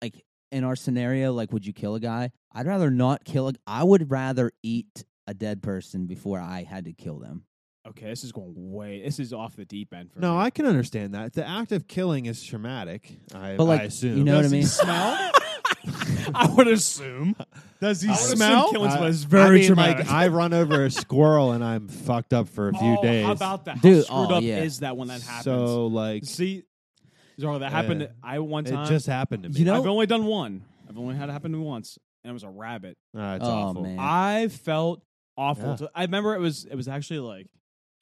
like in our scenario, like would you kill a guy? I'd rather not kill a. I would rather eat a dead person before I had to kill them. Okay, this is going way. This is off the deep end. For No, me. I can understand that. The act of killing is traumatic. I, But, like, I assume. you know what I Does he mean? Smell. I would assume. Does he I would assume smell? killing someone is I very mean, traumatic. like I run over a squirrel and I'm fucked up for a few Oh, days. How about that? How Dude, screwed oh, up yeah. is that when that happens? So like, See, Zorro, that happened. Yeah. I one time. it just happened to me. You know- I've only done one. I've only had it happen to me once, and it was a rabbit. Ah, it's oh awful. man, I felt awful. Yeah. to- I remember it was it was actually like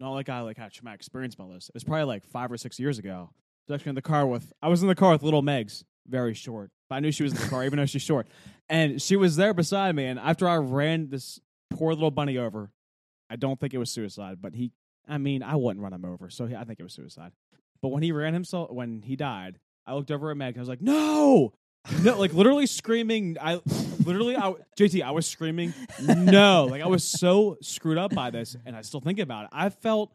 not like I like had a traumatic experience about this. It was probably like five or six years ago. I was actually in the car with I was in the car with little Megs, very short. But I knew she was in the car, even though she's short. And she was there beside me. And after I ran this poor little bunny over, I don't think it was suicide, but he I mean, I wouldn't run him over, so he, I think it was suicide. But when he ran himself when he died, I looked over at Meg and I was like, No, no, like literally screaming. I literally, I JT, I was screaming. No, like I was so screwed up by this, and I still think about it. I felt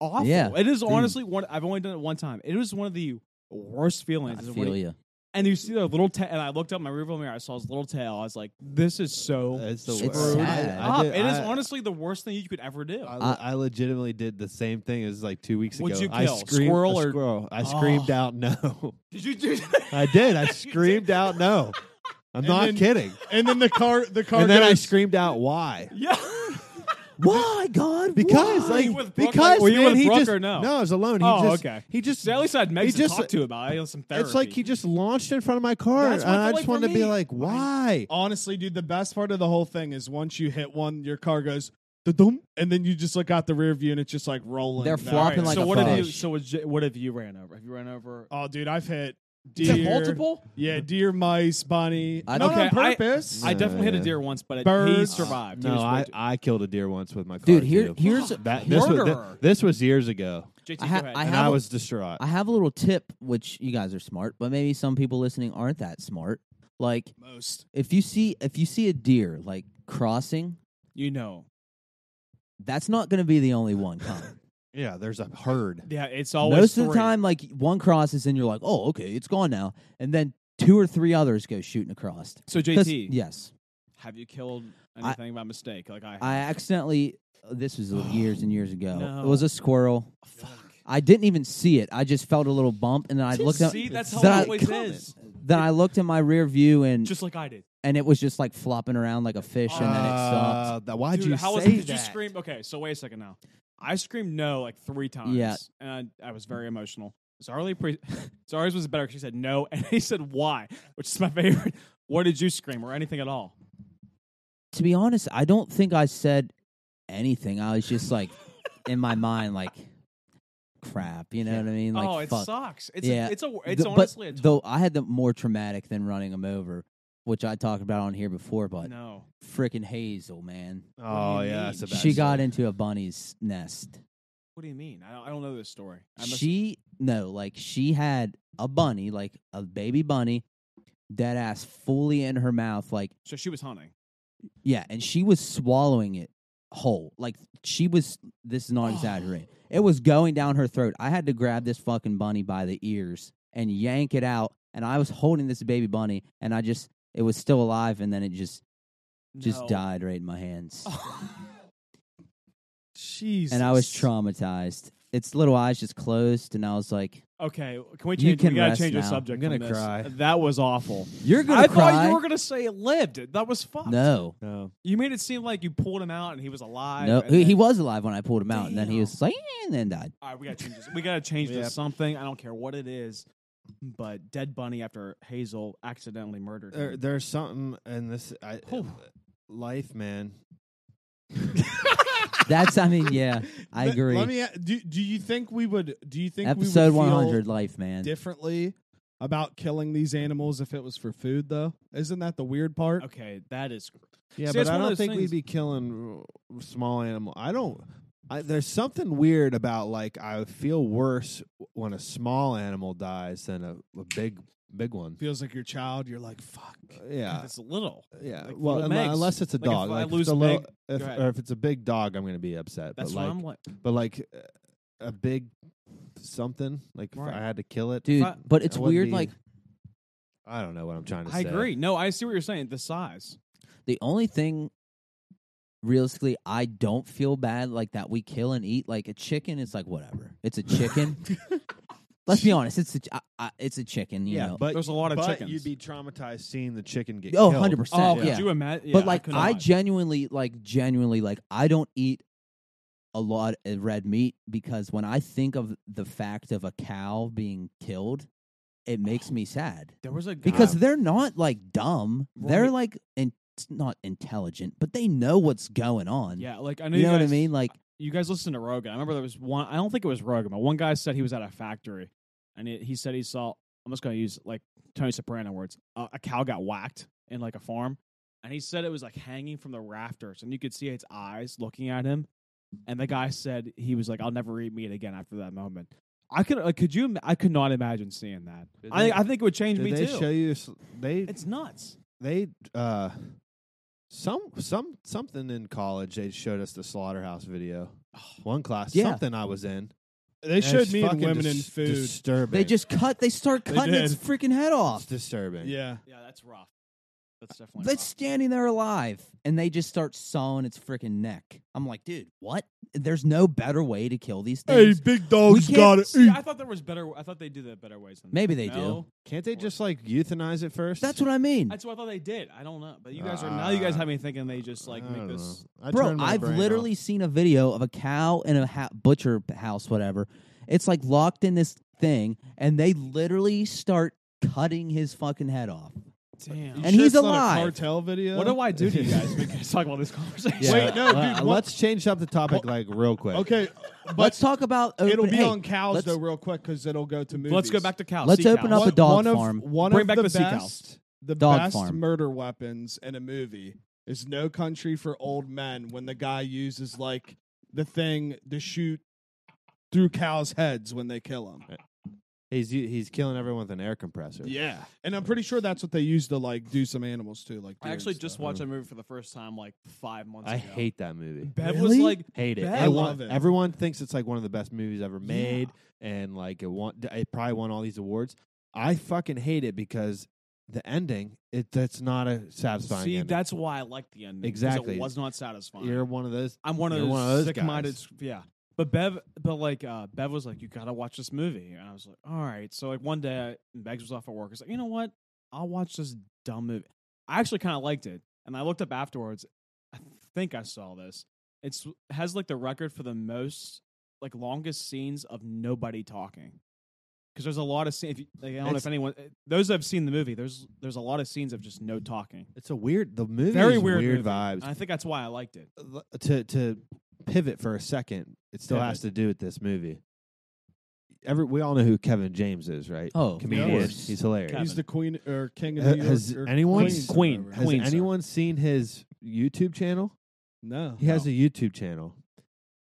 awful. Yeah. it is honestly one. I've only done it one time. It was one of the worst feelings. I is when feel you- you. And you see their little tail, and I looked up my rearview mirror. I saw his little tail. I was like, "This is so It's the It's worst. sad. Uh, I- I up. did- It is I- honestly the worst thing you could ever do." I, le- I legitimately did the same thing. It was like two weeks What'd ago. you I kill? screamed, Squirrel a or- squirrel. I screamed out no. Did you do I did. I screamed out no. I'm And not then- kidding. And then the car, the car. And then I goes- screamed out why. yeah, Why God? Because why? like with Brooke? because Were you man, with he Brooke just or no? I was alone. He Oh, just okay. he just so at least I had Megs He to just- talk to about. it. I had some therapy. it's like he just launched in front of my car, That's and what it felt I like just for wanted to me. be like, why? Honestly, dude, the best part of the whole thing is once you hit one, your car goes, "Da-dum," and then you just look out the rear view and it's just like rolling. They're back. flopping All like so a what have you? fish. So was J- what have you ran over? Have you ran over? Oh, dude, I've hit Is it deer. multiple? Yeah, deer, mice, bunny. I Not don't- on Okay, I- purpose. I No, definitely hit a yeah. deer once, but it, he Birds. survived. He No, was way I, too- I killed a deer once with my car. dude, here, too. here's that this was, Murderer. thi- this was years ago, JT, I ha- go ahead. I and have I a- was distraught. I have a little tip, which you guys are smart, but maybe some people listening aren't that smart. Like Most. if you see if you see a deer like crossing, you know. that's not going to be the only one coming. yeah, there's a herd. Yeah, it's always Most of the three. time, like one crosses and you're like, oh, okay, it's gone now, and then two or three others go shooting across. So 'Cause- JT, yes, have you killed I- anything by mistake? Like I, I accidentally. uh, This was years and years ago. No. It was a squirrel. fuck. I didn't even see it. I just felt a little bump, and then I looked. up- See, that's how then I- it always is. Then I looked in my rear view, and Just like I did. and it was just like flopping around like a fish, and then it sucked. Uh, th- why'd Dude, you how say was it? Did that? you scream? Okay, so wait a second now. I screamed no like three times. Yeah. And I, I was very emotional. Zarly pre- Zarly's was better because she said no and he said why, which is my favorite. What did you scream or anything at all? to be honest, I don't think I said anything. I was just like in my mind, like crap. You know what I mean? Like, oh, it fuck. sucks. It's Yeah. a, it's a it's The- honestly a but t- though I had the more traumatic than running him over, which I talked about on here before. But no. frickin' Hazel, man, Oh What do you yeah, mean? that's a bad she got story. into a bunny's nest. What do you mean? I don't, I don't know this story. I must- She no, like she had a bunny, like a baby bunny, dead ass fully in her mouth, like. so she was hunting. Yeah, and she was swallowing it whole. Like she was this is not exaggerating. It was going down her throat. I had to grab this fucking bunny by the ears and yank it out. And I was holding this baby bunny and I just it was still alive and then it just just No. died right in my hands. Jesus. and I was traumatized. Its little eyes just closed and I was like, Okay, can we You change? can we gotta rest change the now. subject. I'm gonna from this. cry. That was awful. You're gonna I cry. thought you were gonna say it lived. That was fucked. no. No. You made it seem like you pulled him out and he was alive. No, and he, then- he was alive when I pulled him out, and then he Damn. was like, and then died. All right, we gotta change this. We gotta change Yeah. this something. I don't care what it is, but dead bunny after Hazel accidentally murdered There, him. there's something in this I, life, man. That's, I mean, yeah, I Th- agree. Let me. a- Do, do you think we would? Do you think Episode we would one feel hundred, life, man. differently about killing these animals if it was for food, though? Isn't that the weird part? Okay, that is Yeah, See, but it's I one of don't those think things- we'd be killing uh, small animal. I don't. I, there's something weird about like I feel worse when a small animal dies than a, a big big one. Feels like your child. You're like, fuck. Yeah, it's little. yeah. like well, little unle- Megs. unless it's a Like, if dog. I like if lose it's a a little, Meg- if, Go ahead. or if it's a big dog, I'm gonna be upset. That's but like, what I'm like. but like uh, a big something. Like if Right. I had to kill it, dude. I- but it's I wouldn't weird. be- Like I don't know what I'm trying to I say. agree. No, I see what you're saying. The size. the only thing, realistically, I don't feel bad like that we kill and eat. Like a chicken is like whatever. It's a chicken. Let's be honest. It's a, ch- I, I, it's a chicken. You yeah, know. but There's a lot of but chickens. You'd be traumatized seeing the chicken get oh, killed. 100 oh, percent. could Yeah. you imagine? but like I, genuinely like genuinely like I don't eat a lot of red meat because when I think of the fact of a cow being killed, it makes me sad Oh, there was a guy, because they're not like dumb. They're Right. like in, not intelligent, but they know what's going on. yeah, like I know You know what I guys- mean? Like you guys listen to Rogan. I remember there was one. I don't think it was Rogan, but one guy said he was at a factory, and he, he said he saw. I'm just going to use like Tony Soprano words. Uh, a cow got whacked in like a farm, and he said it was like hanging from the rafters, and you could see its eyes looking at him. And the guy said he was like, "I'll never eat meat again after that moment." I could, like, could you? im- I could not imagine seeing that. Did I, they- I think it would change Did me they too. show you? s- They it's nuts. they uh some some something in college they showed us the slaughterhouse video. One class, Yeah. something I was in. They and showed it's me and fucking women in dis- food. Disturbing. they just cut. They start They cutting its did. freaking head it's off. disturbing. yeah. Yeah, that's rough. That's definitely. That's standing there alive, and they just start sawing its freaking neck. I'm like, dude, what? There's no better way to kill these Hey, things. big dog's can't got it. See, I thought there was better. I thought they do that better ways. Than Maybe they No? do. Can't they just like euthanize it first? That's what I mean. That's what I thought they did. I don't know, but you guys are now. You guys have me thinking they just like I make don't this. know. I Bro, turned my I've brain literally off. seen a video of a cow in a ha- butcher house, whatever. It's like locked in this thing, and they literally start cutting his fucking head off. Damn. You And sure he's it's not a alive. cartel video. What do I do to you guys? We guys talk about this conversation. Yeah. Wait, no, Uh, dude, what- let's change up the topic like real quick. Okay, but Let's talk about. Open, it'll be hey, on cows let's- though, real quick, because it'll go to movies. Let's go back to cows. Let's Sea open up cows. a One- dog one of- farm. One Bring of back the, the sea best, the Dog best farm. murder weapons in a movie is No Country for Old Men when the guy uses like the thing to shoot through cows' heads when they kill them. He's he's killing everyone with an air compressor. Yeah, and I'm pretty sure that's what they use to like do some animals too. Like I deer actually and just stuff. watched a movie for the first time like five months I ago. hate that movie. Bev was Really? like, Hate it. Bad. I Everyone- love it. Everyone thinks it's like one of the best movies ever made, and like it won. It probably won all these awards. I fucking hate it because the ending. It that's not a satisfying. see, ending. that's why I liked the ending. 'cause Exactly. it was not satisfying. you're one of those. I'm one of you're those, one of those sick-minded. guys. Yeah, but Bev, but like uh, Bev was like, "You gotta watch this movie," and I was like, "All right." So like one day, I, Begs was off at work. I was like, "You know what? I'll watch this dumb movie." I actually kind of liked it, and I looked up afterwards. I think I saw this. It's has like the record for the most like longest scenes of nobody talking. Because there's a lot of scenes. Like, I don't know It's- if anyone, eh, those that have seen the movie, there's there's a lot of scenes of just no talking. It's a weird. The movie Very is weird, movie. vibes. And I think that's why I liked it. L- to to pivot for a second, it still has to do with this movie. Every we all know who Kevin James is, right? Oh, of comedian. course. He's hilarious. Kevin. He's the queen or king of Ha- New York. has or anyone- Queens or Queen. whatever. Has Queen, sir. anyone seen his YouTube channel? no, He has a YouTube channel,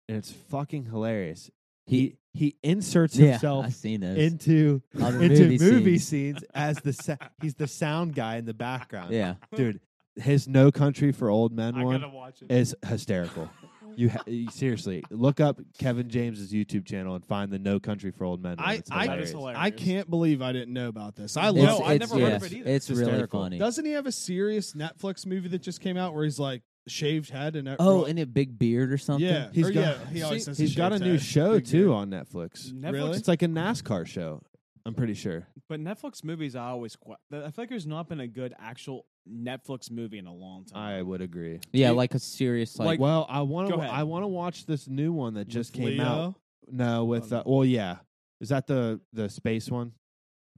and it's fucking hilarious. He He- he inserts Yeah, himself I've seen this. into Other into movie, movie scenes as the sa- he's the sound guy in the background. yeah, dude, his No Country for Old Men one watch it. is hysterical. You, ha- you seriously look up Kevin James's YouTube channel and find the No Country for Old Men. one. I- It's I- That is hilarious. hilarious. I can't believe I didn't know about this. I It's- love. I've it's- never heard of yes, it either. It's, It's really hysterical. funny. Doesn't he have a serious Netflix movie that just came out where he's like shaved head and oh, and a big beard or something. yeah, He's or got- yeah, he always says He's he got a shaves new head. show Big too beard. on Netflix. Netflix, Really? It's like a NASCAR show. I'm pretty sure. but Netflix movies, I always que- I feel like there's not been a good actual Netflix movie in a long time. I would agree. yeah, like a serious like. well, I want Go to. ahead. I want to watch this new one that just With came Leo? out. No, with uh, well, yeah. Is that the the space one?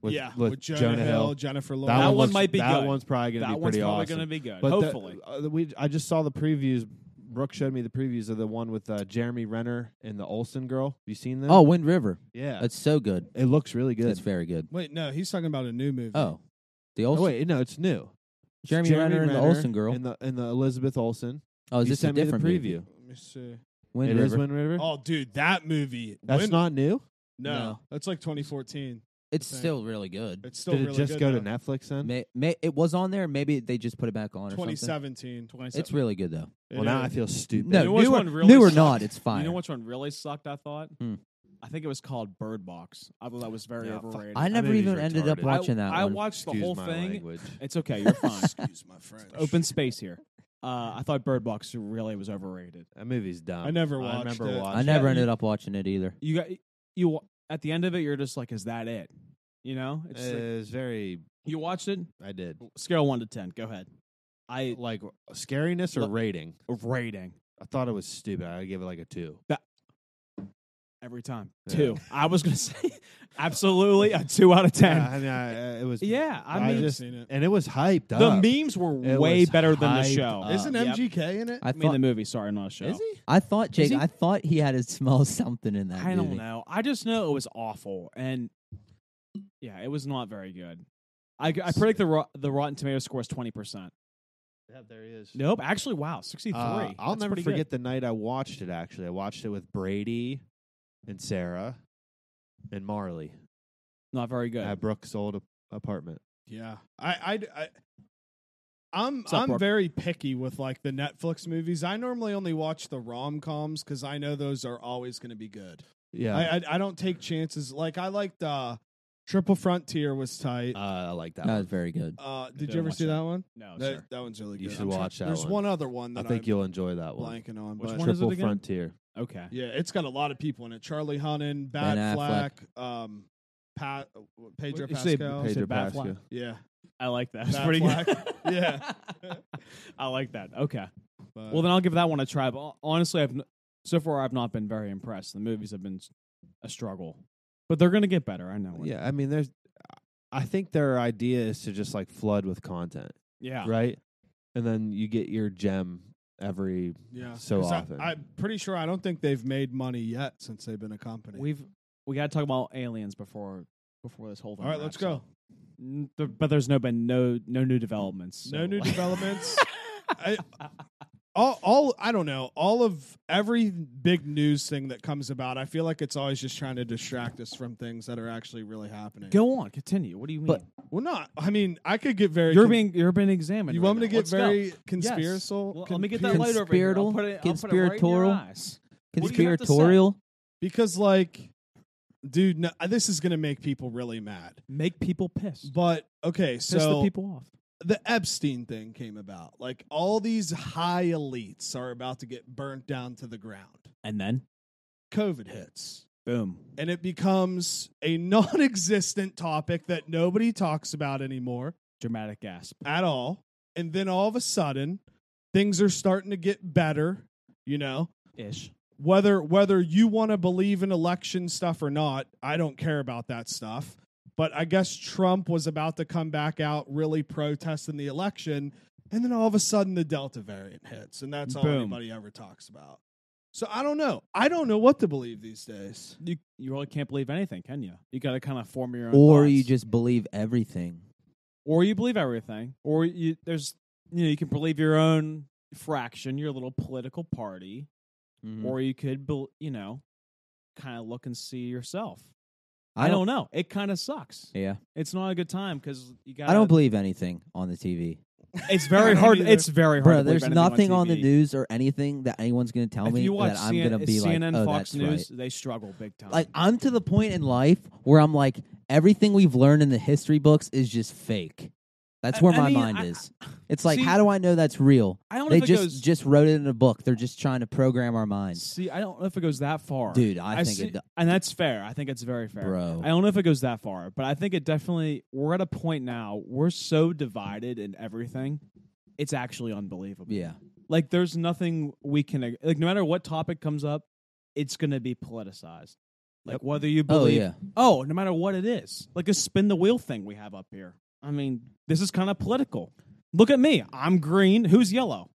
With, yeah, with, Hill. Jonah, Hill, Jennifer That, Lawrence. one looks- might be That good. one's probably gonna that be one's pretty probably awesome. going to be good. But the- hopefully, uh, we. I just saw the previews. Brooke showed me the previews of the one with uh, Jeremy Renner and the Olsen girl. You seen that? oh, Wind River. yeah. It's so good. it looks really good. It's very good. Wait, no, he's talking about a new movie. Oh, the Oh, Olsen. wait, no, it's new. It's Jeremy Renner and the Olsen girl. and the and the Elizabeth Olsen. oh, is you this a sent me different the movie? preview? let me see. Wind It River. is Wind River. Oh, dude, that movie. That's when- not new. no, no. that's like 2014. it's thing. still really good. It's still Did it really just good go to now. Netflix then? May, may, it was on there. Maybe they just put it back on or something. 2017. 2017. It's really good though. Well, now I feel stupid. No, You know which new, or, one really new or sucked? not, it's fine. you know which one really sucked? I thought. Hmm. I think it was called Bird Box. I thought that was very Yeah, fuck. overrated. I never movie's even ended up retarded. watching I, that I one. watched the Excuse whole my thing. language. It's okay. You're fine. Excuse my French. Open space here. Uh, I thought Bird Box really was overrated. That movie's dumb. I never I watched remember it. watching. I never ended up watching it either. You got you. at the end of it, you're just like, is that it? You know, it's just like- It's very. you watched it. I did Scale one to ten. Go ahead. I like scariness or Look- rating. rating I thought it was stupid. I give it like a two. every time Yeah. two. I was gonna say absolutely a two out of ten. Yeah, I mean, I, I- it was. Yeah, I I mean, just- seen it. and it was hyped the up. memes were It way was better than the hyped show. up. Isn't Yep. MGK in it? I I mean, thought the movie, sorry, not a show. Is he? I thought Jake. he- I thought he had to smell something in that. I don't movie. know. I just know it was awful, and yeah, it was not very good. I, I predict the ro- the Rotten Tomato score is twenty percent. Yeah, there he is. Nope, actually, wow, sixty three. Uh, I'll never forget the night I watched it. Actually, I watched it with Brady and Sarah and Marley Not very good. at Brooks' old a- apartment. Yeah, I, I, I I'm up, I'm Brooke? very picky with like the Netflix movies. I normally only watch the rom coms because I know those are always going to be good. Yeah, I, I I don't take chances. Like I liked uh, Triple Frontier was tight. Uh, uh, I like that. That one. was very good. did didn't you ever watch see that. that, one? no, that, sir. that one's really good. You should I'm trying- watch that There's one. one. other one I that think I'm you'll enjoy that one. blanking on. Which but one is it Triple again? Frontier. Okay, Yeah, it's got a lot of people in it. Charlie Ben Hunnam, Bat Affleck. Flack, um, Pat, Pedro You say Pascal. Pedro- Pedro Bad Fly? Pascal. yeah, I like that. It's Bad pretty good. flag. Yeah. Uh. I like that. Okay, but well then I'll give that one a try. But hon- honestly, I've n- so far I've not been very impressed. The movies have been s- a struggle, but they're gonna get better. I know. it. Yeah, I mean, there's. I think their idea is to just like flood with content, yeah. right? And then you get your gem every. yeah. so 'Cause I- often. I'm pretty sure I don't think they've made money yet since they've been a company. We've we got to talk about aliens before before this whole thing. All right, let's wraps go. up. N- there- but there's no been no no new developments. No so- new developments. I, all, all I don't know. All of every big news thing that comes about, I feel like it's always just trying to distract us from things that are actually really happening. go on, continue. What do you mean? But- Well, not. I mean, I could get very. you're con- being you're being examined. You right want me to now. get Let's go. very Yes. conspiracial? Well, let me get that Conspir- light over here. I'll Conspiratorial? put it, I'll put it right in your Conspiratorial? eyes. What do you have to say? Conspiratorial. because, like, dude, no, this is gonna make people really mad. Make people pissed. But okay, Piss the so people off. the Epstein thing came about. Like all these high elites are about to get burnt down to the ground. And then COVID hits. boom. And it becomes a non existent topic that nobody talks about anymore Dramatic gasp. at all. And then all of a sudden, things are starting to get better, you know? Ish. Whether whether you want to believe in election stuff or not, I don't care about that stuff. But I guess Trump was about to come back out really protesting the election, and then all of a sudden the Delta variant hits, and that's all Boom. anybody ever talks about. So I don't know. I don't know what to believe these days. You you really can't believe anything, can you? You got to kind of form your own. Or you thoughts. just believe everything. or you believe everything, or you there's you know you can believe your own fraction, your little political party, Mm. or you could bel you know kind of look and see yourself. I, don't, know. It kind of sucks. Yeah, It's not a good time because you got. I don't believe anything on the TV. It's very I don't hard. either. It's very hard. Bro, to believe there's anything nothing on, the TV. news or anything that anyone's going to tell If me you watch that I'm CNN, going to be CNN, like, oh, Fox that's News, right. they struggle big time. Like I'm to the point in life where I'm like, everything we've learned in the history books is just fake. That's I- where I my mean, mind I- is. It's like, See- how do I know that's real? I don't know They if it just goes. just wrote it in a book. They're just trying to program our minds, see, I don't know if it goes that far, dude. I, think, see- it, do- and that's fair. I think it's very fair. bro. I don't know if it goes that far, but I think it definitely. We're at a point now. We're so divided in everything. It's actually unbelievable. yeah, Like there's nothing we can ag- like. No matter what topic comes up, it's gonna be politicized. Like whether you oh believe. yeah, Oh, no matter what it is, like a spin the wheel thing we have up here. I mean, this is kind of political. Look at me. I'm green. Who's yellow?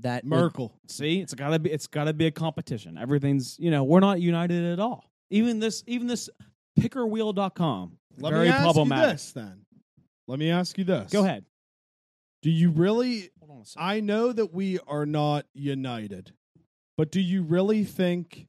that Merkel. See, it's gotta be it's gotta be a competition. Everything's you know, we're not united at all. Even this even this pickerwheel.com. Let very me ask problematic. you this then. Let me ask you this. Go ahead. Do you really Hold on a second. I know that we are not united, but do you really think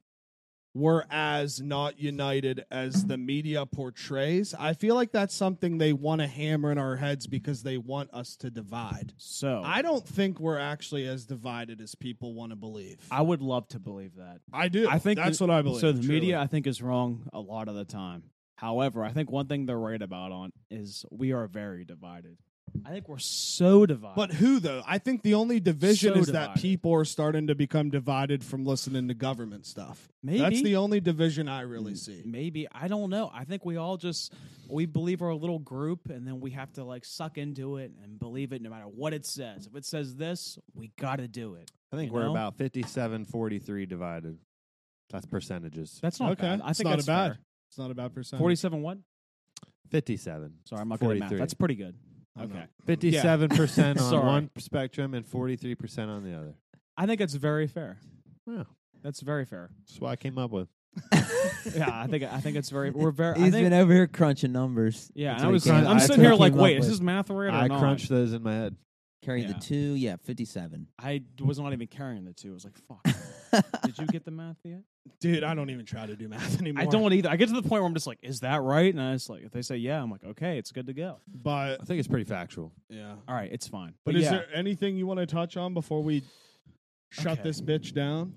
we're as not united as the media portrays? I feel like that's something they want to hammer in our heads because they want us to divide. so I, I don't think we're actually as divided as people want to believe. would love to believe that. I do. I think that's the- what I believe. so the truly. media I think is wrong a lot of the time. However, I think one thing they're right about on is we are very divided. I think we're so divided. But who though? I think the only division So is that divided. people are starting to become divided from listening to government stuff. maybe That's the only division I really see. maybe I don't know. I think we all just we believe our little group, and then we have to like suck into it and believe it no matter what it says. If it says this, we got to do it. I think You we're know? about 57 43 divided. That's percentages. That's not Okay. bad. I It's think not a that's bad fair. It's not a bad percentage. Forty-seven what? 57. Sorry, I'm not good at math. 43. That's pretty good. I'm Okay, not- 57% on Sorry. one spectrum and 43% on the other. I think that's very fair. Yeah. That's very fair. That's what I came up with. Yeah, I think I think it's very. We're very. I He's think, been over here crunching numbers. yeah, That's and what I he was. came- I'm I that's sitting what here he like, came up wait, is with. this math right or I not? crunched those in my head. Carry the Yeah. two, yeah, fifty-seven. I was not even carrying the two. I was like, fuck. Did you get the math yet? Dudude, I don't even try to do math anymore. I don't either. I get to the point where I'm just like, is that right? And I just like, if they say yeah, I'm like, okay, it's good to go. But I think it's pretty factual. yeah. All right, it's fine. But But, is yeah, there anything you want to touch on before we shut Okay. this bitch down?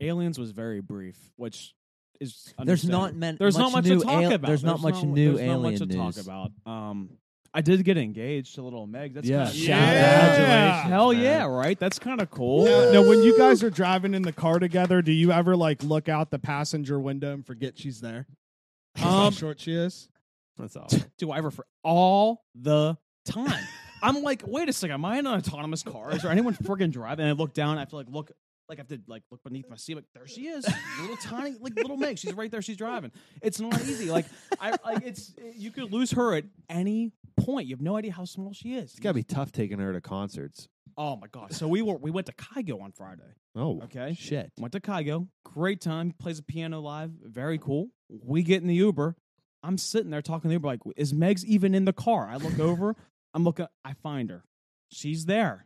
aliens was very brief, which is There's not understandable. men, there's much not much new to talk al- about. There's, not much new there's alien not much to news. talk about. Um, I did get engaged to little Meg. That's Yeah. kind of Yeah. Congratulations, hell man. yeah, right? That's kind of cool. Now, now, when you guys are driving in the car together, do you ever like look out the passenger window and forget she's there? That's how Um, short she is. That's all. do I ever for all the time? I'm like, wait a second, am I in an autonomous car? Is there anyone freaking driving? And I look down, I have to like look like I have to like look beneath my seat, like there she is, little tiny, like little Meg. She's right there, she's driving. It's not easy. Like I like it's you could lose her at any point. You have no idea how small she is. It's got to be tough taking her to concerts. Oh my god. So we were we went to Kygo on Friday. Oh, Okay. shit. Went to Kygo. Great time. Plays the piano live. Very cool. We get in the Uber. I'm sitting there talking to the Uber, like, is Meg's even in the car? I look over. I'm looking. I find her. She's there.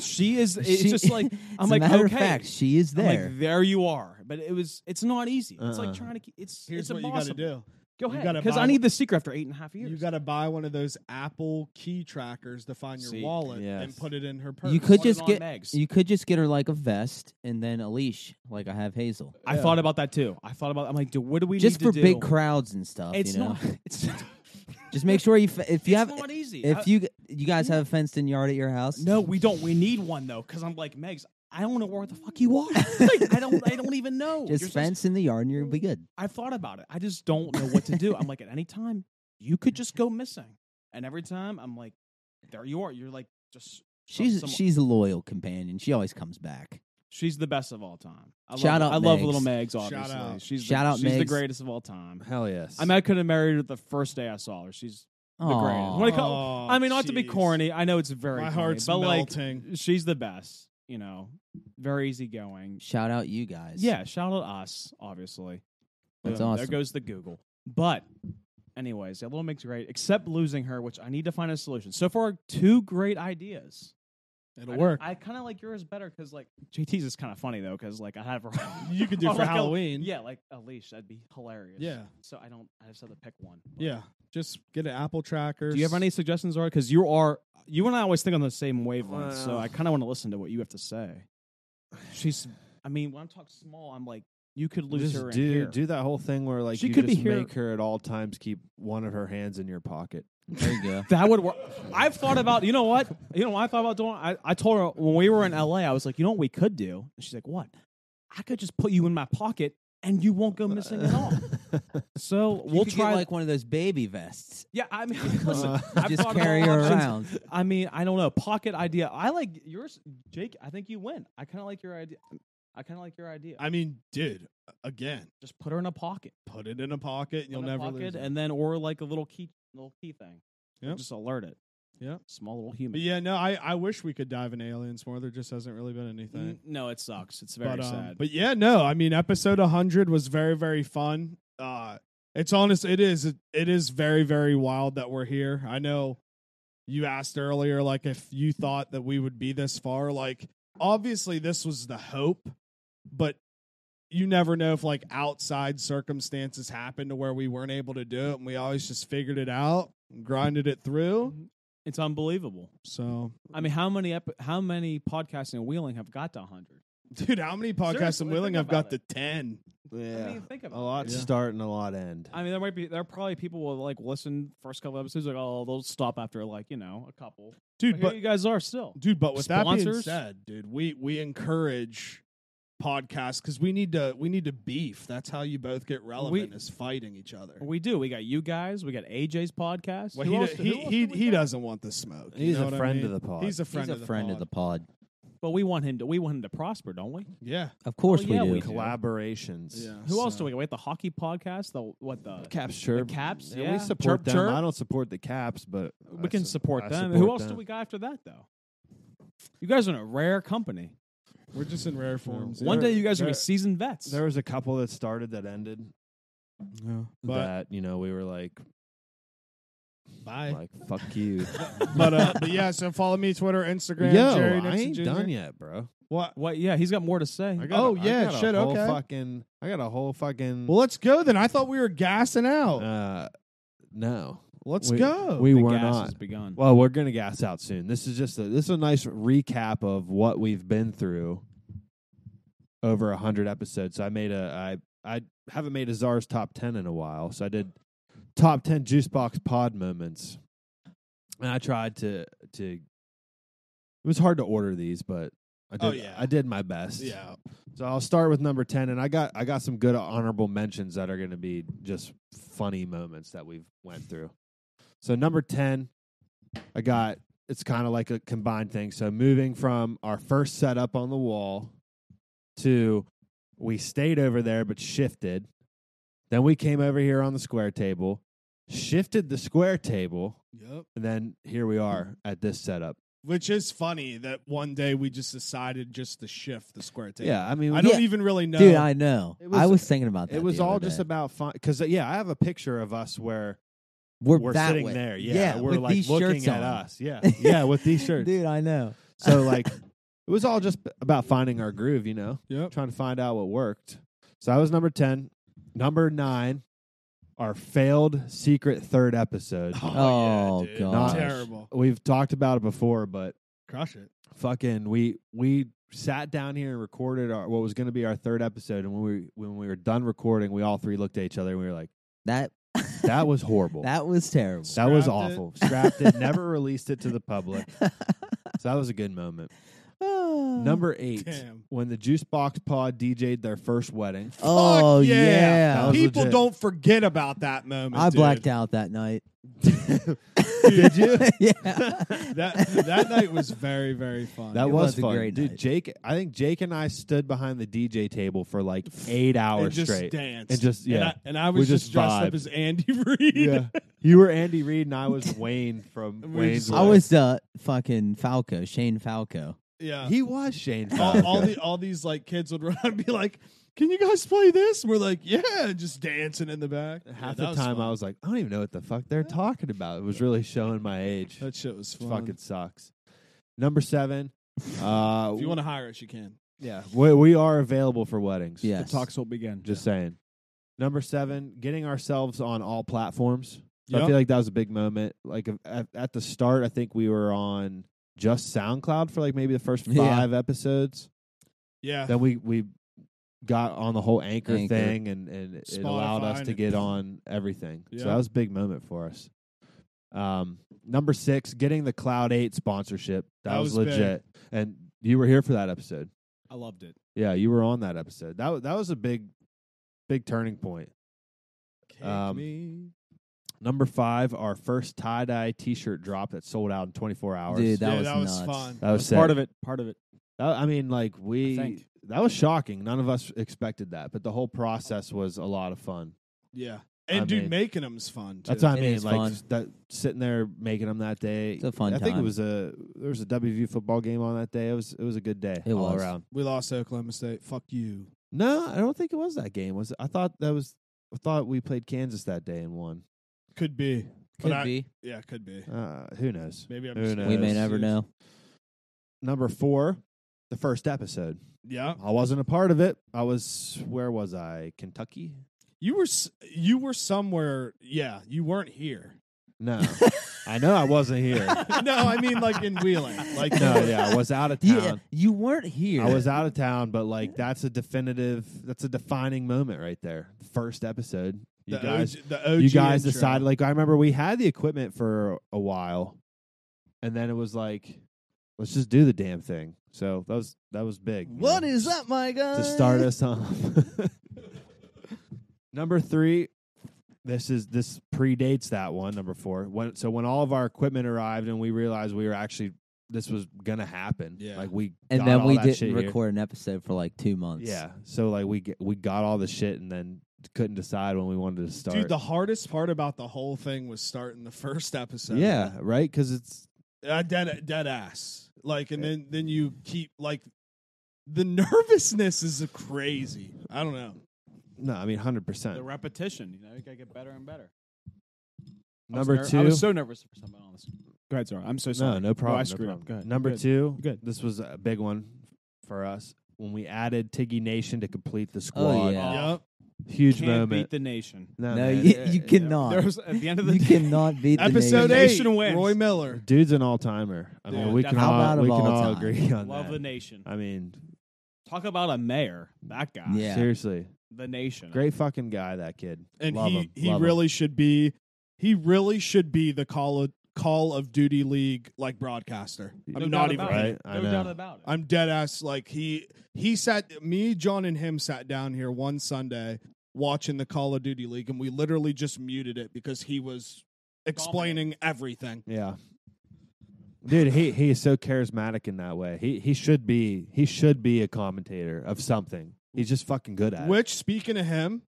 She is. It's She- just like As I'm a like matter of okay. fact, she is I'm like, there. there you are. But it was. It's not easy. It's Uh-uh. like trying to. keep It's. Here's it's what impossible. you got to do. Go You ahead. gotta Because buy- I need the secret after eight and a half years. You got to buy one of those Apple key trackers to find your See, wallet and yes. put it in her purse. You could Wanted just on get Meg's. you could just get her like a vest and then a leash, like I have Hazel, I thought about that too. I thought about. I'm like, dude, what do we just need to for do? big crowds and stuff. It's you know? not. It's. Just make sure you f- if you it's have not easy. I- if you g- you guys have a fenced in yard at your house. No, we don't. We need one though, because I'm like Megs. I don't know where the fuck you are. Like, I don't. I don't even know. just You're Oh, so- fence in the yard and you'll be good. I've thought about it. I just don't know what to do. I'm like, at any time, you could just go missing, and every time I'm like, there you are. You're like, just She's someone- she's a loyal companion. She always comes back. she's the best of all time. I Shout love, out I love Megs. little Megs. Shout Obviously, out. she's the, Shout out She's the Megs. greatest of all time. Hell yes. I mean, I could have married her the first day I saw her. She's the greatest. Aw. When it co- Oh, I mean, not to be jeez. corny. I know it's very My corny, heart's but melting. like, she's the best. You know, very easygoing. Shout out you guys. Yeah, shout out us, obviously. That's Boom, There awesome. goes the Google. But, anyways, that little makes great, except losing her, which I need to find a solution. So far, two great ideas. It'll I- work. I, kind of like yours better because, like, JT's is kind of funny, though, because, like, I have her. you could do Oh, for like a- Halloween. yeah, like a leash. That'd be hilarious. Yeah. So I don't, I just have to pick one. But- Yeah. Just get an Apple tracker. Do you have any suggestions, Zara? Because you are, you and I always think on the same wavelength, so Well. I kind of want to listen to what you have to say. She's, I mean, when I'm talking small, I'm like, you could lose just her in do here. do that whole thing where like She you could be just here- make her at all times keep one of her hands in your pocket. There you go. That would work. I've thought about, you know what? You know what I thought about doing? I, I told her when we were in LA, I was like, you know what we could do? And she's like, what? I could just put you in my pocket and you won't go missing at all. So You we'll could try. get, like one of those baby vests. yeah, I mean, listen, Uh, I've just thought about carry her options. around. I mean, I don't know. Pocket idea. I like yours, Jake. I think you win. I kind of like your idea. I kind of like your idea. I mean, dude, again, just put her in a pocket. put it in a pocket. and You'll in a never pocket, lose. it. and then or like a little key, little key thing. Yep. Just alert it. Yep. Small little human. But yeah, no, I, I wish we could dive into aliens more. There just hasn't really been anything. N- No, it sucks. It's Mm, very but, um, sad. But yeah, no, I mean, episode 100 was very, very fun. Uh, it's honest. It is. It, it is very, very wild that we're here. I know you asked earlier, like if you thought that we would be this far. Like, obviously, this was the hope, but you never know if like outside circumstances happened to where we weren't able to do it, and we always just figured it out, and grinded it through. it's unbelievable. So I mean, how many ep- how many podcasts in Wheeling have got to 100? Dude, how many podcasts Seriously, I'm willing? think I've got about to it. 10. I Yeah. mean, think A about lot start and a lot end. I mean, there might be there are probably people will like listen first couple episodes like oh they'll stop after like you know a couple. Dude, But, but here you guys are still. dude but with that being Sponsors? said dude we we encourage podcasts because we need to we need to beef that's how you both get relevant We- is fighting each other We do. We got you guys. We got AJ's podcast. well, Who he, else- do- who he, else he, do we he got? doesn't want the smoke you He's know a what I friend mean? of the pod. he's a friend, He's a of, the friend pod. of the pod. But we want him to. We want him to prosper, don't we? yeah Of course Oh, yeah, we do. we do. Collaborations. yeah Who else so- do we got? We got the hockey podcast. The what the Caps chirp. Caps, Yeah, yeah. we support Chirp, them. chirp. I don't support the Caps, but we I can su- support I them. support Who else do them. we got after that though? You guys are in a rare company. we're just in rare forms One There- day you guys are gonna there- be seasoned vets. There was a couple that started that ended. But- that you know we were like, bye like fuck you. but uh but yeah so follow me twitter instagram Yo, Jerry I Nixon ain't Jr.. done yet, bro. what What? Yeah, he's got more to say. I got Oh, a- I yeah, got a shit, whole okay. Fucking, I got a whole fucking. well let's go then i thought we were gassing out uh, no, let's we- go we the were gas not. has begun. Well, we're gonna gas out soon. This is just a, this is a nice recap of what we've been through over a hundred episodes. So I made a I I haven't made a czar's top ten in a while, so I did top ten juice box pod moments, and I tried to to. It was hard to order these, but I did Oh, yeah. I did my best. yeah So I'll start with number ten, and I got I got some good honorable mentions that are going to be just funny moments that we've went through. So number ten, I got it's kind of like a combined thing. So moving from our first setup on the wall to we stayed over there but shifted, then we came over here on the square table, shifted the square table, yep and then here we are at this setup. which is funny that one day we just decided just to shift the square table Yeah, I mean, I we- don't Yeah. even really know. Dude, I know. It was- I was thinking about that. it was the all other just day. about fun because uh, yeah, I have a picture of us where. we're, we're that sitting way. there. Yeah, we're with like these looking shirts at on. us. Yeah, yeah, with these shirts. Dude, I know. So like, it was all just about finding our groove, you know, Yep. trying to find out what worked. So that was number ten. Number nine, our failed secret third episode. Oh, yeah, dude. gosh. Terrible. We've talked about it before, but Crush it. fucking we we sat down here and recorded our what was going to be our third episode and when we when we were done recording we all three looked at each other and we were like That that was horrible that was terrible. That was Scrapped it. awful. Scrapped it. Never released it to the public. So that was a good moment. Number eight, Oh, Damn. when the Juice Box Pod DJ'd their first wedding. Oh Fuck yeah. That was People legit. don't forget about that moment. I dude. blacked out that night. Did you? yeah. That that night was very very fun. That It was, was a fun, great dude. night. Jake, I think Jake and I stood behind the DJ table for like eight and hours just straight. danced. And just- And yeah. I, and I We was just, just dressed up vibed. as Andy Reid. Yeah, you were Andy Reid and I was Wayne from And we were Wayne's. just- I World. was uh fucking Falco, Shane Falco. Yeah. He was Shane. all, Falco. all the all these like kids would run and be like, "Can you guys play this?" And we're like, "Yeah," just dancing in the back. Yeah, Half that the time fun. I was like, I don't even know what the fuck they're talking about. It was really showing my age. That shit was fun. Fucking sucks. Number seven. Uh, if you want to hire us, you can. yeah, we, we are available for weddings. Yes. Talks will begin. Just saying. Number seven, getting ourselves on all platforms. So I Yep. feel like that was a big moment. Like at, at the start, I think we were on just SoundCloud for like maybe the first Yeah. five episodes. Yeah. Then we we got on the whole anchor, Anchor. thing, and and it allowed Spotify us to and- get on everything. Yeah. So that was a big moment for us. Um, number six, getting the Cloud Eight sponsorship. That, That was, was big. legit, and you were here for that episode. I loved it. Yeah, you were on that episode. That wa- that was a big, big turning point. Kick um, me. Number five, our first tie dye T shirt drop that sold out in 24 hours. Dude, that yeah, was that was nuts. fun. That was Part sick. of it. Part of it. That- I mean, like we think. that was shocking. None of us expected that, but the whole process was a lot of fun. Yeah. And I dude, mean- making them's fun. Too. That's what I It mean. is Like fun. s- that sitting there making them that day. It's a fun I think it time. was a there was a WVU football game on that day. It was it was a good day It all was. around. We lost to Oklahoma State. Fuck you. No, I don't think it was that game. Was it? I thought that was I thought we played Kansas that day and won. Could be. But Could I- be. Yeah, could be. Uh, who knows? Maybe I'm Who just knows? We may Yes. never know. number four, the first episode. Yeah, I wasn't a part of it. I was where was I? Kentucky? you were s- you were somewhere. Yeah, you weren't here. No, I know I wasn't here. no, I mean like in Wheeling. Like no, yeah, I was out of town. Yeah, you weren't here. I was out of town, but like that's a definitive, that's a defining moment right there. First episode, you the guys, OG, the OG you guys intro. decided. Like I remember we had the equipment for a while, and then it was like, let's just do the damn thing. So that was that was big. you What know, is up, my guy? to start us off? Number three. This is this predates that one. Number four. When so when all of our equipment arrived and we realized we were actually this was gonna happen. Yeah. Like we and got then all we that shit didn't here. record an episode for like two months. Yeah. So like we get, we got all the shit and then couldn't decide when we wanted to start. Dude, the hardest part about the whole thing was starting the first episode. yeah, right? Because it's Uh, dead dead ass. Like, and then then you keep like the nervousness is crazy. I don't know. no, I mean hundred percent. The repetition, you know, you gotta get better and better. I was Number ner- two. I was so nervous for something on this. Go ahead, sorry. I'm so sorry. no, no problem. I no screwed up. problem. Go ahead. Number Good. two. Good. This was a big one for us when we added Tiggy Nation to complete the squad. Oh yeah. Yep. Huge Can't moment. beat the nation. no, No, Oh, man, you, it- you it- cannot. There was at the end of the you day, cannot beat the Episode nation. eight. Nation wins. Roy Miller. Dude's an all timer. I mean, Dude, we can definitely. all How about we of can all all time? agree on love that. the nation. I mean, Talk about a mayor, that guy. Yeah. seriously, the nation. great fucking guy. That kid. And Love he him, he love him. really should be he really should be the call of Call of Duty League like broadcaster. No I'm No doubt not even about right. It. I No know. doubt about it. I'm dead ass. Like he he sat me, John, and him sat down here one Sunday watching the Call of Duty League, and we literally just muted it because he was explaining everything. Yeah. Dude, he, he is so charismatic in that way. He he should be he should be a commentator of something. He's just fucking good at it. Which, speaking of him,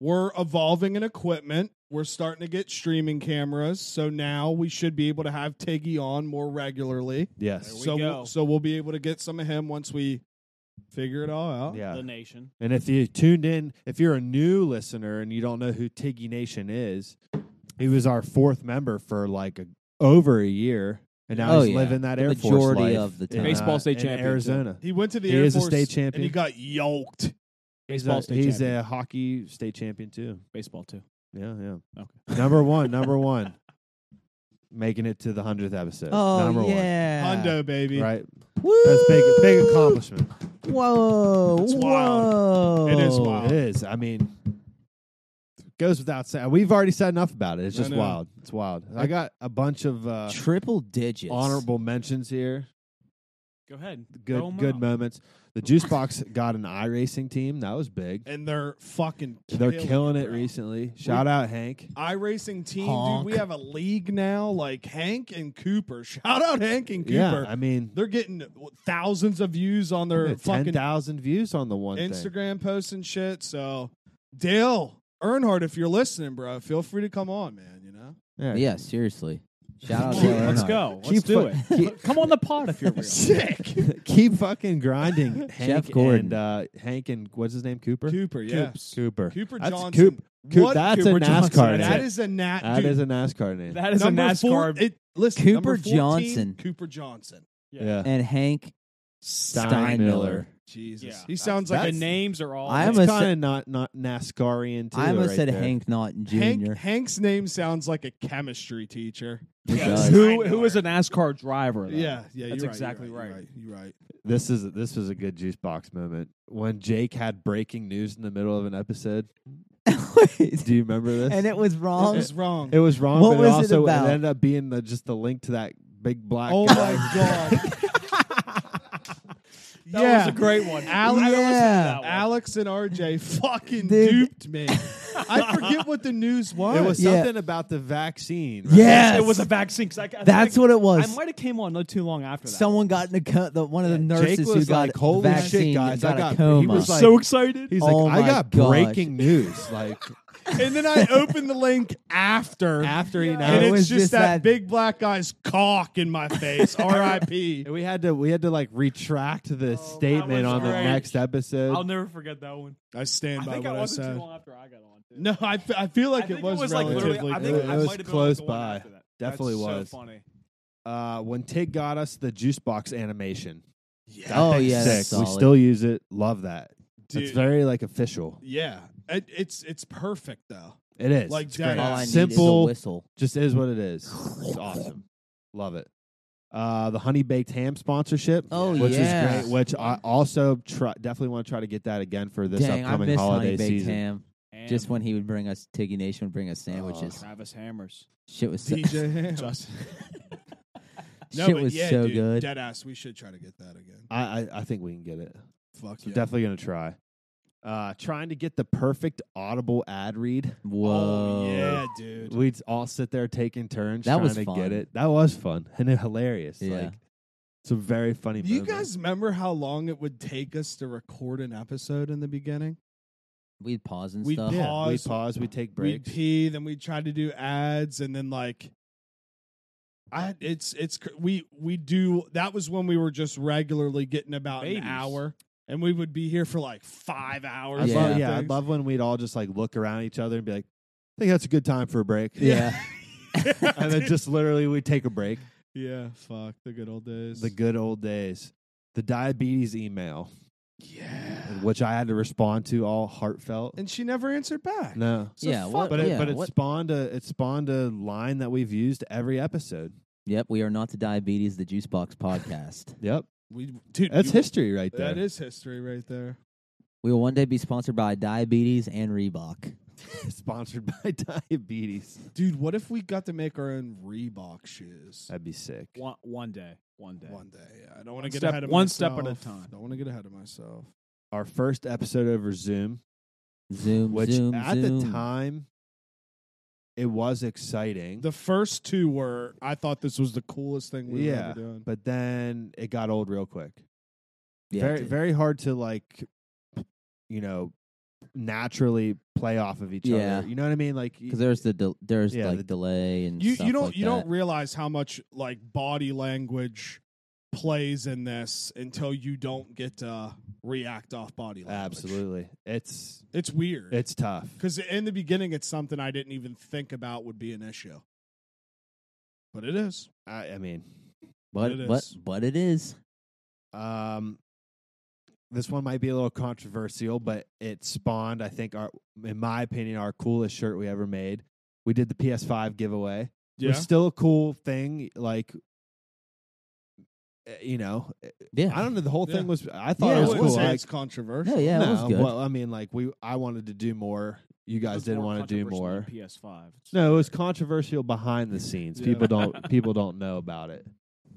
we're evolving in equipment. We're starting to get streaming cameras, so now we should be able to have Tiggy on more regularly. Yes. we so go. so we'll be able to get some of him once we figure it all out. Yeah. the nation. And if you tuned in, if you're a new listener and you don't know who Tiggy Nation is, he was our fourth member for like a, over a year, and now Oh, he's yeah. living that The Air Force majority life of the in, uh, time. Baseball state in champion, too. Arizona. He went to the He Air is a Force state champion. and he got yoked. He's, Baseball a, state he's champion. a hockey state champion too. Baseball too. Yeah, yeah. Okay. Number one, number one, making it to the hundredth episode. Oh number yeah. Hondo, baby. one, right? Woo! That's big, big accomplishment. Whoa. It's whoa. wild. It is wild. It is. I mean, goes without saying. We've already said enough about it. It's I just know. wild. It's wild. I got a bunch of uh, Triple digits. honorable mentions here. Go ahead. Good, Throw 'em good out. moments. The Juice Box got an iRacing team. That was big. And they're fucking They're killing it bro. recently. Shout out Hank. iRacing team, Honk. dude. We have a league now, like Hank and Cooper. Shout out Hank and Cooper. Yeah, I mean, They're getting thousands of views on their ten fucking thousand views on the one thing. Instagram posts and shit. So, Dale Earnhardt, if you're listening, bro, feel free to come on, man. You know, Yeah, seriously. Shout out to Keep- Let's Earnhardt. go. Let's Keep do fu- it. Come on the pod if you're real. sick Keep fucking grinding, Hank Gordon. and uh, Hank and what's his name, Cooper. Cooper, yeah, Cooper. Cooper That's Johnson. Coop- Coop- what that's Cooper a NASCAR Johnson. name. that is a nat. That dude, is a NASCAR name. That is number a NASCAR. Four, it, listen, Cooper number 14, Johnson. Cooper Johnson. yeah. yeah. And Hank Steinmiller. Jesus, Yeah. he sounds The like a That's- names are all. I That's almost kind said- of not not NASCARian too. I almost right said there. Hank Naughton Jr. Hank, Hank's name sounds like a chemistry teacher. It Yeah, does. Who who is a NASCAR driver? Though? Yeah, yeah, That's you're exactly you're right. You're right. This is this was a good juice box moment when Jake had breaking news in the middle of an episode. Do you remember this? and it was You're right. wrong. It was wrong. It was wrong, What but was it it also about? ended up being the, just the link to that big black. oh guy. my god. that yeah. was a great one. Alex, I almost had that one. Alex and RJ fucking Dude. duped me. I forget what the news was. It was Yeah. something about the vaccine. right? yes. It was a vaccine. 'cause I, I think That's I- what it was. I might have came on not too long after that. Someone got in a co- the, one of the nurses Jake who was got like, "Holy vaccine shit, guys! got I got." a coma. He was like, so excited. He's Oh like, I my got gosh. breaking news. Like and then I opened the link after. after he and it it's announced, was just, just that, that- big black guy's cock in my face. R.I.P. and we had to we had to like retract the statement Oh, was on the great. next episode. I'll never forget that one. I stand I by think what I I wasn't said. too long after I got on. Too. No, I, fe- I feel like I it think was, like relatively. literally. I It think I was might have been close like the one by. after that. Definitely That's was. So funny. uh, when Tig got us the juice box animation. That Oh, thing's yeah, that's sick. we solid. still use it. Love that. Dude, It's very like official. yeah, It- it's it's perfect though. It is. Like It's dead great. ass. All I need Simple. is a whistle. Just is what it is. It's awesome. Love it. Uh, the honey baked ham sponsorship. Oh, which yeah. is great. Which I also try, definitely want to try to get that again for this Dang, I upcoming miss holiday honey baked season. ham. Just when he would bring us Tiggy Nation would bring us sandwiches. uh, Travis Hammers. shit was so, DJ Ham. Justin. No, shit but was yeah, so dude, good. Dead ass. We should try to get that again. I, I I think we can get it. Fuck So yeah. definitely gonna try. Uh, trying to get the perfect audible ad read. Whoa. Oh yeah, dude. We'd all sit there taking turns That trying was to fun. get it. That was fun and hilarious. Yeah. Like it's a very funny. Do you moment. guys remember how long it would take us to record an episode in the beginning? We'd pause and We'd stuff. yeah, pause, we pause. We take We'd breaks. pee, then we'd try to do ads, and then like, I it's it's cr- we we do that was when we were just regularly getting about Babies. an hour, and we would be here for like five hours. I Yeah. love, on yeah, I things. love when we'd all just like look around each other and be like, "I think that's a good time for a break." Yeah. and then just literally we take a break. yeah. Fuck the good old days. The good old days. The diabetes email, yeah, which I had to respond to, all heartfelt. and she never answered back. No, So Yeah, fuck what- but it, yeah, but it what- spawned a it spawned a line that we've used every episode. Yep, we are not the diabetes, the juice box podcast. Yep, We dude, that's you- history right there. That is history right there. we will one day be sponsored by diabetes and Reebok. sponsored by diabetes. Dude, what if we got to make our own Reebok shoes That'd be sick. One, one day. One day. one day? I don't want to get step- ahead of one step myself. at a time. Don't want to get ahead of myself. Our first episode over Zoom, Zoom, which zoom, at zoom. the time it was exciting. The first two were. I thought this was the coolest thing we were Yeah, ever doing. but then it got old real quick. yeah, very dude. very hard to like you know naturally play off of each Yeah. other. You know what I mean? Like Because there's the del there's Yeah, like the- delay and you stuff you don't like you that. don't realize how much like body language plays in this until you don't get to react off body language. absolutely. It's it's weird. it's tough. because in the beginning, it's something I didn't even think about would be an issue, but it is. I, I mean, but it but is. but it is um this one might be a little controversial, but it spawned I think our in my opinion our coolest shirt we ever made. We did the PS5 giveaway. Yeah, was still a cool thing. Like, eh, you know, eh, yeah. I don't know. The whole Yeah. thing was. I thought Yeah, it I was wouldn't cool. say Like, it's controversial. No, yeah, it was no, good. Well, I mean, like we, I wanted to do more. You guys It's didn't more want to do controversial more. than PS5. It's- No, it was controversial behind the scenes. People don't people don't know about it.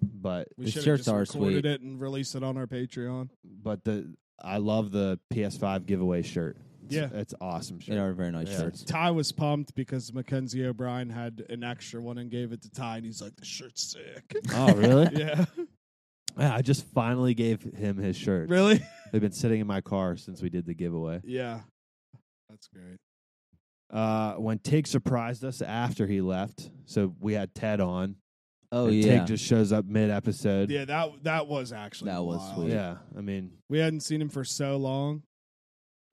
But We The should have shirts just are recorded sweet. it and released it on our Patreon. but the I love the PS5 giveaway shirt. It's, Yeah. it's awesome they shirt. are very nice Yeah. shirts. Ty was pumped because Mackenzie O'Brien had an extra one and gave it to Ty, and he's like, "The shirt's sick." oh really? yeah, Yeah, I just finally gave him his shirt. really? They've been sitting in my car since we did the giveaway. Yeah, that's great. uh, when Tig surprised us after he left. So we had Ted on. Oh and yeah, Tig just shows up mid episode. Yeah, that that was actually That was wild. sweet. Yeah. I mean, We hadn't seen him for so long.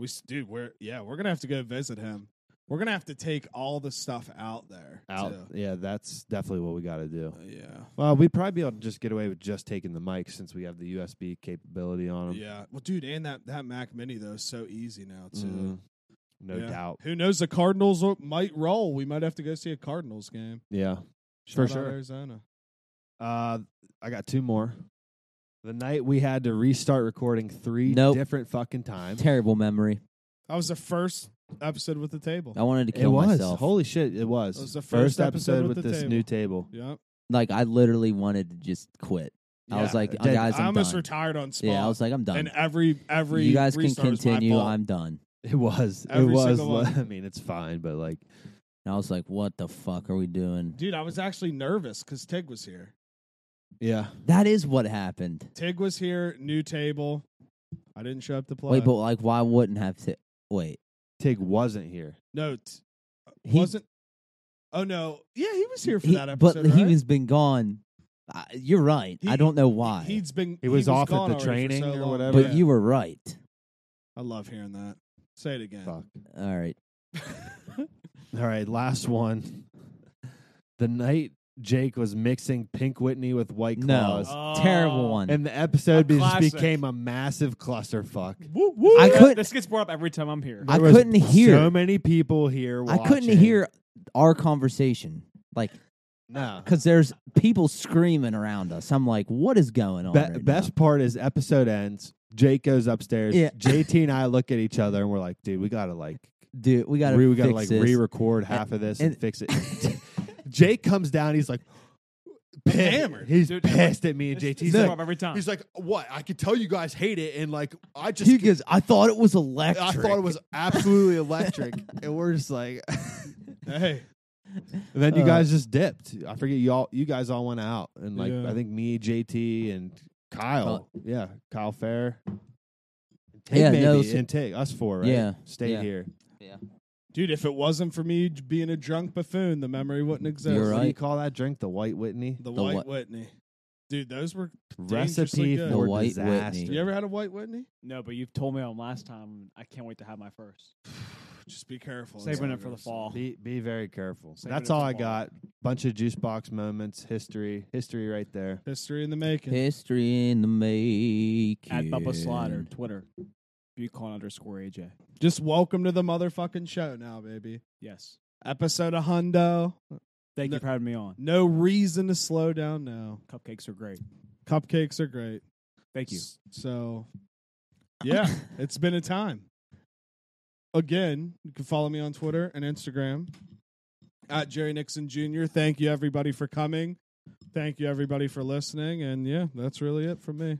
We s- dude, we're yeah, we're gonna have to go visit him. We're gonna have to take all the stuff out there. out. too. Uh, Yeah, that's definitely what we got to do. Yeah, Well, we'd probably be able to just get away with just taking the mic since we have the USB capability on them. Mm. yeah. Well, dude, and that that Mac Mini though is so easy now too. Mm-hmm. Mm-hmm. No Yeah. doubt. Who knows? The Cardinals o- might roll. We might have to go see a Cardinals game. Yeah. Shout For out sure. Arizona. Uh, I got two more. The night we had to restart recording three Nope. different fucking times. terrible memory. That was the first episode with the table. I wanted to It kill was. myself. Holy shit, it was. It was the first episode with the this table. new table. Yeah. like I literally wanted to just quit. I was Yeah. like, Dead- guys, I I'm almost done. retired on spot. yeah, I was like, I'm done. and every every you guys can restart was my continue. fault. I'm done. It was. Every it was. single one. I mean, it's fine, but like, And I was like, what the fuck are we doing? dude. I was actually nervous because Tig was here. yeah. That is what happened. Tig was here. New table. I didn't show up to play. Wait, but like, why wouldn't have to? Wait, Tig wasn't here. no, t- He- wasn't. Oh no, yeah, he was here for He- that episode. but he right? has been gone. I, you're right. I He- don't know why, He's been. He was off at gone the already for training so or long. whatever. but Yeah. you were right. I love hearing that. Say it again. Fuck. All right, All right, last one. The night Jake was mixing Pink Whitney with White No, Claws, terrible Oh. one. and the episode A be- just classic. became a massive clusterfuck. Woo, woo. I couldn't- This gets brought up every time I'm here. I There was couldn't hear. so many people here. I couldn't watching. hear our conversation, like No. because there's people screaming around us. I'm like, what is going on? Be- right best part is episode ends. Jake goes upstairs. Yeah. JT and I look at each other and we're like, dude, we gotta like, now? dude, we gotta re- we fix gotta like this. re-record half of this and, and- fix it. Jake comes down. He's like, pissed. Hammered. He's Dude, pissed at me and This JT. gets He's brought like, up every time. he's like, what? I could tell you guys hate it, and like, I just, he goes, I thought it was electric. I thought it was absolutely electric, and we're just like, and Hey, then you Uh. guys just dipped. I forget you all. You guys all went out, and like, Yeah. I think me, JT, and Kyle. yeah, Kyle Fair. Tig Yeah, maybe, no, so- and Tig, us four, right? Yeah, stay yeah. here. dude, if it wasn't for me j- being a drunk buffoon, the memory wouldn't exist. You're What do you right. call that drink? The White Whitney The, The White what? Whitney. Dude, those were. recipe good. for The White disaster. Whitney. You ever had a White Whitney? no, but you've told me on last time. I can't wait to have my first. Just be careful. Saving It's it for the all fall. Be be very careful. Save That's it all for I fall. got. Bunch of juice box moments, history, history right there. good. History in the making. history in the making. At Bubba Slider, Twitter, Bucon underscore AJ. Just welcome to the motherfucking show now, baby. Yes. Episode of Hundo. Thank No- you for having me on. No reason to slow down now. Cupcakes are great. Cupcakes are great. Thank you. S- So, yeah, it's been a time. Again, you can follow me on Twitter and Instagram at Jerry Nixon Jr. Thank you, everybody, for coming. Thank you, everybody, for listening. And yeah, that's really it from me.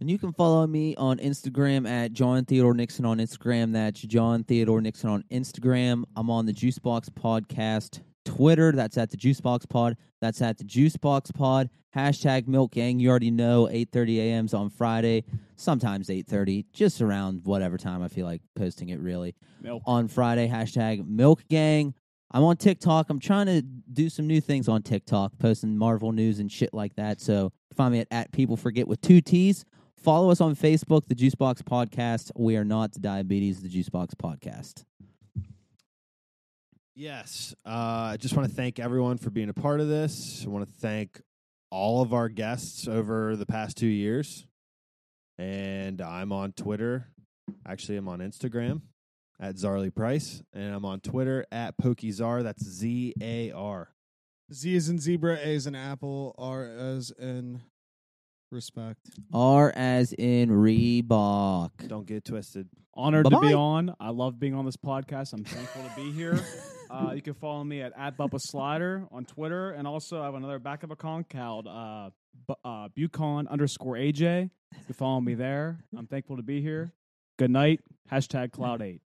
And you can follow me on Instagram at John Theodore Nixon on Instagram. That's John Theodore Nixon on Instagram. I'm on the Juicebox Podcast Twitter. That's at the Juicebox Pod. That's at the Juicebox Pod. Hashtag Milk Gang. You already know 8:30 a.m.s on Friday. Sometimes 8:30, just around whatever time I feel like posting it. Really Milk. on Friday. Hashtag Milk Gang. I'm on TikTok. I'm trying to do some new things on TikTok, posting Marvel news and shit like that. So find me at, at People Forget with two T's. Follow us on Facebook, The Juicebox Podcast. We are not the Diabetes, The Juicebox Podcast. Yes. Uh, I just want to thank everyone for being a part of this. I want to thank all of our guests over the past two years. And I'm on Twitter. Actually, I'm on Instagram at Zarly Price. And I'm on Twitter at PokeZar. That's Z A R. Z is in zebra, A is in apple, R as in respect. R as in Reebok. Don't get it twisted. Honored to Bye-bye. be on. I love being on this podcast. I'm thankful to be here. Uh, you can follow me at, at Bubba Slider on Twitter. And also, I have another backup account called uh, bu- uh, Bucon underscore AJ. You can follow me there. I'm thankful to be here. Good night. Hashtag Cloud8.